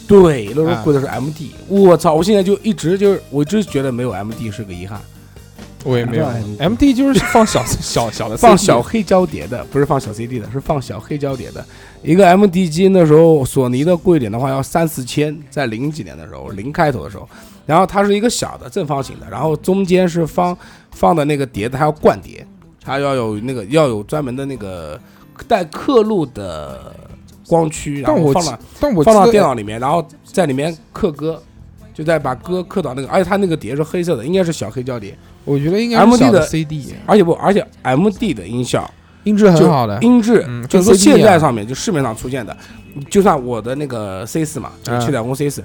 [SPEAKER 5] 对，那
[SPEAKER 1] 啊
[SPEAKER 5] 时候贵的是 MD。我操！我现在就一直就是，我一直觉得没有 MD 是个遗憾。
[SPEAKER 1] 我也没有
[SPEAKER 3] 哪知道
[SPEAKER 1] MD 就是放小小小的 CD
[SPEAKER 5] 放 小黑胶碟的，不是放小 CD 的，是放小黑胶碟的。一个 MD 机那时候索尼的贵一点的话要三四千，在零几年的时候，零开头的时候，然后它是一个小的正方形的，然后中间是方放的那个碟子，它要灌碟，它要有那个要有专门的那个带刻录的光驱，然
[SPEAKER 1] 但
[SPEAKER 5] 后
[SPEAKER 1] 我
[SPEAKER 5] 放
[SPEAKER 1] 记
[SPEAKER 5] 到
[SPEAKER 1] 但我
[SPEAKER 5] 放到
[SPEAKER 1] 记得
[SPEAKER 5] 电脑里面，然后在里面刻歌。就在把歌刻到那个，而且它那个碟是黑色的，应该是小黑胶碟，
[SPEAKER 1] 我觉得应该是
[SPEAKER 5] MD
[SPEAKER 1] 小的
[SPEAKER 5] 的
[SPEAKER 1] CD，
[SPEAKER 5] 而且不，而且 M D 的音效
[SPEAKER 1] 音质
[SPEAKER 5] 就
[SPEAKER 1] 很好的。
[SPEAKER 5] 音质
[SPEAKER 1] 嗯，
[SPEAKER 5] 就是说
[SPEAKER 1] 跟 CD
[SPEAKER 5] 现在
[SPEAKER 1] 啊
[SPEAKER 5] 上面就市面上出现的，就算我的那个 C 四嘛，就
[SPEAKER 1] 嗯
[SPEAKER 5] 是七彩虹 C 四，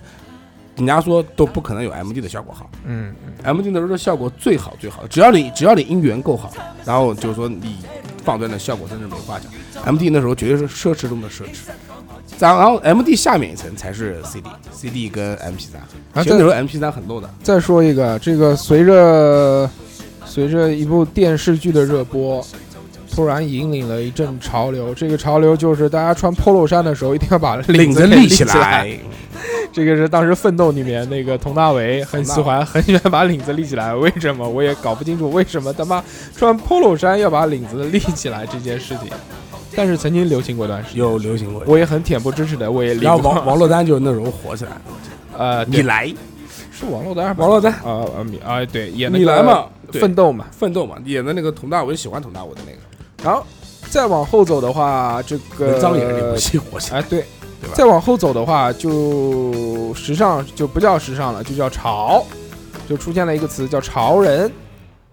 [SPEAKER 5] 人家说都不可能有 MD 的效果好
[SPEAKER 1] 嗯，
[SPEAKER 5] ，MD 的时候效果最好最好，只要你只要你音源够好，然后就是说你放在那效果真是没话讲，MD 那时候绝对是奢侈中的奢侈。然后 MD 下面一层才是 CD，CD 跟 MP 三，
[SPEAKER 1] 啊
[SPEAKER 5] 其实那时候 MP 三很 low 的，
[SPEAKER 1] 再说一个，这个随着随着一部电视剧的热播，突然引领了一阵潮流。这个潮流就是大家穿 polo 衫的时候一定要把领
[SPEAKER 5] 子
[SPEAKER 1] 立
[SPEAKER 5] 立起
[SPEAKER 1] 来。
[SPEAKER 5] 来，
[SPEAKER 1] 这个是当时《奋斗》里面那个佟大为很喜欢，很喜欢把领子立起来。为什么我也搞不清楚，为什么他妈穿 polo 衫要把领子立起来这件事情？但是曾经流行过一段时间，
[SPEAKER 5] 有流行过。
[SPEAKER 1] 我也很恬不知耻的，我也立
[SPEAKER 5] 然后
[SPEAKER 1] 过。
[SPEAKER 5] 王王珞丹就是那时候火起来，
[SPEAKER 1] 呃，
[SPEAKER 5] 你
[SPEAKER 1] 对
[SPEAKER 5] 来，
[SPEAKER 1] 是王珞丹还是
[SPEAKER 5] 王珞丹
[SPEAKER 1] 啊啊米啊对演那
[SPEAKER 5] 你来
[SPEAKER 1] 个
[SPEAKER 5] 嘛，对
[SPEAKER 1] 奋斗嘛。
[SPEAKER 5] 奋斗嘛，演的那个佟大为喜欢佟大为的那个，
[SPEAKER 1] 然后再往后走的话，这个
[SPEAKER 5] 文章也是游戏火起来。
[SPEAKER 1] 哎对
[SPEAKER 5] 对吧
[SPEAKER 1] 再往后走的话，就时尚就不叫时尚了，就叫潮，就出现了一个词叫潮人。
[SPEAKER 5] 嗯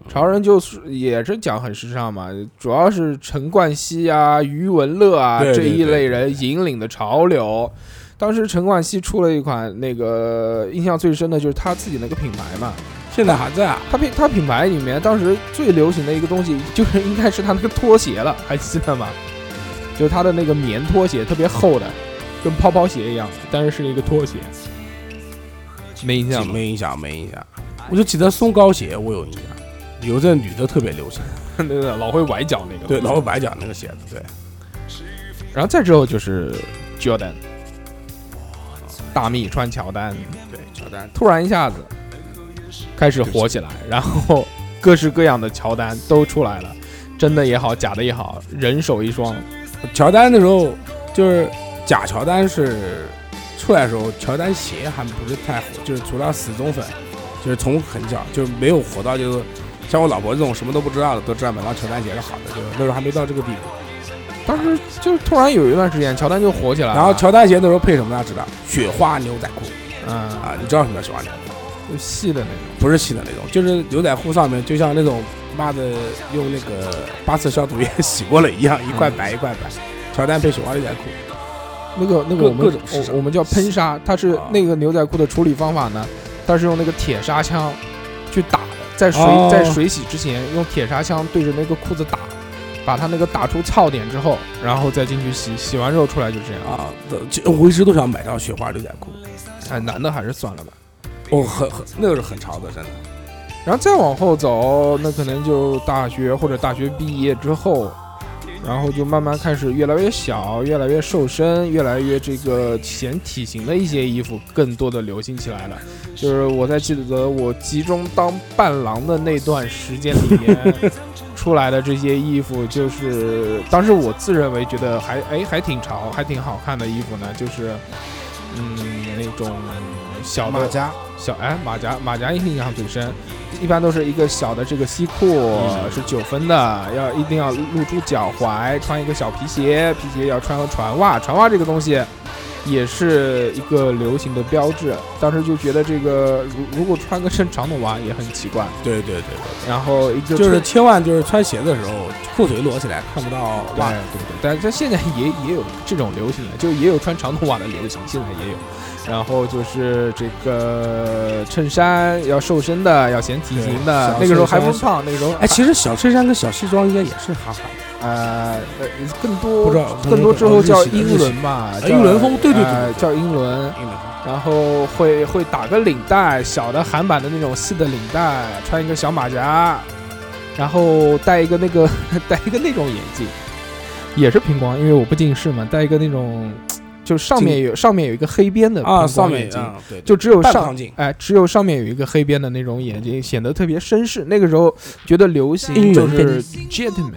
[SPEAKER 1] 潮人就是也是讲很时尚嘛，主要是陈冠希啊、余文乐啊
[SPEAKER 5] 对对
[SPEAKER 1] 这一
[SPEAKER 5] 对
[SPEAKER 1] 类
[SPEAKER 5] 对
[SPEAKER 1] 人引领的潮流。当时陈冠希出了一款那个印象最深的就是他自己那个品牌嘛，
[SPEAKER 5] 现在还在啊，
[SPEAKER 1] 他品他品牌里面当时最流行的一个东西，就是 应该是他那个拖鞋了，还记得吗？就是他的那个棉拖鞋，特别厚的，跟泡泡鞋一样，但是是一个拖鞋。没印 象吗？
[SPEAKER 5] 没影响，没影响。我就记得松糕鞋，我有印象，有阵女的特别 流行，
[SPEAKER 1] 对对，老会崴脚那个。
[SPEAKER 5] 对，老白讲那个鞋子，对，
[SPEAKER 1] 然后再之后就是 Jordan，大蜜穿乔丹，
[SPEAKER 5] 对，乔丹，
[SPEAKER 1] 突然一下子开始火起来，然后各式各样的乔丹都出来了，真的也好，假的也好，人手一双。
[SPEAKER 5] 乔丹那时候就是假乔丹是出来的时候，乔丹鞋还不是太火，就是除了死忠粉，就是从很小就是没有火到就是像我老婆这种什么都不知道的，都知道买双乔丹鞋是好的，就是那时候还没到这个地步。
[SPEAKER 1] 当时就是突然有一段时间，乔丹就火起来了。
[SPEAKER 5] 然后乔丹鞋那时候配什么呢？知道雪花牛仔裤
[SPEAKER 1] 嗯，
[SPEAKER 5] 啊，你知道什么叫雪花牛？
[SPEAKER 1] 就细的那种，
[SPEAKER 5] 不是细的那种，就是牛仔裤上面就像那种妈的用那个八次消毒液洗过了一样，一块白一块白。乔丹配雪花牛仔裤，
[SPEAKER 1] 那个那个
[SPEAKER 5] 各
[SPEAKER 1] 我
[SPEAKER 5] 各
[SPEAKER 1] 们
[SPEAKER 5] 种是
[SPEAKER 1] 我我们叫喷砂，它是
[SPEAKER 5] 啊
[SPEAKER 1] 那个牛仔裤的处理方法呢，它是用那个铁砂枪去打的，在水
[SPEAKER 5] 哦
[SPEAKER 1] 在水洗之前用铁砂枪对着那个裤子打，把它那个打出槽点之后，然后再进去洗，洗完之后出来就这样。
[SPEAKER 5] 啊，这这我一直都想买到雪花牛仔裤，
[SPEAKER 1] 哎，男的还是算了吧。
[SPEAKER 5] 哦，很很那个是很潮的，真的。
[SPEAKER 1] 然后再往后走，那可能就大学或者大学毕业之后，然后就慢慢开始越来越小，越来越瘦身，越来越这个显体型的一些衣服更多的流行起来了。就是我在记得我集中当伴郎的那段时间里面出来的这些衣服，就是当时我自认为觉得还哎还挺潮，还挺好看的衣服呢，就是嗯那种小的
[SPEAKER 3] 马甲
[SPEAKER 1] 小哎马甲马甲印象最深，一般都是一个小的这个西裤
[SPEAKER 5] 嗯
[SPEAKER 1] 是九分的，要一定要露出脚踝，穿一个小皮鞋，皮鞋要穿个船袜，船袜这个东西也是一个流行的标志。当时就觉得这个如如果穿个身长筒袜也很奇怪，
[SPEAKER 5] 对对对对，
[SPEAKER 1] 然后一个
[SPEAKER 5] 就是
[SPEAKER 1] 对
[SPEAKER 5] 千万就是穿鞋的时候裤腿裸起来看不到
[SPEAKER 1] 对
[SPEAKER 5] 袜
[SPEAKER 1] 对对，但但现在也也有这种流行的，就也有穿长筒袜的流行，现在也有。然后就是这个衬衫要瘦身的，要显体型的
[SPEAKER 5] 对，
[SPEAKER 1] 那个时候还不
[SPEAKER 5] 小衬衫
[SPEAKER 1] 胖，那个时候
[SPEAKER 5] 哎，其实小衬衫跟小西装应该也是哈韩，
[SPEAKER 1] 呃，呃更
[SPEAKER 5] 不
[SPEAKER 1] 多
[SPEAKER 5] 知道
[SPEAKER 1] 更多之后叫英，
[SPEAKER 5] 啊日系
[SPEAKER 1] 伦吧，
[SPEAKER 5] 哎
[SPEAKER 1] 叫
[SPEAKER 5] 英伦风对对对
[SPEAKER 1] 呃
[SPEAKER 5] 对对
[SPEAKER 1] 叫英伦，
[SPEAKER 5] 的英伦风
[SPEAKER 1] 然后会会打个领带，小的韩版的那种细的领带，穿一个小马甲，然后戴一个那个 戴一个那种眼镜，也是平光，因为我不近视嘛，戴一个那种就上面有上面有一个黑边的
[SPEAKER 5] 啊，
[SPEAKER 1] 平光
[SPEAKER 5] 上面
[SPEAKER 1] 眼镜
[SPEAKER 5] 啊，对，
[SPEAKER 1] 就只有
[SPEAKER 5] 半
[SPEAKER 1] 上
[SPEAKER 5] 胖镜
[SPEAKER 1] 哎，只有上面有一个黑边的那种眼睛，显得特别绅士。那个时候觉得流行
[SPEAKER 5] 英
[SPEAKER 1] 就
[SPEAKER 5] 伦
[SPEAKER 1] 是 gentleman，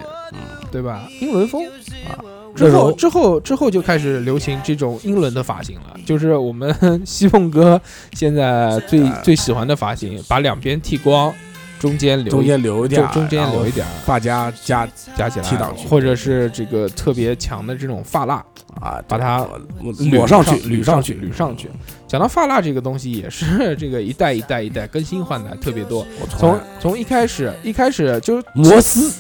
[SPEAKER 1] 对吧？英伦风啊。之
[SPEAKER 5] 那时
[SPEAKER 1] 后
[SPEAKER 5] 候
[SPEAKER 1] 之后之后就开始流行这种英伦的发型了，就是我们西凤哥现在 最最喜欢的发型，把两边剃光，中间留
[SPEAKER 5] 啊中
[SPEAKER 1] 一
[SPEAKER 5] 间留一点
[SPEAKER 1] 就
[SPEAKER 5] 儿，
[SPEAKER 1] 中间留一
[SPEAKER 5] 点，
[SPEAKER 1] 点儿
[SPEAKER 5] 发夹夹
[SPEAKER 1] 夹起来，
[SPEAKER 5] 剃上去
[SPEAKER 1] 或者是这个特别强的这种发蜡，
[SPEAKER 5] 啊，
[SPEAKER 1] 把它
[SPEAKER 5] 抹上去，
[SPEAKER 1] 捋
[SPEAKER 5] 捋上去，
[SPEAKER 1] 捋上去。讲到发蜡这个东西，也是 这个一代一代一代更新换代特别多。
[SPEAKER 5] 我从
[SPEAKER 1] 从
[SPEAKER 5] 来
[SPEAKER 1] 从一开始，一开始就是
[SPEAKER 5] 摩丝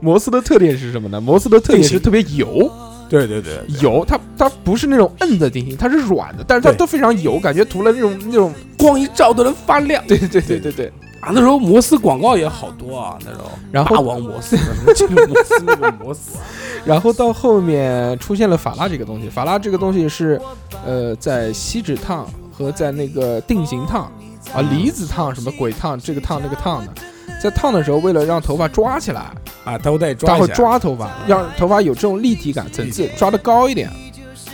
[SPEAKER 1] 摩丝的特点是什么呢？摩丝的特点
[SPEAKER 5] 定
[SPEAKER 1] 是
[SPEAKER 5] 型
[SPEAKER 1] 特别油，
[SPEAKER 5] 对对对，对
[SPEAKER 1] 油它它不是那种摁的定型，它是软的，但是它
[SPEAKER 5] 对
[SPEAKER 1] 都非常油，感觉涂了那种那种
[SPEAKER 5] 光一照都能发亮
[SPEAKER 1] 对对对对对对。
[SPEAKER 5] 啊！那时候摩丝广告也好多啊，那时候
[SPEAKER 1] 然
[SPEAKER 5] 霸
[SPEAKER 1] 后
[SPEAKER 5] 王摩丝，什么金摩丝那个摩丝，
[SPEAKER 1] 然后到后面出现了法拉这个东西，法拉这个东西是呃在锡纸烫和在那个定型烫啊离子烫什么鬼烫这个烫那个烫的，在烫的时候为了让头发抓起来。
[SPEAKER 5] 啊，他会带你抓
[SPEAKER 1] 它
[SPEAKER 5] 一
[SPEAKER 1] 会
[SPEAKER 5] 下，
[SPEAKER 1] 抓头发，让头发有这种立体感、层次，抓得高一点。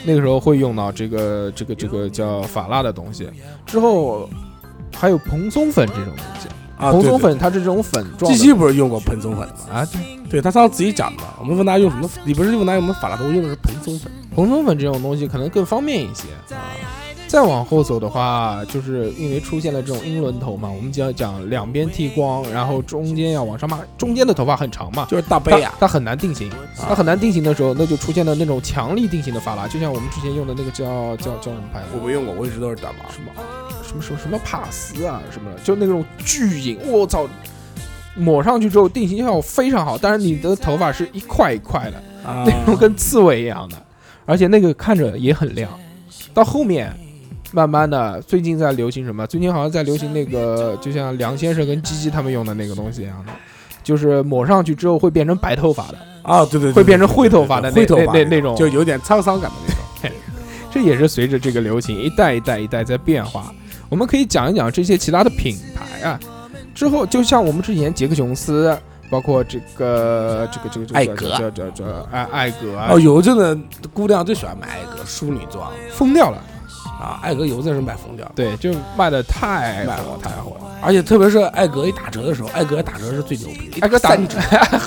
[SPEAKER 1] 那个时候会用到这个、这个、这个叫法蜡的东西，之后还有蓬松粉这种东西。
[SPEAKER 5] 啊，
[SPEAKER 1] 蓬
[SPEAKER 5] 对
[SPEAKER 1] 松。
[SPEAKER 5] 对
[SPEAKER 1] 粉它是这种粉状
[SPEAKER 5] 鸡
[SPEAKER 1] 的
[SPEAKER 5] 鸡不是用过蓬松粉的吗？
[SPEAKER 1] 啊，对
[SPEAKER 5] 对他上次自己讲的嘛，我们问他用什么，你不是问他用什么法拉头，用的是蓬松粉。
[SPEAKER 1] 蓬松粉这种东西可能更方便一些。啊再往后走的话，就是因为出现了这种英伦头嘛，我们就要讲两边剃光，然后中间要往上拉，中间的头发很长嘛，
[SPEAKER 5] 就是大杯
[SPEAKER 1] 它
[SPEAKER 5] 啊，
[SPEAKER 1] 它很难定型，它很难定型的时候，那就出现了那种强力定型的发蜡，就像我们之前用的那个叫叫叫什么牌子？
[SPEAKER 5] 我没用过，我一直都是大妈。
[SPEAKER 1] 什么什么什么什么帕斯啊什么的，就那种巨型，我操，抹上去之后定型效果非常好，但是你的头发是一块一块的，
[SPEAKER 5] 啊
[SPEAKER 1] 那种跟刺猬一样的，而且那个看着也很亮。到后面，慢慢的，最近在流行什么？最近好像在流行那个，就像梁先生跟鸡鸡他们用的那个东西一样的。就是抹上去之后会变成白头发的，
[SPEAKER 5] 啊，对对，对
[SPEAKER 1] 会变成灰头发的
[SPEAKER 5] 对对
[SPEAKER 1] 那
[SPEAKER 5] 对灰头发
[SPEAKER 1] 那那那种
[SPEAKER 5] 就有点沧桑感的那种。
[SPEAKER 1] 这也是随着这个流行一代一代一代在变化。我们可以讲一讲这些其他的品牌啊，之后就像我们之前杰克琼斯，包括这个这个这个这个
[SPEAKER 5] 艾格
[SPEAKER 1] 这这这艾艾格啊
[SPEAKER 5] 哦，，邮政的姑娘最喜欢买艾格淑女装
[SPEAKER 1] 疯掉了，
[SPEAKER 5] 啊，艾格邮政是卖疯掉的，
[SPEAKER 1] 对，就卖的太
[SPEAKER 5] 卖
[SPEAKER 1] 火
[SPEAKER 5] 火
[SPEAKER 1] 太
[SPEAKER 5] 太
[SPEAKER 1] 火
[SPEAKER 5] 火
[SPEAKER 1] 了。
[SPEAKER 5] 而且特别是艾格一打折的时候，艾格打折是最牛逼的，
[SPEAKER 1] 艾格打
[SPEAKER 5] 三折，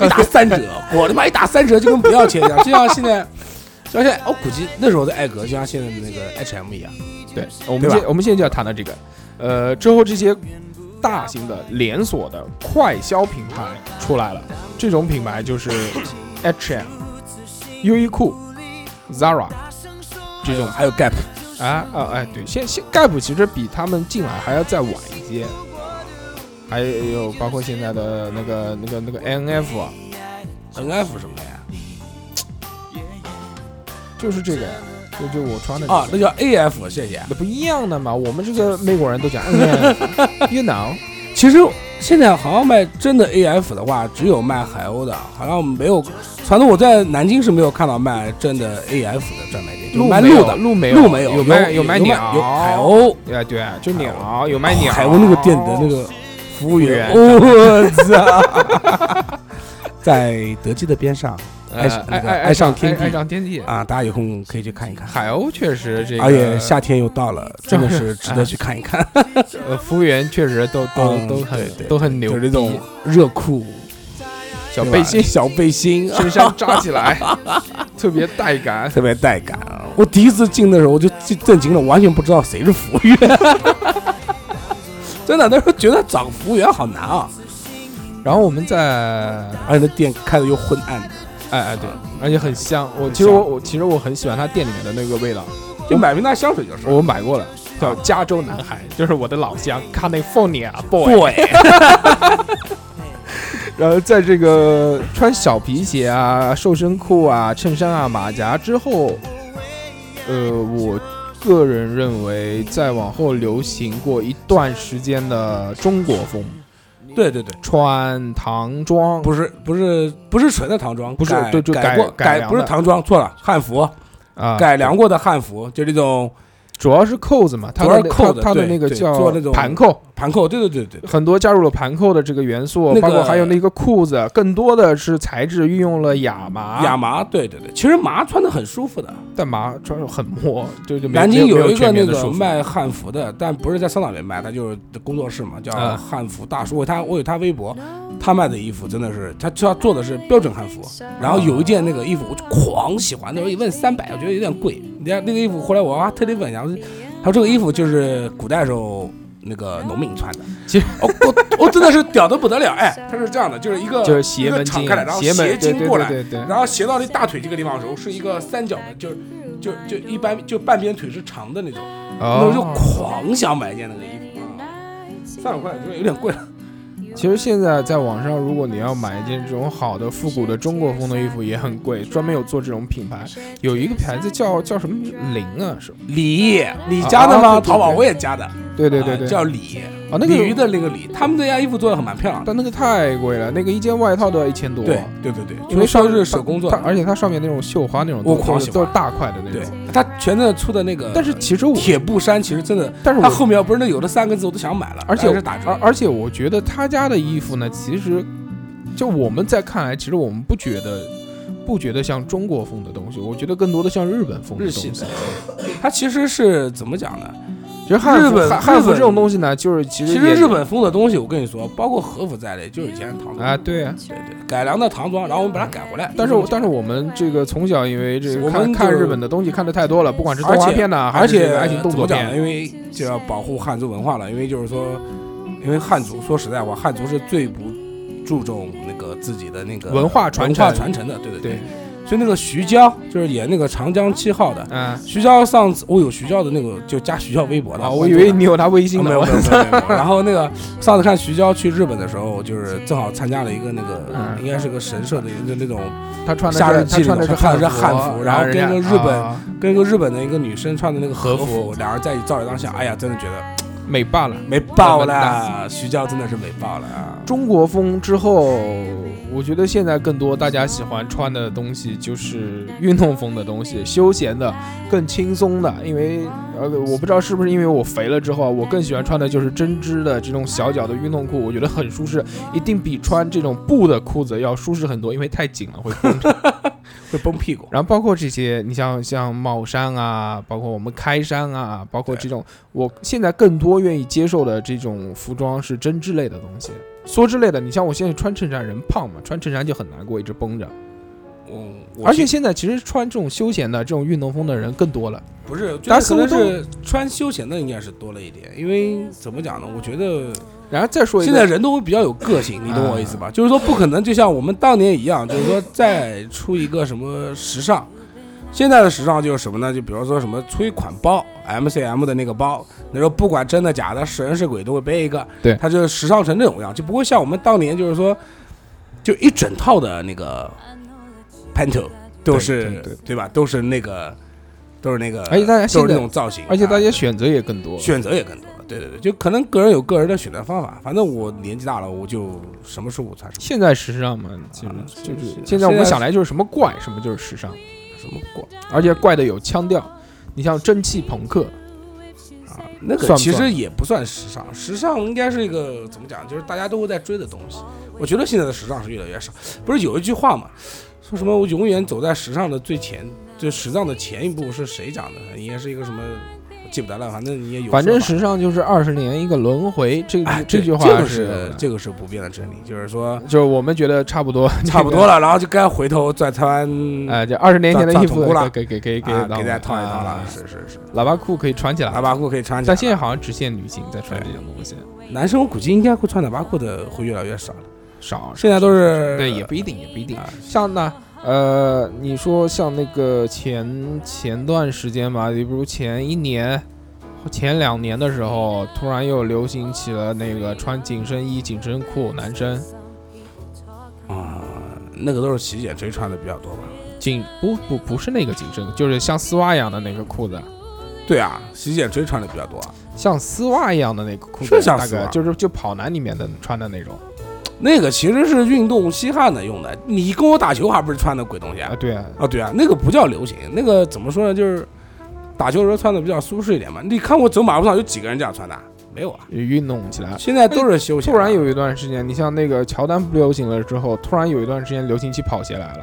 [SPEAKER 5] 一打 三折，我他妈一打三折就跟不要钱一样，就像现在。就像现在，哦我估计那时候的艾格就像现在的那个 H&M 一样，
[SPEAKER 1] 对，我们
[SPEAKER 5] 对吧
[SPEAKER 1] 现我们现在就要谈到这个，呃，之后这些大型的连锁的快消品牌出来了，这种品牌就是 H&M、优衣库、Zara 这种
[SPEAKER 5] 还有 Gap，
[SPEAKER 1] 啊啊哎，对，现现 Gap 其实比他们进来还要再晚一些，还有包括现在的那个那个那个 NF 啊，
[SPEAKER 5] NF 什么的呀？
[SPEAKER 1] 就是这个，就就我穿的这个
[SPEAKER 5] 啊，那叫 AF，谢谢。
[SPEAKER 1] 那不一样的嘛，我们这个美国人都讲 ，you know，
[SPEAKER 5] 其实现在好像卖真的 AF 的话，只有卖海鸥的，好像没有。反正我在南京是没有看到卖真的 AF 的专卖店，就卖
[SPEAKER 1] 没有
[SPEAKER 5] 鹿的。
[SPEAKER 1] 鹿没
[SPEAKER 5] 鹿
[SPEAKER 1] 没
[SPEAKER 5] 没有，
[SPEAKER 1] 有卖
[SPEAKER 5] 卖
[SPEAKER 1] 卖
[SPEAKER 5] 有
[SPEAKER 1] 鸟，哦
[SPEAKER 5] 有海，鸥，
[SPEAKER 1] 对啊对，就鸟，有卖鸟，
[SPEAKER 5] 海鸥那个店的那个
[SPEAKER 1] 哎服务员
[SPEAKER 5] 我操， 在德基的边上
[SPEAKER 1] 呃
[SPEAKER 5] 爱上
[SPEAKER 1] 爱
[SPEAKER 5] 那个
[SPEAKER 1] 爱
[SPEAKER 5] 爱上天地
[SPEAKER 1] 爱上天地。
[SPEAKER 5] 啊，大家有空可以去看一看。
[SPEAKER 1] 海鸥确实这个，
[SPEAKER 5] 而且哎夏天又 到了，真的是值得去看一看。
[SPEAKER 1] 呃服务员确实都都
[SPEAKER 5] 嗯
[SPEAKER 1] 都
[SPEAKER 5] 对
[SPEAKER 1] 很
[SPEAKER 5] 对
[SPEAKER 1] 都很牛
[SPEAKER 5] 就是
[SPEAKER 1] 逼
[SPEAKER 5] 那，种热裤、
[SPEAKER 1] 小
[SPEAKER 5] 对吧
[SPEAKER 1] 背 心
[SPEAKER 5] 小背心，
[SPEAKER 1] 身上扎起来， 特别带感。
[SPEAKER 5] 特别带感。我第一次进的时候，我就震震惊了，完全不知道谁是服务员。 真的，那时候觉得找服务员好难啊，
[SPEAKER 1] 然后我们在
[SPEAKER 5] 而且那店开的又昏暗，
[SPEAKER 1] 哎哎对，而且很香。我其实我我其实我很喜欢它店里面的那个味道。
[SPEAKER 5] 就买瓶大香水就是。
[SPEAKER 1] 我买过了，
[SPEAKER 5] 啊
[SPEAKER 1] 叫《加州男孩》，就是我的老乡 California 啊 boy。
[SPEAKER 5] 对，
[SPEAKER 1] 然后在这个穿小皮鞋啊、瘦身裤啊、衬衫啊、马甲之后，呃，我个人认为，再往后流行过一段时间的中国风，
[SPEAKER 5] 对对对，
[SPEAKER 1] 穿唐装，
[SPEAKER 5] 不是不是不是纯的唐装，
[SPEAKER 1] 不是
[SPEAKER 5] 改
[SPEAKER 1] 对就改
[SPEAKER 5] 改过
[SPEAKER 1] 改良的
[SPEAKER 5] 不是唐装，错了，汉服
[SPEAKER 1] 啊，
[SPEAKER 5] 改良过的汉服，就那种
[SPEAKER 1] 主要是扣子嘛，它
[SPEAKER 5] 主要
[SPEAKER 1] 的
[SPEAKER 5] 是扣子
[SPEAKER 1] 它它的
[SPEAKER 5] 对
[SPEAKER 1] 那个
[SPEAKER 5] 对
[SPEAKER 1] 叫
[SPEAKER 5] 做那种
[SPEAKER 1] 盘扣，
[SPEAKER 5] 盘扣，对对对对，对
[SPEAKER 1] 很多加入了盘扣的这个元素，
[SPEAKER 5] 那个
[SPEAKER 1] 包括还有那个裤子，更多的是材质运用了亚麻，
[SPEAKER 5] 亚麻，对对对，其实麻穿的很舒服的。
[SPEAKER 1] 但麻穿着很磨，就就没
[SPEAKER 5] 南京
[SPEAKER 1] 没有
[SPEAKER 5] 一个
[SPEAKER 1] 全
[SPEAKER 5] 那
[SPEAKER 1] 面的
[SPEAKER 5] 个
[SPEAKER 1] 束缚
[SPEAKER 5] 卖汉服的，但不是在商场里卖，他就是工作室嘛，叫
[SPEAKER 1] 啊
[SPEAKER 5] 汉服大叔。我有他我有他微博，他卖的衣服真的是，他他做的是标准汉服。然后有一件那个衣服我就狂喜欢，那时候一问三百，我觉得有点贵。人家那个衣服后来我还啊特地问一下，我说他说这个衣服就是古代时候。那个农民穿的，
[SPEAKER 1] 其实
[SPEAKER 5] 我我我真的是屌的不得了，哎，他是这样的，就是一个
[SPEAKER 1] 就是斜
[SPEAKER 5] 一
[SPEAKER 1] 门
[SPEAKER 5] 个敞
[SPEAKER 1] 襟
[SPEAKER 5] 开来，然后
[SPEAKER 1] 斜门对
[SPEAKER 5] 襟
[SPEAKER 1] 对
[SPEAKER 5] 过
[SPEAKER 1] 对
[SPEAKER 5] 来，
[SPEAKER 1] 对对，
[SPEAKER 5] 然后斜到那大腿这个地方的时候是一个三角的，就是就就一般就半边腿是长的那种，那我就
[SPEAKER 1] 哦，
[SPEAKER 5] 狂想买一件那个衣服，啊三百块就是有点贵了。
[SPEAKER 1] 其实现在在网上，如果你要买一件这种好的复古的中国风的衣服，也很贵，专门有做这种品牌，有一个牌子叫叫什么林啊，是吧？
[SPEAKER 5] 李，你加的吗？
[SPEAKER 1] 啊对对对
[SPEAKER 5] 淘宝我也加的，
[SPEAKER 1] 对对对
[SPEAKER 5] 啊
[SPEAKER 1] 对，
[SPEAKER 5] 叫李，
[SPEAKER 1] 啊那
[SPEAKER 5] 鲤鱼
[SPEAKER 1] 个，哦
[SPEAKER 5] 的那个李，他们这家衣服做的很蛮漂亮的。
[SPEAKER 1] 但那个太贵了，那个一件外套都要一千多，
[SPEAKER 5] 对对对对，
[SPEAKER 1] 因为
[SPEAKER 5] 说
[SPEAKER 1] 上
[SPEAKER 5] 是手工做
[SPEAKER 1] 它
[SPEAKER 5] 的，
[SPEAKER 1] 而且它上面那种绣花那种，
[SPEAKER 5] 我狂喜欢
[SPEAKER 1] 都是大块的那
[SPEAKER 5] 对
[SPEAKER 1] 种。
[SPEAKER 5] 他前阵出的那个，
[SPEAKER 1] 但是其实我，
[SPEAKER 5] 铁布衫其实真的，
[SPEAKER 1] 但是
[SPEAKER 5] 他
[SPEAKER 1] 我，
[SPEAKER 5] 后面不是那有的三个字我都想买了，
[SPEAKER 1] 而且
[SPEAKER 5] 但
[SPEAKER 1] 我
[SPEAKER 5] 是打折
[SPEAKER 1] 而。而且我觉得他家的衣服呢，其实就我们在看来，其实我们不觉得。不觉得像中国风的东西，我觉得更多的像日本风的
[SPEAKER 5] 日
[SPEAKER 1] 东
[SPEAKER 5] 系
[SPEAKER 1] 西。
[SPEAKER 5] 的，它其实是怎么讲呢？
[SPEAKER 1] 其实汉服
[SPEAKER 5] 日本
[SPEAKER 1] 汉汉
[SPEAKER 5] 日
[SPEAKER 1] 服
[SPEAKER 5] 本
[SPEAKER 1] 这种东西呢，就是其实其
[SPEAKER 5] 其实日本风的东西，我跟你说，包括和服在内，就是以前的唐装
[SPEAKER 1] 啊，，嗯对啊。
[SPEAKER 5] 对对，改良的唐装，然后我们把它改回来。
[SPEAKER 1] 但是我但
[SPEAKER 5] 是
[SPEAKER 1] 是我们这个从小因为这个
[SPEAKER 5] 我
[SPEAKER 1] 看
[SPEAKER 5] 们
[SPEAKER 1] 看
[SPEAKER 5] 就
[SPEAKER 1] 日本的东西看的太多了，不管是动画
[SPEAKER 5] 而且
[SPEAKER 1] 片呐，啊还
[SPEAKER 5] 而
[SPEAKER 1] 是这
[SPEAKER 5] 且
[SPEAKER 1] 个爱情动作
[SPEAKER 5] 怎么讲呢
[SPEAKER 1] 片，
[SPEAKER 5] 因为就要保护汉族文化了，因为就是说，因为汉族说实在话，汉族是最不注重那个自己的那个
[SPEAKER 1] 文化传
[SPEAKER 5] 文
[SPEAKER 1] 承
[SPEAKER 5] 化传承的，对对
[SPEAKER 1] 对，
[SPEAKER 5] 所以那个徐娇就是演那个长江七号的。
[SPEAKER 1] 嗯
[SPEAKER 5] 徐娇上次我哦有徐娇的那个，就加徐娇微博的
[SPEAKER 1] 啊，我以为你有他微信
[SPEAKER 5] 啊
[SPEAKER 1] 呢
[SPEAKER 5] 没，有没有没有没 有。然后那个上次看徐娇去日本的时候，就是正好参加了一个那个，
[SPEAKER 1] 嗯
[SPEAKER 5] 应该是个神社的一个那种，
[SPEAKER 1] 他穿的
[SPEAKER 5] 夏日
[SPEAKER 1] 是他
[SPEAKER 5] 记
[SPEAKER 1] 穿的
[SPEAKER 5] 里
[SPEAKER 1] 是
[SPEAKER 5] 头穿的是
[SPEAKER 1] 汉
[SPEAKER 5] 汉服然后
[SPEAKER 1] 人家
[SPEAKER 5] 跟一个日本
[SPEAKER 1] 啊
[SPEAKER 5] 跟一个日本的一个女生穿的那个和
[SPEAKER 1] 和服
[SPEAKER 5] 服，两人在一起照了张相，哎呀，真的觉得
[SPEAKER 1] 美罢了。
[SPEAKER 5] 美爆了，徐娇真的是美爆了啊！
[SPEAKER 1] 中国风之后，我觉得现在更多大家喜欢穿的东西就是运动风的东西，休闲的、更轻松的。因为呃，我不知道是不是因为我肥了之后啊，我更喜欢穿的就是针织的这种小脚的运动裤，我觉得很舒适，一定比穿这种布的裤子要舒适很多，因为太紧了会绷着。
[SPEAKER 5] 会崩屁股，
[SPEAKER 1] 然后包括这些，你像像帽衫啊，包括我们开衫啊，包括这种，我现在更多愿意接受的这种服装是针织类的东西，梭织类的。你像我现在穿衬衫，人胖嘛，穿衬衫就很难过，一直绷着。
[SPEAKER 5] 我我
[SPEAKER 1] 而且现在其实穿这种休闲的、这种运动风的人更多了。
[SPEAKER 5] 不是，觉
[SPEAKER 1] 大家
[SPEAKER 5] 得
[SPEAKER 1] 似
[SPEAKER 5] 可
[SPEAKER 1] 乎
[SPEAKER 5] 能是穿休闲的应该是多了一点，因为怎么讲呢？我觉得
[SPEAKER 1] 然后再说一
[SPEAKER 5] 现
[SPEAKER 1] 个，嗯
[SPEAKER 5] 在人都会比较有个性，你懂我意思吧？就是说不可能就像我们当年一样，就是说再出一个什么时尚。现在的时尚就是什么呢？就比如说什么催款包，MCM 的那个包，那时候不管真的假的，是人是鬼都会背一个。
[SPEAKER 1] 对
[SPEAKER 5] 它就时尚成这种样，就不会像我们当年就是说，就一整套的那个 panto 都是
[SPEAKER 1] 对对对
[SPEAKER 5] 吧？都是那个都是那个，
[SPEAKER 1] 而且大家
[SPEAKER 5] 都
[SPEAKER 1] 现
[SPEAKER 5] 是
[SPEAKER 1] 在
[SPEAKER 5] 那种造型，
[SPEAKER 1] 而且大
[SPEAKER 5] 啊
[SPEAKER 1] 家选择也更多，
[SPEAKER 5] 选择也更多了。对对对，就可能个人有个人的选择方法。反正我年纪大了，我就什么时候我穿什
[SPEAKER 1] 现在时尚嘛，其实
[SPEAKER 5] 啊
[SPEAKER 1] 就是
[SPEAKER 5] 是
[SPEAKER 1] 现在我们
[SPEAKER 5] 现在
[SPEAKER 1] 想来就是什么怪，什么就是时尚，
[SPEAKER 5] 么什么过
[SPEAKER 1] 而且怪的有腔调。你像蒸汽朋克，
[SPEAKER 5] 啊，那个
[SPEAKER 1] 算不
[SPEAKER 5] 其实
[SPEAKER 1] 算
[SPEAKER 5] 也不算时尚，时尚应该是一个怎么讲，就是大家都会在追的东西。我觉得现在的时尚是越来越少。不是有一句话嘛，说什么我永远走在时尚的最前，就时尚的前一步是谁讲的？应该是一个什么，我记不得了，反正你也有说法。
[SPEAKER 1] 反正时尚就是二十年一个轮回，这
[SPEAKER 5] 哎，
[SPEAKER 1] 这
[SPEAKER 5] 对
[SPEAKER 1] 句
[SPEAKER 5] 这
[SPEAKER 1] 话
[SPEAKER 5] 个是这个是不变的真理，就是说
[SPEAKER 1] 就是我们觉得差 不多，
[SPEAKER 5] 差不多了，然后就该回头再穿
[SPEAKER 1] 哎，这二十年前的
[SPEAKER 5] 长
[SPEAKER 1] 衣
[SPEAKER 5] 长
[SPEAKER 1] 服
[SPEAKER 5] 头箍了
[SPEAKER 1] 给给给给
[SPEAKER 5] 啊，
[SPEAKER 1] 到
[SPEAKER 5] 给大家套一套
[SPEAKER 1] 啊
[SPEAKER 5] 了，是是是，
[SPEAKER 1] 喇叭裤可以穿起来
[SPEAKER 5] 喇，叭裤可以穿起来
[SPEAKER 1] 但
[SPEAKER 5] 了。
[SPEAKER 1] 现在好像只限女性在穿这种东西，
[SPEAKER 5] 男生我估计应该会穿喇叭裤的会越来越少了，
[SPEAKER 1] 少
[SPEAKER 5] 现在都是
[SPEAKER 1] 对也不一定也不一定
[SPEAKER 5] 啊。
[SPEAKER 1] 像呢，呃，你说像那个前前段时间吧，你比如前一年、前两年的时候，突然又流行起了那个穿紧身衣、紧身裤，男生
[SPEAKER 5] 啊，那个都是洗剪吹穿的比较多吧？
[SPEAKER 1] 紧不不不是那个紧身，就是像丝袜一样的那个裤子，
[SPEAKER 5] 对啊，洗剪吹穿的比较多啊，
[SPEAKER 1] 像丝袜一样的那个裤子，
[SPEAKER 5] 是像
[SPEAKER 1] 大
[SPEAKER 5] 丝
[SPEAKER 1] 概
[SPEAKER 5] 袜
[SPEAKER 1] 就是就跑男里面的穿的那种
[SPEAKER 5] 那个其实是运动吸汗的用的。你跟我打球还不是穿的鬼东西
[SPEAKER 1] 啊
[SPEAKER 5] 啊？，
[SPEAKER 1] 对啊，
[SPEAKER 5] 啊，对啊，那个不叫流行，那个怎么说呢？就是打球的时候穿的比较舒适一点嘛。你看我走马路上有几个人这样穿的啊？没有啊，
[SPEAKER 1] 运动起来。
[SPEAKER 5] 现在都是休闲
[SPEAKER 1] 突
[SPEAKER 5] 啊。
[SPEAKER 1] 然有一段时间，你像那个乔丹不流行了之后，突然有一段时间流行起跑鞋来了。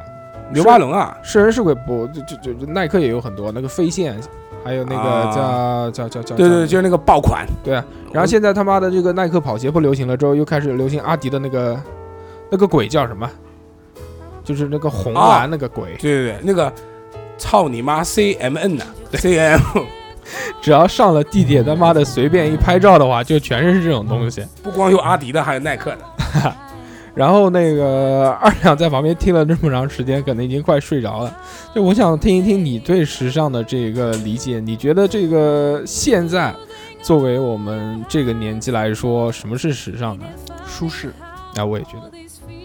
[SPEAKER 5] 刘巴伦啊，
[SPEAKER 1] 是人是鬼不？就就就就耐克也有很多那个飞线，还有那个
[SPEAKER 5] 啊
[SPEAKER 1] 叫、叫叫叫
[SPEAKER 5] 对对，
[SPEAKER 1] 叫
[SPEAKER 5] 就是那个爆款。
[SPEAKER 1] 对啊。然后现在他妈的这个耐克跑鞋不流行了之后，又开始流行阿迪的那个那个鬼叫什么？就是那个红
[SPEAKER 5] 啊
[SPEAKER 1] 蓝那个鬼，
[SPEAKER 5] 对对对，那个操你妈 CMN 呐、c m
[SPEAKER 1] 只要上了地铁，他妈的随便一拍照的话，就全是这种东西。
[SPEAKER 5] 不光有阿迪的，还有耐克的。
[SPEAKER 1] 然后那个 二两在旁边听了这么长时间，可能已经快睡着了。就我想听一听你对时尚的这个理解，你觉得这个现在作为我们这个年纪来说，什么是时尚呢？
[SPEAKER 4] 舒适。
[SPEAKER 1] 啊，我也觉得，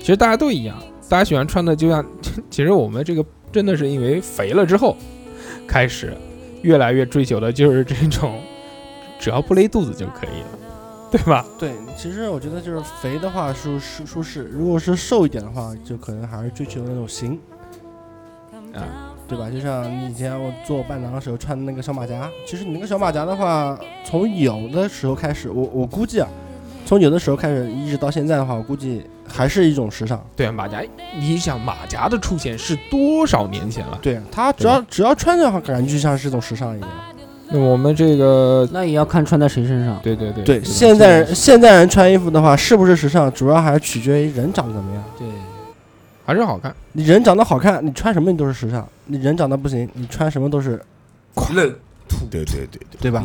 [SPEAKER 1] 其实大家都一样，大家喜欢穿的就像， 其实我们这个真的是因为肥了之后，开始越来越追求的就是这种，只要不勒肚子就可以了，对吧？
[SPEAKER 3] 对，其实我觉得就是肥的话舒舒舒适，如果是瘦一点的话，就可能还是追求那种型，
[SPEAKER 1] 啊，
[SPEAKER 3] 对吧？就像你以前我做伴郎的时候穿的那个小马甲，其实你那个小马甲的话，从有的时候开始，我我估计啊，从有的时候开始一直到现在的话，我估计还是一种时尚。
[SPEAKER 1] 对，啊马甲，你想马甲的出现是多少年前了？
[SPEAKER 3] 对，它只要只要穿着的话，感觉就像是一种时尚一样。
[SPEAKER 1] 那我们这个，
[SPEAKER 2] 那也要看穿在谁身上。
[SPEAKER 1] 对对对，
[SPEAKER 3] 对，
[SPEAKER 1] 吧
[SPEAKER 3] 现在人现在人穿衣服的话，是不是时尚，主要还是取决于人长得怎么样。
[SPEAKER 2] 对，
[SPEAKER 1] 还是好看。
[SPEAKER 3] 你人长得好看，你穿什么你都是时尚；你人长得不行，你穿什么都是，
[SPEAKER 5] 愣
[SPEAKER 4] 对对对对，
[SPEAKER 3] 对吧？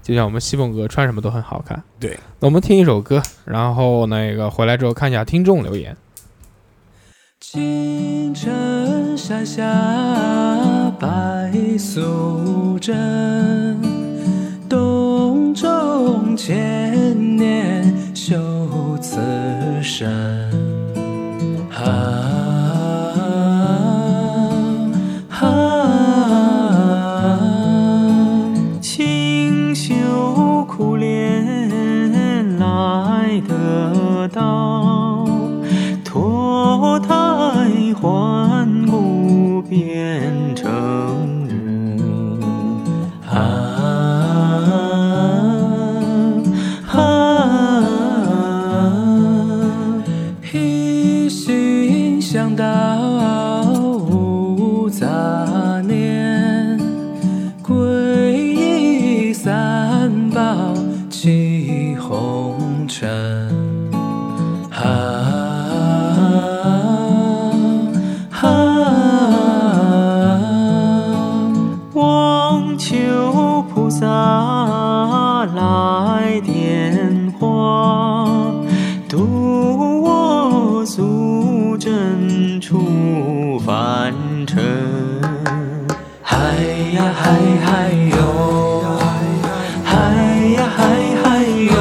[SPEAKER 1] 就像我们西凤哥穿什么都很好看。
[SPEAKER 5] 对，
[SPEAKER 1] 那我们听一首歌，然后那个回来之后看一下听众留言。
[SPEAKER 8] 清晨山下白素贞，洞中千年修此身。啊啊！清修苦练来得到，脱胎换骨变成人。啊啊啊！一心处凡尘。嗨呀嗨嗨哟，嗨呀嗨嗨哟，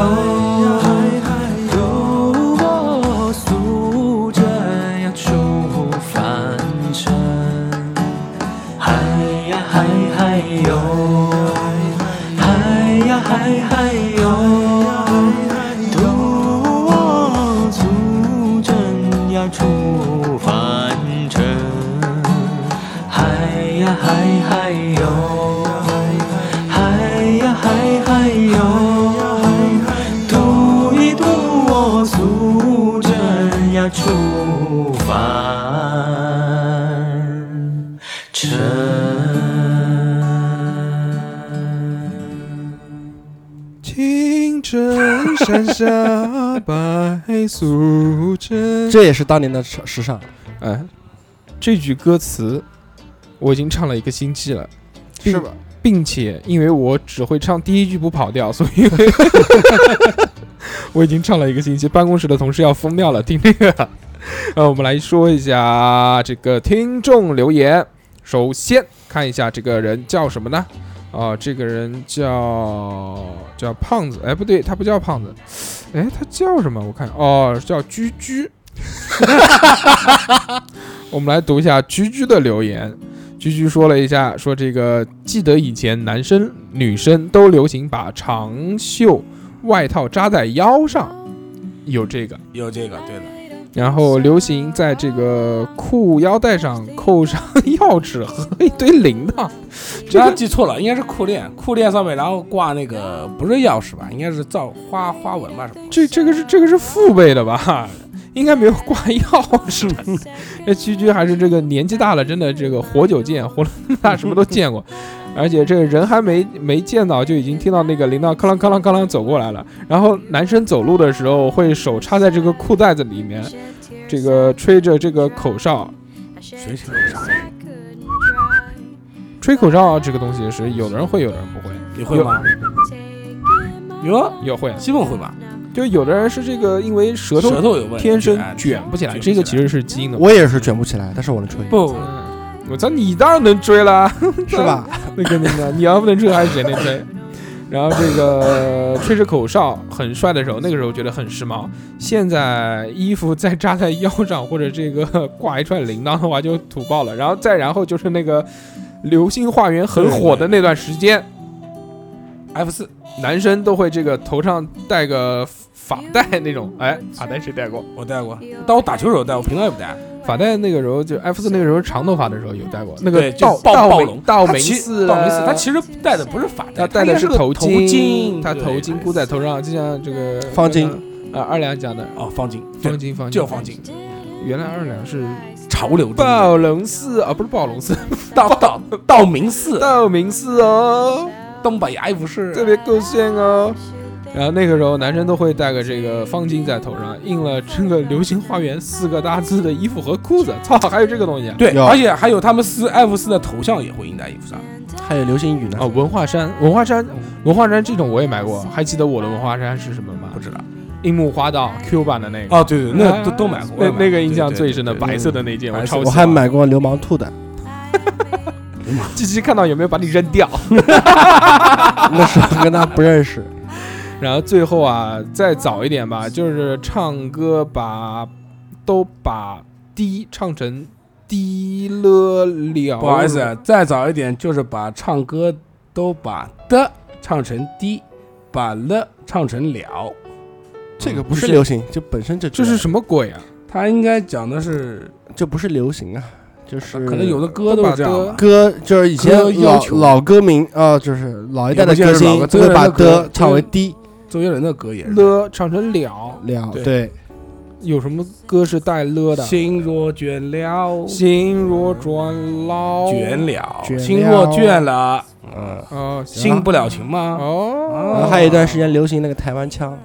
[SPEAKER 8] 如果素这样处凡尘，嗨呀嗨嗨哟，嗨呀嗨嗨哟。渡我足真呀出凡尘，嗨呀嗨嗨哟，嗨呀嗨嗨哟，渡一渡我足真呀出凡尘。
[SPEAKER 1] 清晨山 下白素贞。
[SPEAKER 4] 这也是当年的时时尚。
[SPEAKER 1] 哎，这句歌词我已经唱了一个星期了，并
[SPEAKER 4] 是吧？
[SPEAKER 1] 并且因为我只会唱第一句不跑调，所以 我已经唱了一个星期。办公室的同事要疯掉了，听这个。呃，我们来说一下这个听众留言。首先看一下这个人叫什么呢？啊、这个人叫叫胖子，哎，不对，他不叫胖子，哎，他叫什么？我看哦，叫居居。 我们来读一下居居的留言。居居说了一下，说这个记得以前男生女生都流行把长袖外套扎在腰上，有这个，
[SPEAKER 5] 有这个，对的，
[SPEAKER 1] 然后流行在这个裤腰带上扣上 钥匙和一堆铃铛，这
[SPEAKER 5] 这他
[SPEAKER 1] 个
[SPEAKER 5] 记错了，应该是裤链，裤链上面然后挂那个不是钥匙吧，应该是造花花纹吧什么的。
[SPEAKER 1] 这这个是这个是父辈的吧？ 应该没有挂钥匙吧？这居居还是这个年纪大了，真的这个活久见，活了大什么都见过，而且这个人还没没见到，就已经听到那个铃铛咔啷咔啷咔啷走过来了。然后男生走路的时候会手插在这个裤袋子里面，这个吹着这个口哨，
[SPEAKER 5] 谁谁
[SPEAKER 1] 吹口哨这个东西是有的人会，有的人不会，
[SPEAKER 5] 你会吗？啊哟，
[SPEAKER 1] 有啊会，
[SPEAKER 5] 基本会吧，
[SPEAKER 1] 就有的人是这个因为舌头
[SPEAKER 5] 舌头有问题，
[SPEAKER 1] 天生
[SPEAKER 5] 哎
[SPEAKER 1] 卷不起来，这个其实是基因的问题。
[SPEAKER 4] 我也是卷不起来，但是我能吹，
[SPEAKER 5] 不
[SPEAKER 1] 嗯我操，你当然能追啦，
[SPEAKER 4] 是吧？
[SPEAKER 1] 那肯定的，你要不能追还是谁能追？ 然后这 个吹着口哨很帅的时候，那个时候觉得很时髦。现在衣服再扎在腰上或者这个挂一串铃铛的话，就土爆了。然后再然后就是那个《流星花园》很火的那段时间，
[SPEAKER 5] F 四
[SPEAKER 1] 男生都会这个头上戴个发带那种，哎，发带谁戴过？
[SPEAKER 5] 我戴过，但我打球时候戴，我平常也不戴。
[SPEAKER 1] 发带那个时候就艾弗斯那个时候长头发的时候有戴过，那个
[SPEAKER 5] 对就
[SPEAKER 1] 道
[SPEAKER 5] 暴暴
[SPEAKER 1] 道
[SPEAKER 5] 龙
[SPEAKER 1] 明道
[SPEAKER 5] 他
[SPEAKER 1] 明
[SPEAKER 5] 其
[SPEAKER 1] 寺啊
[SPEAKER 5] 道明寺
[SPEAKER 1] 啦，
[SPEAKER 5] 他其实戴的不是发
[SPEAKER 1] 他
[SPEAKER 5] 带，
[SPEAKER 1] 戴
[SPEAKER 5] 应
[SPEAKER 1] 的
[SPEAKER 5] 该是个
[SPEAKER 1] 头
[SPEAKER 5] 头
[SPEAKER 1] 他
[SPEAKER 5] 对
[SPEAKER 1] 头巾箍在头上，就像这个
[SPEAKER 4] 方巾
[SPEAKER 1] 啊，二两讲的
[SPEAKER 5] 哦，方巾，对
[SPEAKER 1] 方，巾方巾
[SPEAKER 5] 就方巾，嗯
[SPEAKER 1] 原来二两是
[SPEAKER 5] 潮流中的
[SPEAKER 1] 暴龙寺啊，不是暴龙 寺，
[SPEAKER 5] 道道道明寺，
[SPEAKER 1] 道明寺哦，
[SPEAKER 5] 东北爱不是
[SPEAKER 1] 特别够炫哦。然后那个时候男生都会戴个这个方巾在头上，印了这个“流星花园”四个大字的衣服和裤子，操，还有这个东西啊！
[SPEAKER 5] 对，
[SPEAKER 4] 有
[SPEAKER 5] 而且还有他们撕 F 四的头像也会印在衣服上，
[SPEAKER 4] 还有流行语 呢
[SPEAKER 1] 啊，。文化衫，文化衫，文化衫这种我也买过，还记得我的文化衫是什么吗
[SPEAKER 5] 不？知道。
[SPEAKER 1] 樱木花道 Q 版的那个。
[SPEAKER 5] 哦，对对，那都都买过，
[SPEAKER 1] 啊那
[SPEAKER 5] 我也买过
[SPEAKER 1] 那个印象
[SPEAKER 5] 对对
[SPEAKER 1] 最深的
[SPEAKER 5] 对
[SPEAKER 1] 白色的那件，我
[SPEAKER 5] 白色
[SPEAKER 1] 超喜
[SPEAKER 4] 我还
[SPEAKER 1] 欢。
[SPEAKER 4] 买过流氓兔的，
[SPEAKER 1] 鸡鸡看到有没有把你扔掉？
[SPEAKER 4] 那时候跟他不认识，
[SPEAKER 1] 然后最后啊，再早一点吧，就是唱歌把都把低唱成低了了。
[SPEAKER 5] 不好意
[SPEAKER 1] 啊
[SPEAKER 5] 思，再早一点就是把唱歌都把的唱成的，把了唱成了。
[SPEAKER 4] 这个不是流行，就本身这
[SPEAKER 1] 这是什么鬼啊？
[SPEAKER 5] 他应该讲的是，
[SPEAKER 4] 这不是流行啊，就是
[SPEAKER 5] 可能有的歌都是这样吧。
[SPEAKER 4] 歌就是以前
[SPEAKER 5] 歌要
[SPEAKER 4] 老
[SPEAKER 5] 求
[SPEAKER 4] 老歌名啊、就是老一代的
[SPEAKER 5] 也不见
[SPEAKER 4] 歌
[SPEAKER 5] 是老
[SPEAKER 4] 星
[SPEAKER 5] 歌
[SPEAKER 4] 都会把
[SPEAKER 5] 周杰伦的歌
[SPEAKER 4] 的唱为低
[SPEAKER 5] 周杰伦的歌也是。
[SPEAKER 1] 了唱成了，
[SPEAKER 4] 了，
[SPEAKER 5] 对
[SPEAKER 4] 对，
[SPEAKER 1] 有什么歌是带了的？
[SPEAKER 5] 心若倦了，
[SPEAKER 1] 心若转了，
[SPEAKER 5] 倦了，
[SPEAKER 4] 倦了
[SPEAKER 5] 心若倦了，嗯，
[SPEAKER 1] 哦，行
[SPEAKER 5] 心不了情吗？
[SPEAKER 1] 哦，
[SPEAKER 4] 然后还有一段时间流行那个台湾腔，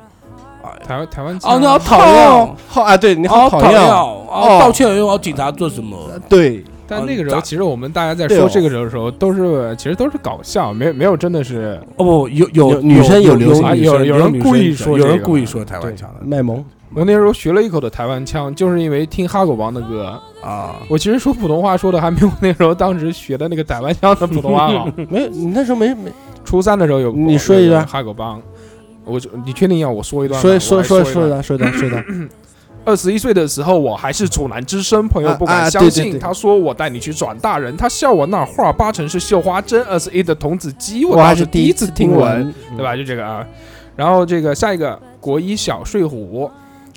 [SPEAKER 1] 台湾台湾
[SPEAKER 5] 哦，那
[SPEAKER 1] 腔啊
[SPEAKER 5] 好讨厌，
[SPEAKER 4] 好啊，对，你
[SPEAKER 5] 好
[SPEAKER 4] 好讨厌啊，
[SPEAKER 5] 哦，呃道歉又要警察做什么？
[SPEAKER 4] 对，
[SPEAKER 1] 但那个时候，
[SPEAKER 5] 哦
[SPEAKER 1] 其实我们大家在
[SPEAKER 4] 对
[SPEAKER 1] 说
[SPEAKER 4] 哦
[SPEAKER 1] 这个时候的时候，都是其实都是搞笑，没没有真的是
[SPEAKER 5] 哦不，有
[SPEAKER 4] 有女生有流行
[SPEAKER 5] 有
[SPEAKER 1] 有有人故意说
[SPEAKER 5] 有
[SPEAKER 1] 这
[SPEAKER 5] 人
[SPEAKER 1] 个
[SPEAKER 5] 故意说台湾腔的，
[SPEAKER 4] 卖萌，
[SPEAKER 1] 我那时候学了一口的台湾腔，就是因为听哈狗帮的歌。
[SPEAKER 5] 啊，
[SPEAKER 1] 我其实说普通话说的还没有那时候当时学的那个台湾腔的普通 话好。
[SPEAKER 4] 没有，你那时候没没
[SPEAKER 1] 初三的时候有，
[SPEAKER 4] 你说一段
[SPEAKER 1] 有哈狗帮，我就你确定要我说一段吗？
[SPEAKER 4] 说
[SPEAKER 1] 我
[SPEAKER 4] 说说
[SPEAKER 1] 来说
[SPEAKER 4] 说
[SPEAKER 1] 一段。
[SPEAKER 4] 的说的说的，
[SPEAKER 1] 二十一岁的时候，我还是处男之身，朋友不
[SPEAKER 4] 啊
[SPEAKER 1] 敢
[SPEAKER 4] 啊
[SPEAKER 1] 相
[SPEAKER 4] 对对
[SPEAKER 1] 信。
[SPEAKER 4] 对
[SPEAKER 1] 他说我带你去转大人，他笑我那话八成是绣花针。二十一的童子鸡，我
[SPEAKER 4] 我还
[SPEAKER 1] 倒
[SPEAKER 4] 是
[SPEAKER 1] 是
[SPEAKER 4] 第
[SPEAKER 1] 第
[SPEAKER 4] 一
[SPEAKER 1] 一
[SPEAKER 4] 次
[SPEAKER 1] 次
[SPEAKER 4] 听
[SPEAKER 1] 听闻。
[SPEAKER 4] 闻，
[SPEAKER 5] 嗯
[SPEAKER 1] 对吧？就这个啊。然后这个下一个国一小睡虎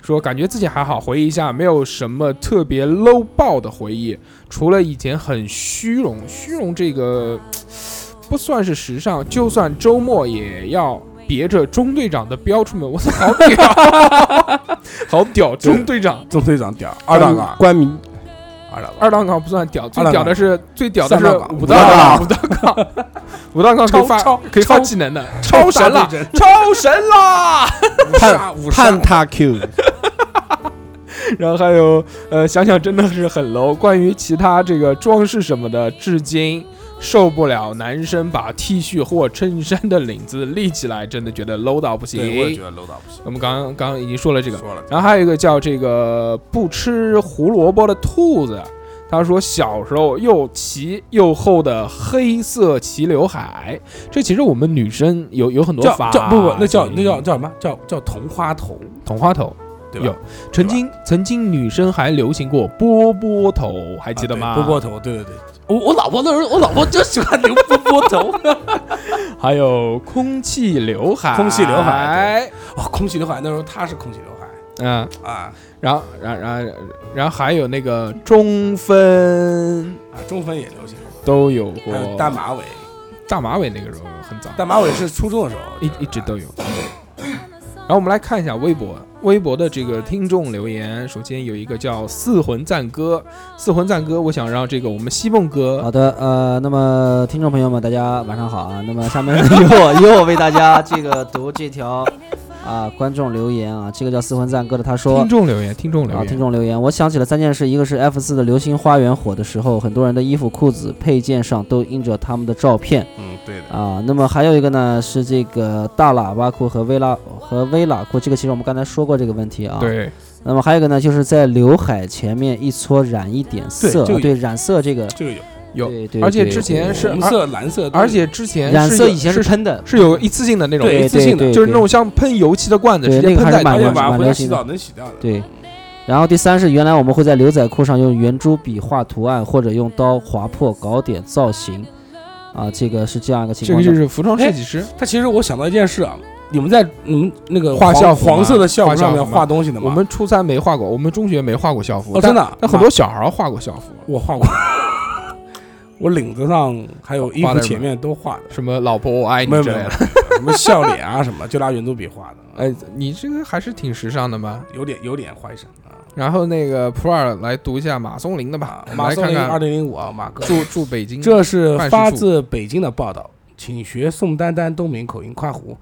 [SPEAKER 1] 说，感觉自己还好，回忆一下，没有什么特别 low 爆的回忆，除了以前很虚荣，虚荣这个不算是时尚，就算周末也要。别着中队长的标出门，我操，好屌， 好屌！中队长，
[SPEAKER 5] 中队长屌，二档
[SPEAKER 4] 啊
[SPEAKER 5] 岗，，
[SPEAKER 4] 关明
[SPEAKER 5] 二档岗，
[SPEAKER 1] 二档岗不算屌，最
[SPEAKER 5] 二档
[SPEAKER 1] 屌的
[SPEAKER 5] 岗
[SPEAKER 1] 是最屌的是
[SPEAKER 5] 三档岗
[SPEAKER 1] 五档岗，五
[SPEAKER 5] 五
[SPEAKER 1] 档岗，五档岗可以
[SPEAKER 5] 超
[SPEAKER 1] 发可以发
[SPEAKER 5] 超
[SPEAKER 1] 技能的，超神了，超神啦！
[SPEAKER 5] 五杀五杀
[SPEAKER 4] 盼他 Q，
[SPEAKER 1] 然后还有呃，想想真的是很 low。关于其他这个装饰什么的，至今受不了男生把 T 恤或衬衫的领子立起来，真的觉得 low 到不行。
[SPEAKER 5] 对，我也觉得楼导不行。
[SPEAKER 1] 我们刚刚刚已经说了这个，
[SPEAKER 5] 说了，
[SPEAKER 1] 然后还有一个叫这个不吃胡萝卜的兔子，他说小时候又齐又厚的黑色齐刘海，这其实我们女生有有很多
[SPEAKER 5] 叫
[SPEAKER 1] 发
[SPEAKER 5] 叫不不，那叫那叫
[SPEAKER 1] 型
[SPEAKER 5] 叫什么？叫叫同花头，
[SPEAKER 1] 捅花头。
[SPEAKER 5] 对
[SPEAKER 1] 有
[SPEAKER 5] 吧？啊
[SPEAKER 1] 曾经曾经女生还流行过波波头，还记得吗？
[SPEAKER 5] 啊对波波头，对对对，我我老婆那时候，我老婆就喜欢留波波头，
[SPEAKER 1] 还有空气刘海，
[SPEAKER 5] 空气刘海，哦，空气刘海那时候她是空气刘
[SPEAKER 1] 嗯，
[SPEAKER 5] 海啊
[SPEAKER 1] 然后然然然后还有那个中分
[SPEAKER 5] 啊，中分也流行，
[SPEAKER 1] 都有过
[SPEAKER 5] 还有，大马尾，
[SPEAKER 1] 大马尾那个时候很早，
[SPEAKER 5] 大马尾是初中的时候，
[SPEAKER 1] 一一直都有。然后我们来看一下微博，微博的这个听众留言，首先有一个叫四魂赞歌，四魂赞歌，我想让这个我们西梦哥
[SPEAKER 2] 好的，呃，那么听众朋友们，大家晚上好啊。那么下面 由我由我为大家这个读这条啊观众留言啊，这个叫四魂赞哥的，他说
[SPEAKER 1] 听众留言，听众留
[SPEAKER 2] 啊，
[SPEAKER 1] 言，
[SPEAKER 2] 听众留言，我想起了三件事，一个是 F 四的《流星花园》火的时候，很多人的衣服、裤子、配件上都印着他们的照片
[SPEAKER 5] 嗯，对的，
[SPEAKER 2] 啊。那么还有一个呢是这个大喇叭裤和微喇和微喇裤，这个其实我们刚才说过这个问题啊。。
[SPEAKER 1] 对，
[SPEAKER 2] 那么还有一个呢，就是在刘海前面一撮染一点色，
[SPEAKER 5] 对就
[SPEAKER 2] 啊对染色这个，
[SPEAKER 5] 这个有
[SPEAKER 1] 有
[SPEAKER 2] 对对
[SPEAKER 1] 而且
[SPEAKER 2] 对
[SPEAKER 1] 之前是
[SPEAKER 5] 红色、蓝色都有，
[SPEAKER 1] 而且之前
[SPEAKER 2] 染
[SPEAKER 1] 是
[SPEAKER 2] 色
[SPEAKER 1] 有
[SPEAKER 2] 以前
[SPEAKER 1] 是
[SPEAKER 2] 是喷的，
[SPEAKER 1] 是有一次性的那种，
[SPEAKER 5] 对
[SPEAKER 2] 对
[SPEAKER 5] 一次性的
[SPEAKER 2] 对对
[SPEAKER 1] 就是那种像喷油漆的罐子，
[SPEAKER 2] 对
[SPEAKER 1] 直接
[SPEAKER 2] 那个
[SPEAKER 1] 喷
[SPEAKER 2] 还
[SPEAKER 1] 在
[SPEAKER 2] 是
[SPEAKER 1] 头
[SPEAKER 5] 而
[SPEAKER 2] 蛮
[SPEAKER 5] 且
[SPEAKER 1] 上
[SPEAKER 5] 晚
[SPEAKER 2] 流
[SPEAKER 5] 上
[SPEAKER 2] 蛮
[SPEAKER 5] 回家
[SPEAKER 2] 流
[SPEAKER 5] 洗
[SPEAKER 2] 行的
[SPEAKER 5] 澡能洗掉的，
[SPEAKER 2] 对。然后第三是，原来我们会在牛仔裤上用圆珠笔画图案，或者用刀划破搞点造型，啊，这个是这样一个情
[SPEAKER 1] 这
[SPEAKER 2] 况。
[SPEAKER 1] 个就是服
[SPEAKER 5] 哎
[SPEAKER 1] 装设计师，
[SPEAKER 5] 他其实我想到一件事啊，你们在你们那个
[SPEAKER 1] 画
[SPEAKER 5] 黄
[SPEAKER 1] 校服吗
[SPEAKER 5] 黄色的校
[SPEAKER 1] 画
[SPEAKER 5] 服上
[SPEAKER 1] 校
[SPEAKER 5] 面
[SPEAKER 1] 服吗
[SPEAKER 5] 画东西的吗？
[SPEAKER 1] 我们初三没画过，我们中学没画过校服，
[SPEAKER 5] 哦
[SPEAKER 1] 但
[SPEAKER 5] 真的啊
[SPEAKER 1] 但很多小孩儿画过校服，
[SPEAKER 5] 我画过， 我领子上还有衣
[SPEAKER 1] 画
[SPEAKER 5] 服
[SPEAKER 1] 的是
[SPEAKER 5] 前面都画的，
[SPEAKER 1] 什么老婆我爱哎你
[SPEAKER 5] 没有
[SPEAKER 1] 之
[SPEAKER 5] 没有
[SPEAKER 1] 类的。
[SPEAKER 5] 什么笑脸啊什么，就拿圆珠笔画的，
[SPEAKER 1] 哎， 你这个还是挺时尚的嘛。
[SPEAKER 5] 有点有点坏身啊。
[SPEAKER 1] 然后那个普洱来读一下马松林的吧
[SPEAKER 5] 啊，，
[SPEAKER 1] 我们
[SPEAKER 5] 马
[SPEAKER 1] 来
[SPEAKER 5] 松
[SPEAKER 1] 看
[SPEAKER 5] 林二
[SPEAKER 1] 看
[SPEAKER 5] 零零五啊，马哥，
[SPEAKER 1] 住住北京，
[SPEAKER 5] 这是
[SPEAKER 1] 办事
[SPEAKER 5] 发
[SPEAKER 1] 处
[SPEAKER 5] 自北京的报道，请学宋丹丹东北口音夸胡。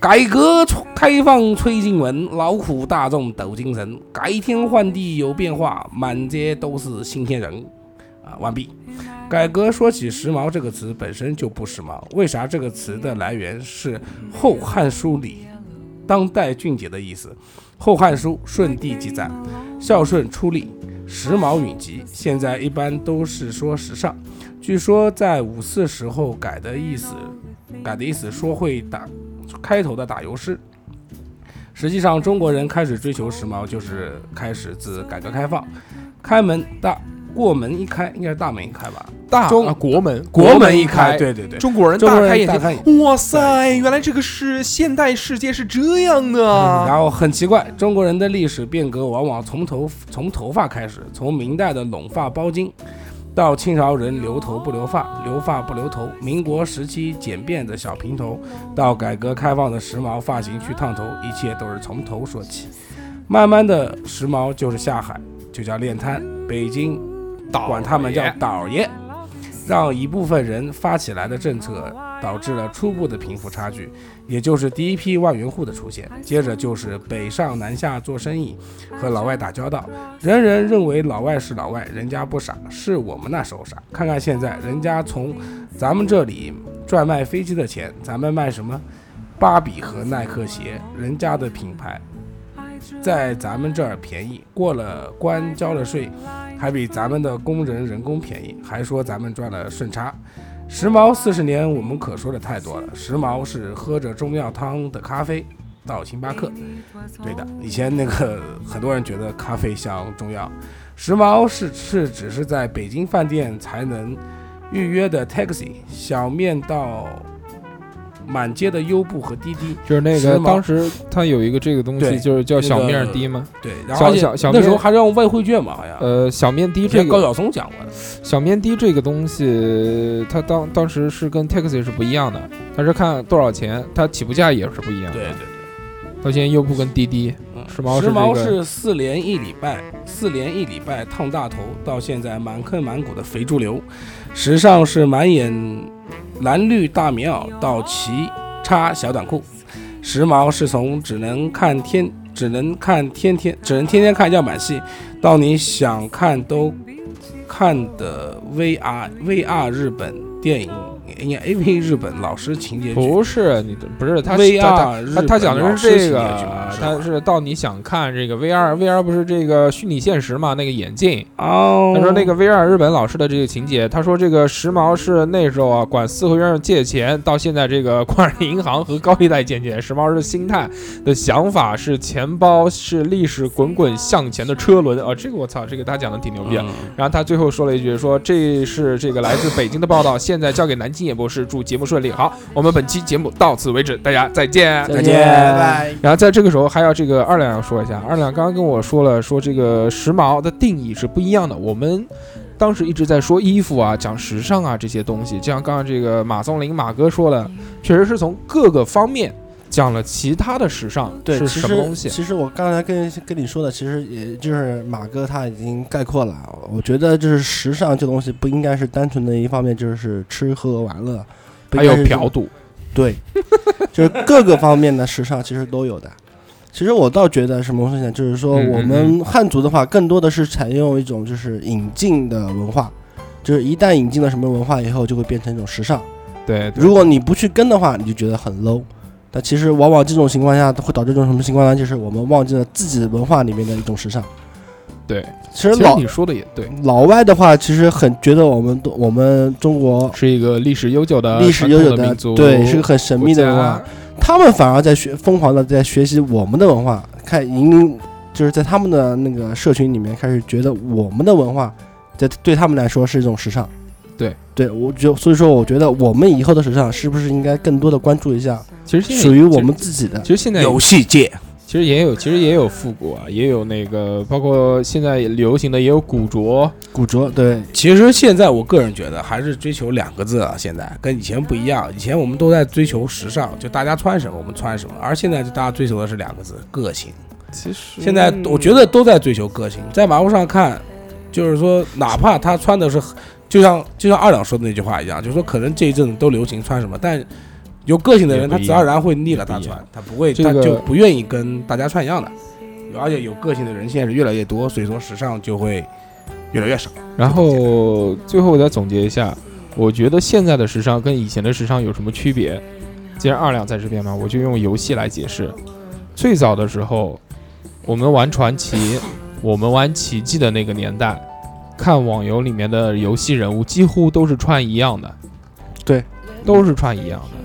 [SPEAKER 5] 改革开放催进文，劳苦大众抖精神，改天换地有变化，满街都是新鲜人。啊，完毕。改革说起时髦这个词本身就不时髦，为啥这个词的来源是《后汉书》里当代俊杰的意思？《后汉书》舜帝记载，孝顺出力，时髦允及。现在一般都是说时尚，据说在五四时候改的意思，改的意思说会打开头的打油诗。实际上，中国人开始追求时髦，就是开始自改革开放，开门大过门一开，应该是大门一开吧？
[SPEAKER 1] 大
[SPEAKER 5] 中
[SPEAKER 1] 啊国门，
[SPEAKER 5] 一
[SPEAKER 1] 一
[SPEAKER 5] 对对对，
[SPEAKER 1] 中国人
[SPEAKER 5] 中
[SPEAKER 1] 大
[SPEAKER 5] 国人
[SPEAKER 1] 开眼
[SPEAKER 5] 大
[SPEAKER 1] 界，
[SPEAKER 5] 开眼
[SPEAKER 1] 哇塞，原来这个是现代世界是这样的啊。
[SPEAKER 5] 嗯然后很奇怪，中国人的历史变革往往从头从头发开始，从明代的拢发包巾，到清朝人留头不留发，留发不留头，民国时期简便的小平头，到改革开放的时髦发型去烫头，一切都是从头说起。慢慢的，时髦就是下海，就叫练摊。北京管他们叫倒爷，让一部分人发起来的政策导致了初步的贫富差距，也就是第一批万元户的出现。接着就是北上南下做生意，和老外打交道，人人认为老外是老外，人家不傻，是我们那时候傻。看看现在，人家从咱们这里赚卖飞机的钱，咱们卖什么？芭比和耐克鞋，人家的品牌在咱们这儿便宜，过了关交了税，还比咱们的工人人工便宜，还说咱们赚了顺差。时髦四十年，我们可说的太多了。时髦是喝着中药汤的咖啡到星巴克，对的。以前那个很多人觉得咖啡像中药，时髦是是只是在北京饭店才能预约的 taxi，小面到满街的优步和滴滴，
[SPEAKER 1] 就是那
[SPEAKER 5] 时
[SPEAKER 1] 个
[SPEAKER 5] 髦
[SPEAKER 1] 当时他有一个这个东西，
[SPEAKER 5] 对
[SPEAKER 1] 就是叫小
[SPEAKER 5] 那个
[SPEAKER 1] 面儿滴吗？
[SPEAKER 5] 对，然后而且
[SPEAKER 1] 小小
[SPEAKER 5] 那时候
[SPEAKER 1] 面
[SPEAKER 5] 还是用外汇券嘛，好像。
[SPEAKER 1] 呃，小面的
[SPEAKER 5] 以前
[SPEAKER 1] 这
[SPEAKER 5] 高
[SPEAKER 1] 个
[SPEAKER 5] 晓松讲过的，
[SPEAKER 1] 小面的这个东西，它当当时是跟 taxi 是不一样的，它是看多少钱，它起步价也是不一样的。
[SPEAKER 5] 对对对，
[SPEAKER 1] 到现在优步跟滴滴，
[SPEAKER 5] 嗯
[SPEAKER 1] 时髦是
[SPEAKER 5] 时髦
[SPEAKER 1] 这个
[SPEAKER 5] 是四连一礼拜，四连一礼拜烫大头，到现在满坑满谷的肥猪流，时尚是满眼蓝绿大棉袄到齐叉小短裤，时髦是从只能看天只能看天天只能天天看样板戏，到你想看都看的 VR VR 日本电影，应该 AV 日本老师情节剧。
[SPEAKER 1] 不是你的不是他
[SPEAKER 5] VR
[SPEAKER 1] 他他他讲的是这
[SPEAKER 5] 日本
[SPEAKER 1] 个
[SPEAKER 5] 老师系列剧嘛，是吧
[SPEAKER 1] 他是到你想看这个 VR VR 不是这个虚拟现实嘛？那个眼镜，
[SPEAKER 5] 哦，
[SPEAKER 1] 他说那个 VR 日本老师的这个情节，他说这个时髦是那时候啊管四合院儿借钱，到现在这个 管银行和高利贷借钱，时髦是心态的想法是钱包是历史滚滚向前的车轮啊，这个我操，这个他讲的挺牛
[SPEAKER 5] 嗯
[SPEAKER 1] 逼啊。然后他最后说了一句说这是这个来自北京的报道，现在交给南京演播室，祝节目顺利。好，我们本期节目到此为止，大家再见。
[SPEAKER 2] 再
[SPEAKER 5] 见
[SPEAKER 2] 拜
[SPEAKER 4] 拜。
[SPEAKER 1] 然后在这个时候还要这个二两要说一下，二两刚刚跟我说了，说这个时髦的定义是不一样的。我们当时一直在说衣服啊，讲时尚啊这些东西，就像刚刚这个马松林马哥说了，确实是从各个方面讲了其他的时尚
[SPEAKER 3] 对，
[SPEAKER 1] 是
[SPEAKER 3] 其
[SPEAKER 1] 什么
[SPEAKER 3] 实
[SPEAKER 1] 东西。
[SPEAKER 3] 其实我刚才跟跟你说的，其实也就是马哥他已经概括了。啊我觉得就是时尚这东西不应该是单纯的一方面，就是吃喝玩乐，不
[SPEAKER 1] 还
[SPEAKER 3] 应
[SPEAKER 1] 有
[SPEAKER 3] 该是
[SPEAKER 1] 嫖赌，
[SPEAKER 3] 对， 就是各个方面的时尚其实都有的。其实我倒觉得什么东西呢？就是说
[SPEAKER 1] 嗯嗯
[SPEAKER 3] 我们汉族的话，更多的是采用一种就是引进的文化，就是一旦引进了什么文化以后，就会变成一种时尚。
[SPEAKER 1] 对，对
[SPEAKER 3] 如果你不去跟的话，你就觉得很 low。但其实往往这种情况下会导致一种什么情况呢？就是我们忘记了自己文化里面的一种时尚。
[SPEAKER 1] 对，
[SPEAKER 3] 其实
[SPEAKER 1] 其实
[SPEAKER 3] 老
[SPEAKER 1] 你说的也对，
[SPEAKER 3] 老外的话，其实很觉得我们都我们中国
[SPEAKER 1] 是一个历史悠久的
[SPEAKER 3] 历史悠久
[SPEAKER 1] 呃传统民族，
[SPEAKER 3] 对，是个很神秘的文化
[SPEAKER 1] 国。家
[SPEAKER 3] 他们反而在学疯狂的在学习我们的文化，看引领，就是在他们的那个社群里面开始觉得我们的文化，在对他们来说是一种时尚。
[SPEAKER 1] 对，
[SPEAKER 3] 对我就所以说，我觉得我们以后的时尚是不是应该更多的关注一下
[SPEAKER 1] 其实现在
[SPEAKER 3] 属于我们自己的？
[SPEAKER 1] 其实现在
[SPEAKER 5] 游戏界，
[SPEAKER 1] 其实也有，其实也有复古啊，也有那个，包括现在流行的也有古着，
[SPEAKER 3] 古着，对，
[SPEAKER 5] 其实现在我个人觉得还是追求两个字啊，现在跟以前不一样，以前我们都在追求时尚，就大家穿什么我们穿什么，而现在就大家追求的是两个字，个性。
[SPEAKER 1] 其实
[SPEAKER 5] 现在我觉得都在追求个性，在马路上看，就是说哪怕他穿的是很，就像就像二两说的那句话一样，就是说可能这一阵子都流行穿什么，但。有个性的人，
[SPEAKER 1] 也
[SPEAKER 5] 他
[SPEAKER 1] 不一
[SPEAKER 5] 自
[SPEAKER 1] 样
[SPEAKER 5] 然而然会腻了他
[SPEAKER 1] 也不一
[SPEAKER 5] 穿，他不会，
[SPEAKER 1] 这
[SPEAKER 5] 他
[SPEAKER 1] 个
[SPEAKER 5] 就不愿意跟大家穿一样的。而且有个性的人现在是越来越多，所以说时尚就会越来越少。
[SPEAKER 1] 然后最后我再总结一下，我觉得现在的时尚跟以前的时尚有什么区别？既然二两在这边嘛，我就用游戏来解释。最早的时候，我们玩传奇，我们玩奇迹的那个年代，看网游里面的游戏人物几乎都是穿一样的，
[SPEAKER 3] 对，
[SPEAKER 1] 都是穿一样的。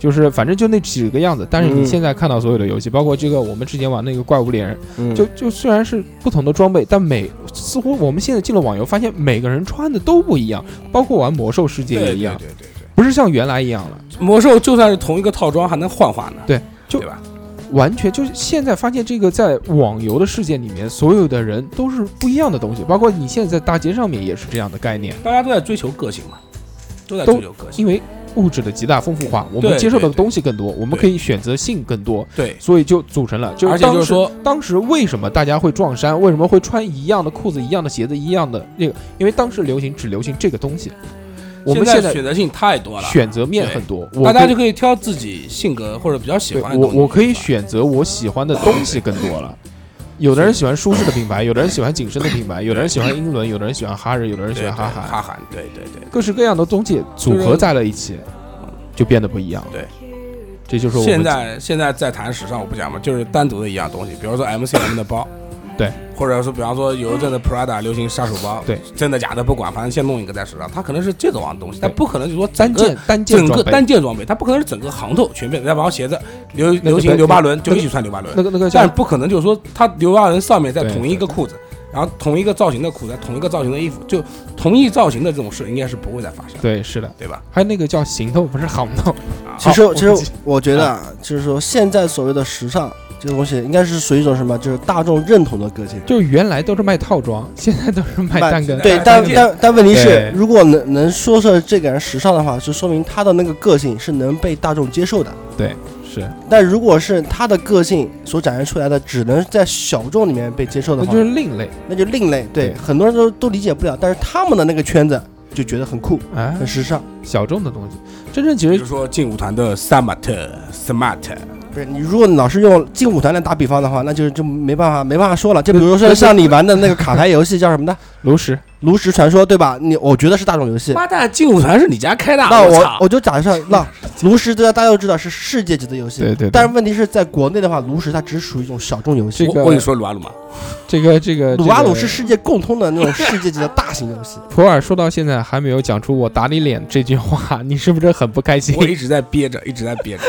[SPEAKER 1] 就是反正就那几个样子，但是你
[SPEAKER 3] 嗯
[SPEAKER 1] 现在看到所有的游戏，包括这个我们之前玩那个怪物猎人，
[SPEAKER 3] 嗯
[SPEAKER 1] 就就虽然是不同的装备，但每似乎我们现在进了网游，发现每个人穿的都不一样，包括玩魔兽世界也一样，
[SPEAKER 5] 对对对对
[SPEAKER 1] 不是像原来一样了，
[SPEAKER 5] 对，魔兽就算是同一个套装，还能幻化呢。
[SPEAKER 1] 对就
[SPEAKER 5] 对吧？
[SPEAKER 1] 完全就是现在发现这个在网游的世界里面，所有的人都是不一样的东西，包括你现在在大街上面也是这样的概念，
[SPEAKER 5] 大家都在追求个性嘛，都在追求个
[SPEAKER 1] 因
[SPEAKER 5] 性。
[SPEAKER 1] 为物质的极大丰富化，我们
[SPEAKER 5] 对
[SPEAKER 1] 接受的
[SPEAKER 5] 对对
[SPEAKER 1] 东西更多，我们可以选择性更多，
[SPEAKER 5] 对，
[SPEAKER 1] 所以就组成了，就
[SPEAKER 5] 而且
[SPEAKER 1] 当
[SPEAKER 5] 就是
[SPEAKER 1] 时
[SPEAKER 5] 说，
[SPEAKER 1] 当时为什么大家会撞衫？为什么会穿一样的裤子、一样的鞋子、一样的那个？因为当时流行只流行这个东西。我们
[SPEAKER 5] 现
[SPEAKER 1] 在
[SPEAKER 5] 选择性太多了，
[SPEAKER 1] 选择面很多，我可
[SPEAKER 5] 大家
[SPEAKER 1] 以
[SPEAKER 5] 就可以挑自己性格或者比较喜
[SPEAKER 1] 对
[SPEAKER 5] 欢的
[SPEAKER 1] 我
[SPEAKER 5] 东西
[SPEAKER 1] 我可以
[SPEAKER 5] 是吧
[SPEAKER 1] 选择我喜欢的东西更多了。有的人喜欢舒适的品牌，有的人喜欢紧身的品牌，有的人喜欢英伦，有的人喜欢哈日，有的人喜
[SPEAKER 5] 对对
[SPEAKER 1] 欢哈韩，
[SPEAKER 5] 哈韩，对对对。
[SPEAKER 1] 各式各样的东西组合在了一起，就变得不一样了。
[SPEAKER 5] 对，
[SPEAKER 1] 这就是我们，
[SPEAKER 5] 现在现在在谈时尚，我不讲嘛，就是单独的一样东西，比如说 MCM 的包
[SPEAKER 1] 对，
[SPEAKER 5] 或者说比方说有一阵子 Prada 流行杀手包，
[SPEAKER 1] 对，
[SPEAKER 5] 真的假的不管，反正先弄一个在时尚，它可能是这种样的东西，
[SPEAKER 1] 对
[SPEAKER 5] 但不可能就说
[SPEAKER 1] 单
[SPEAKER 5] 整个
[SPEAKER 1] 件单件
[SPEAKER 5] 整
[SPEAKER 1] 装
[SPEAKER 5] 个
[SPEAKER 1] 备
[SPEAKER 5] 单件装备，它不可能是整个行头全变，再包括鞋子流
[SPEAKER 1] 那
[SPEAKER 5] 流
[SPEAKER 1] 就
[SPEAKER 5] 行
[SPEAKER 1] 别
[SPEAKER 5] 刘巴伦
[SPEAKER 1] 那
[SPEAKER 5] 就一起穿刘巴伦，
[SPEAKER 1] 那个那个叫
[SPEAKER 5] 但是不可能就是说它刘巴伦上面再
[SPEAKER 1] 对
[SPEAKER 5] 同一个裤子。然后同一个造型的裤子，同一个造型的衣服，就同一造型的这种事，应该是不会再发生，
[SPEAKER 1] 对是的，
[SPEAKER 5] 对吧？
[SPEAKER 1] 还有那个叫行头不是行头，
[SPEAKER 3] 其实
[SPEAKER 1] 好
[SPEAKER 3] 其实我觉得啊，就是说现在所谓的时尚这个东西，应该是属于一种什么，就是大众认同的个性。
[SPEAKER 1] 就是原来都是卖套装， 现在都是卖
[SPEAKER 3] 卖
[SPEAKER 1] 单个。
[SPEAKER 3] 对，
[SPEAKER 5] 单
[SPEAKER 3] 但
[SPEAKER 5] 件
[SPEAKER 3] 但但问题
[SPEAKER 1] 对
[SPEAKER 3] 是，如果能能说说这个人时尚的话，就说明他的那个个性是能被大众接受的。
[SPEAKER 1] 对是，
[SPEAKER 3] 但如果是他的个性所展现出来的，只能在小众里面被接受的
[SPEAKER 1] 那
[SPEAKER 3] 话，
[SPEAKER 1] 就是另类
[SPEAKER 3] 那就另类。对，
[SPEAKER 1] 对
[SPEAKER 3] 很多人都都理解不了，但是他们的那个圈子就觉得很酷、
[SPEAKER 1] 啊，
[SPEAKER 3] 很时尚。
[SPEAKER 1] 小众的东西。真正其
[SPEAKER 5] 比
[SPEAKER 1] 实
[SPEAKER 5] 如说劲舞团的 Smart Smart，
[SPEAKER 3] 不是你，如果你老是用劲舞团来打比方的话，那就就没办法没办法说了。就比如
[SPEAKER 1] 那
[SPEAKER 3] 说
[SPEAKER 1] 那
[SPEAKER 3] 像你玩的那个卡牌游戏叫什么呢？
[SPEAKER 1] 炉石
[SPEAKER 3] 炉石传说，对吧？你我觉得是大众游戏。
[SPEAKER 5] 妈蛋，劲舞团是你家开的啊？
[SPEAKER 3] 那我
[SPEAKER 5] 操！
[SPEAKER 3] 我就假设， 那炉石大家大家都知道是世界级的游戏，
[SPEAKER 1] 对对对
[SPEAKER 3] 但是问题是在国内的话，炉石它只属于一种小众游戏
[SPEAKER 1] 这，个
[SPEAKER 5] 我跟你说鲁阿鲁嘛，
[SPEAKER 1] 这个这个
[SPEAKER 3] 撸啊撸
[SPEAKER 1] 这
[SPEAKER 3] 是
[SPEAKER 1] 个
[SPEAKER 3] 世界共通的那种世界级的大型游戏。
[SPEAKER 1] 普洱说到现在还没有讲出“我打你脸”这句话，你是不是很不开心
[SPEAKER 5] 我？一直在憋着，一直在憋着。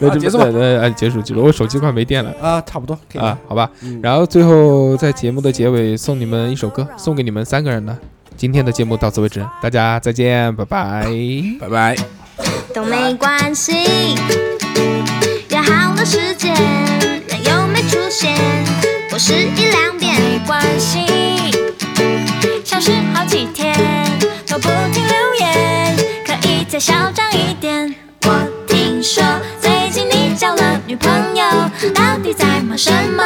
[SPEAKER 1] 那
[SPEAKER 5] 啊
[SPEAKER 1] 就
[SPEAKER 5] 结束吧
[SPEAKER 1] 对对，对哎结束结束，我手机快没电了
[SPEAKER 3] 啊，差不多可以。
[SPEAKER 1] 啊，好吧
[SPEAKER 3] 嗯。
[SPEAKER 1] 然后最后在节目的结尾送你们一首歌，送给你们三个人的。今天的节目到此为止，大家再见，拜拜。
[SPEAKER 5] 拜拜。
[SPEAKER 6] 都没关系。约好了时间，人又没出现，我是一两点没关系。消失好几天，都不停留言，可以再嚣张一点。我听说最近你交了女朋友，到底在忙什么？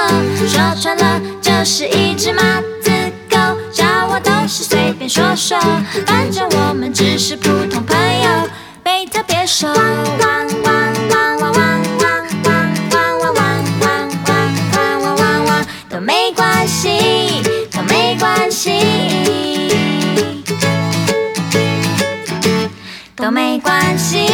[SPEAKER 6] 说穿了就是一只马子狗，找我都是随便说说，反正我们只是普通朋友，没特别熟。汪汪汪汪汪汪汪汪汪汪汪汪汪汪汪汪汪都没关系，都没关系。都没关系。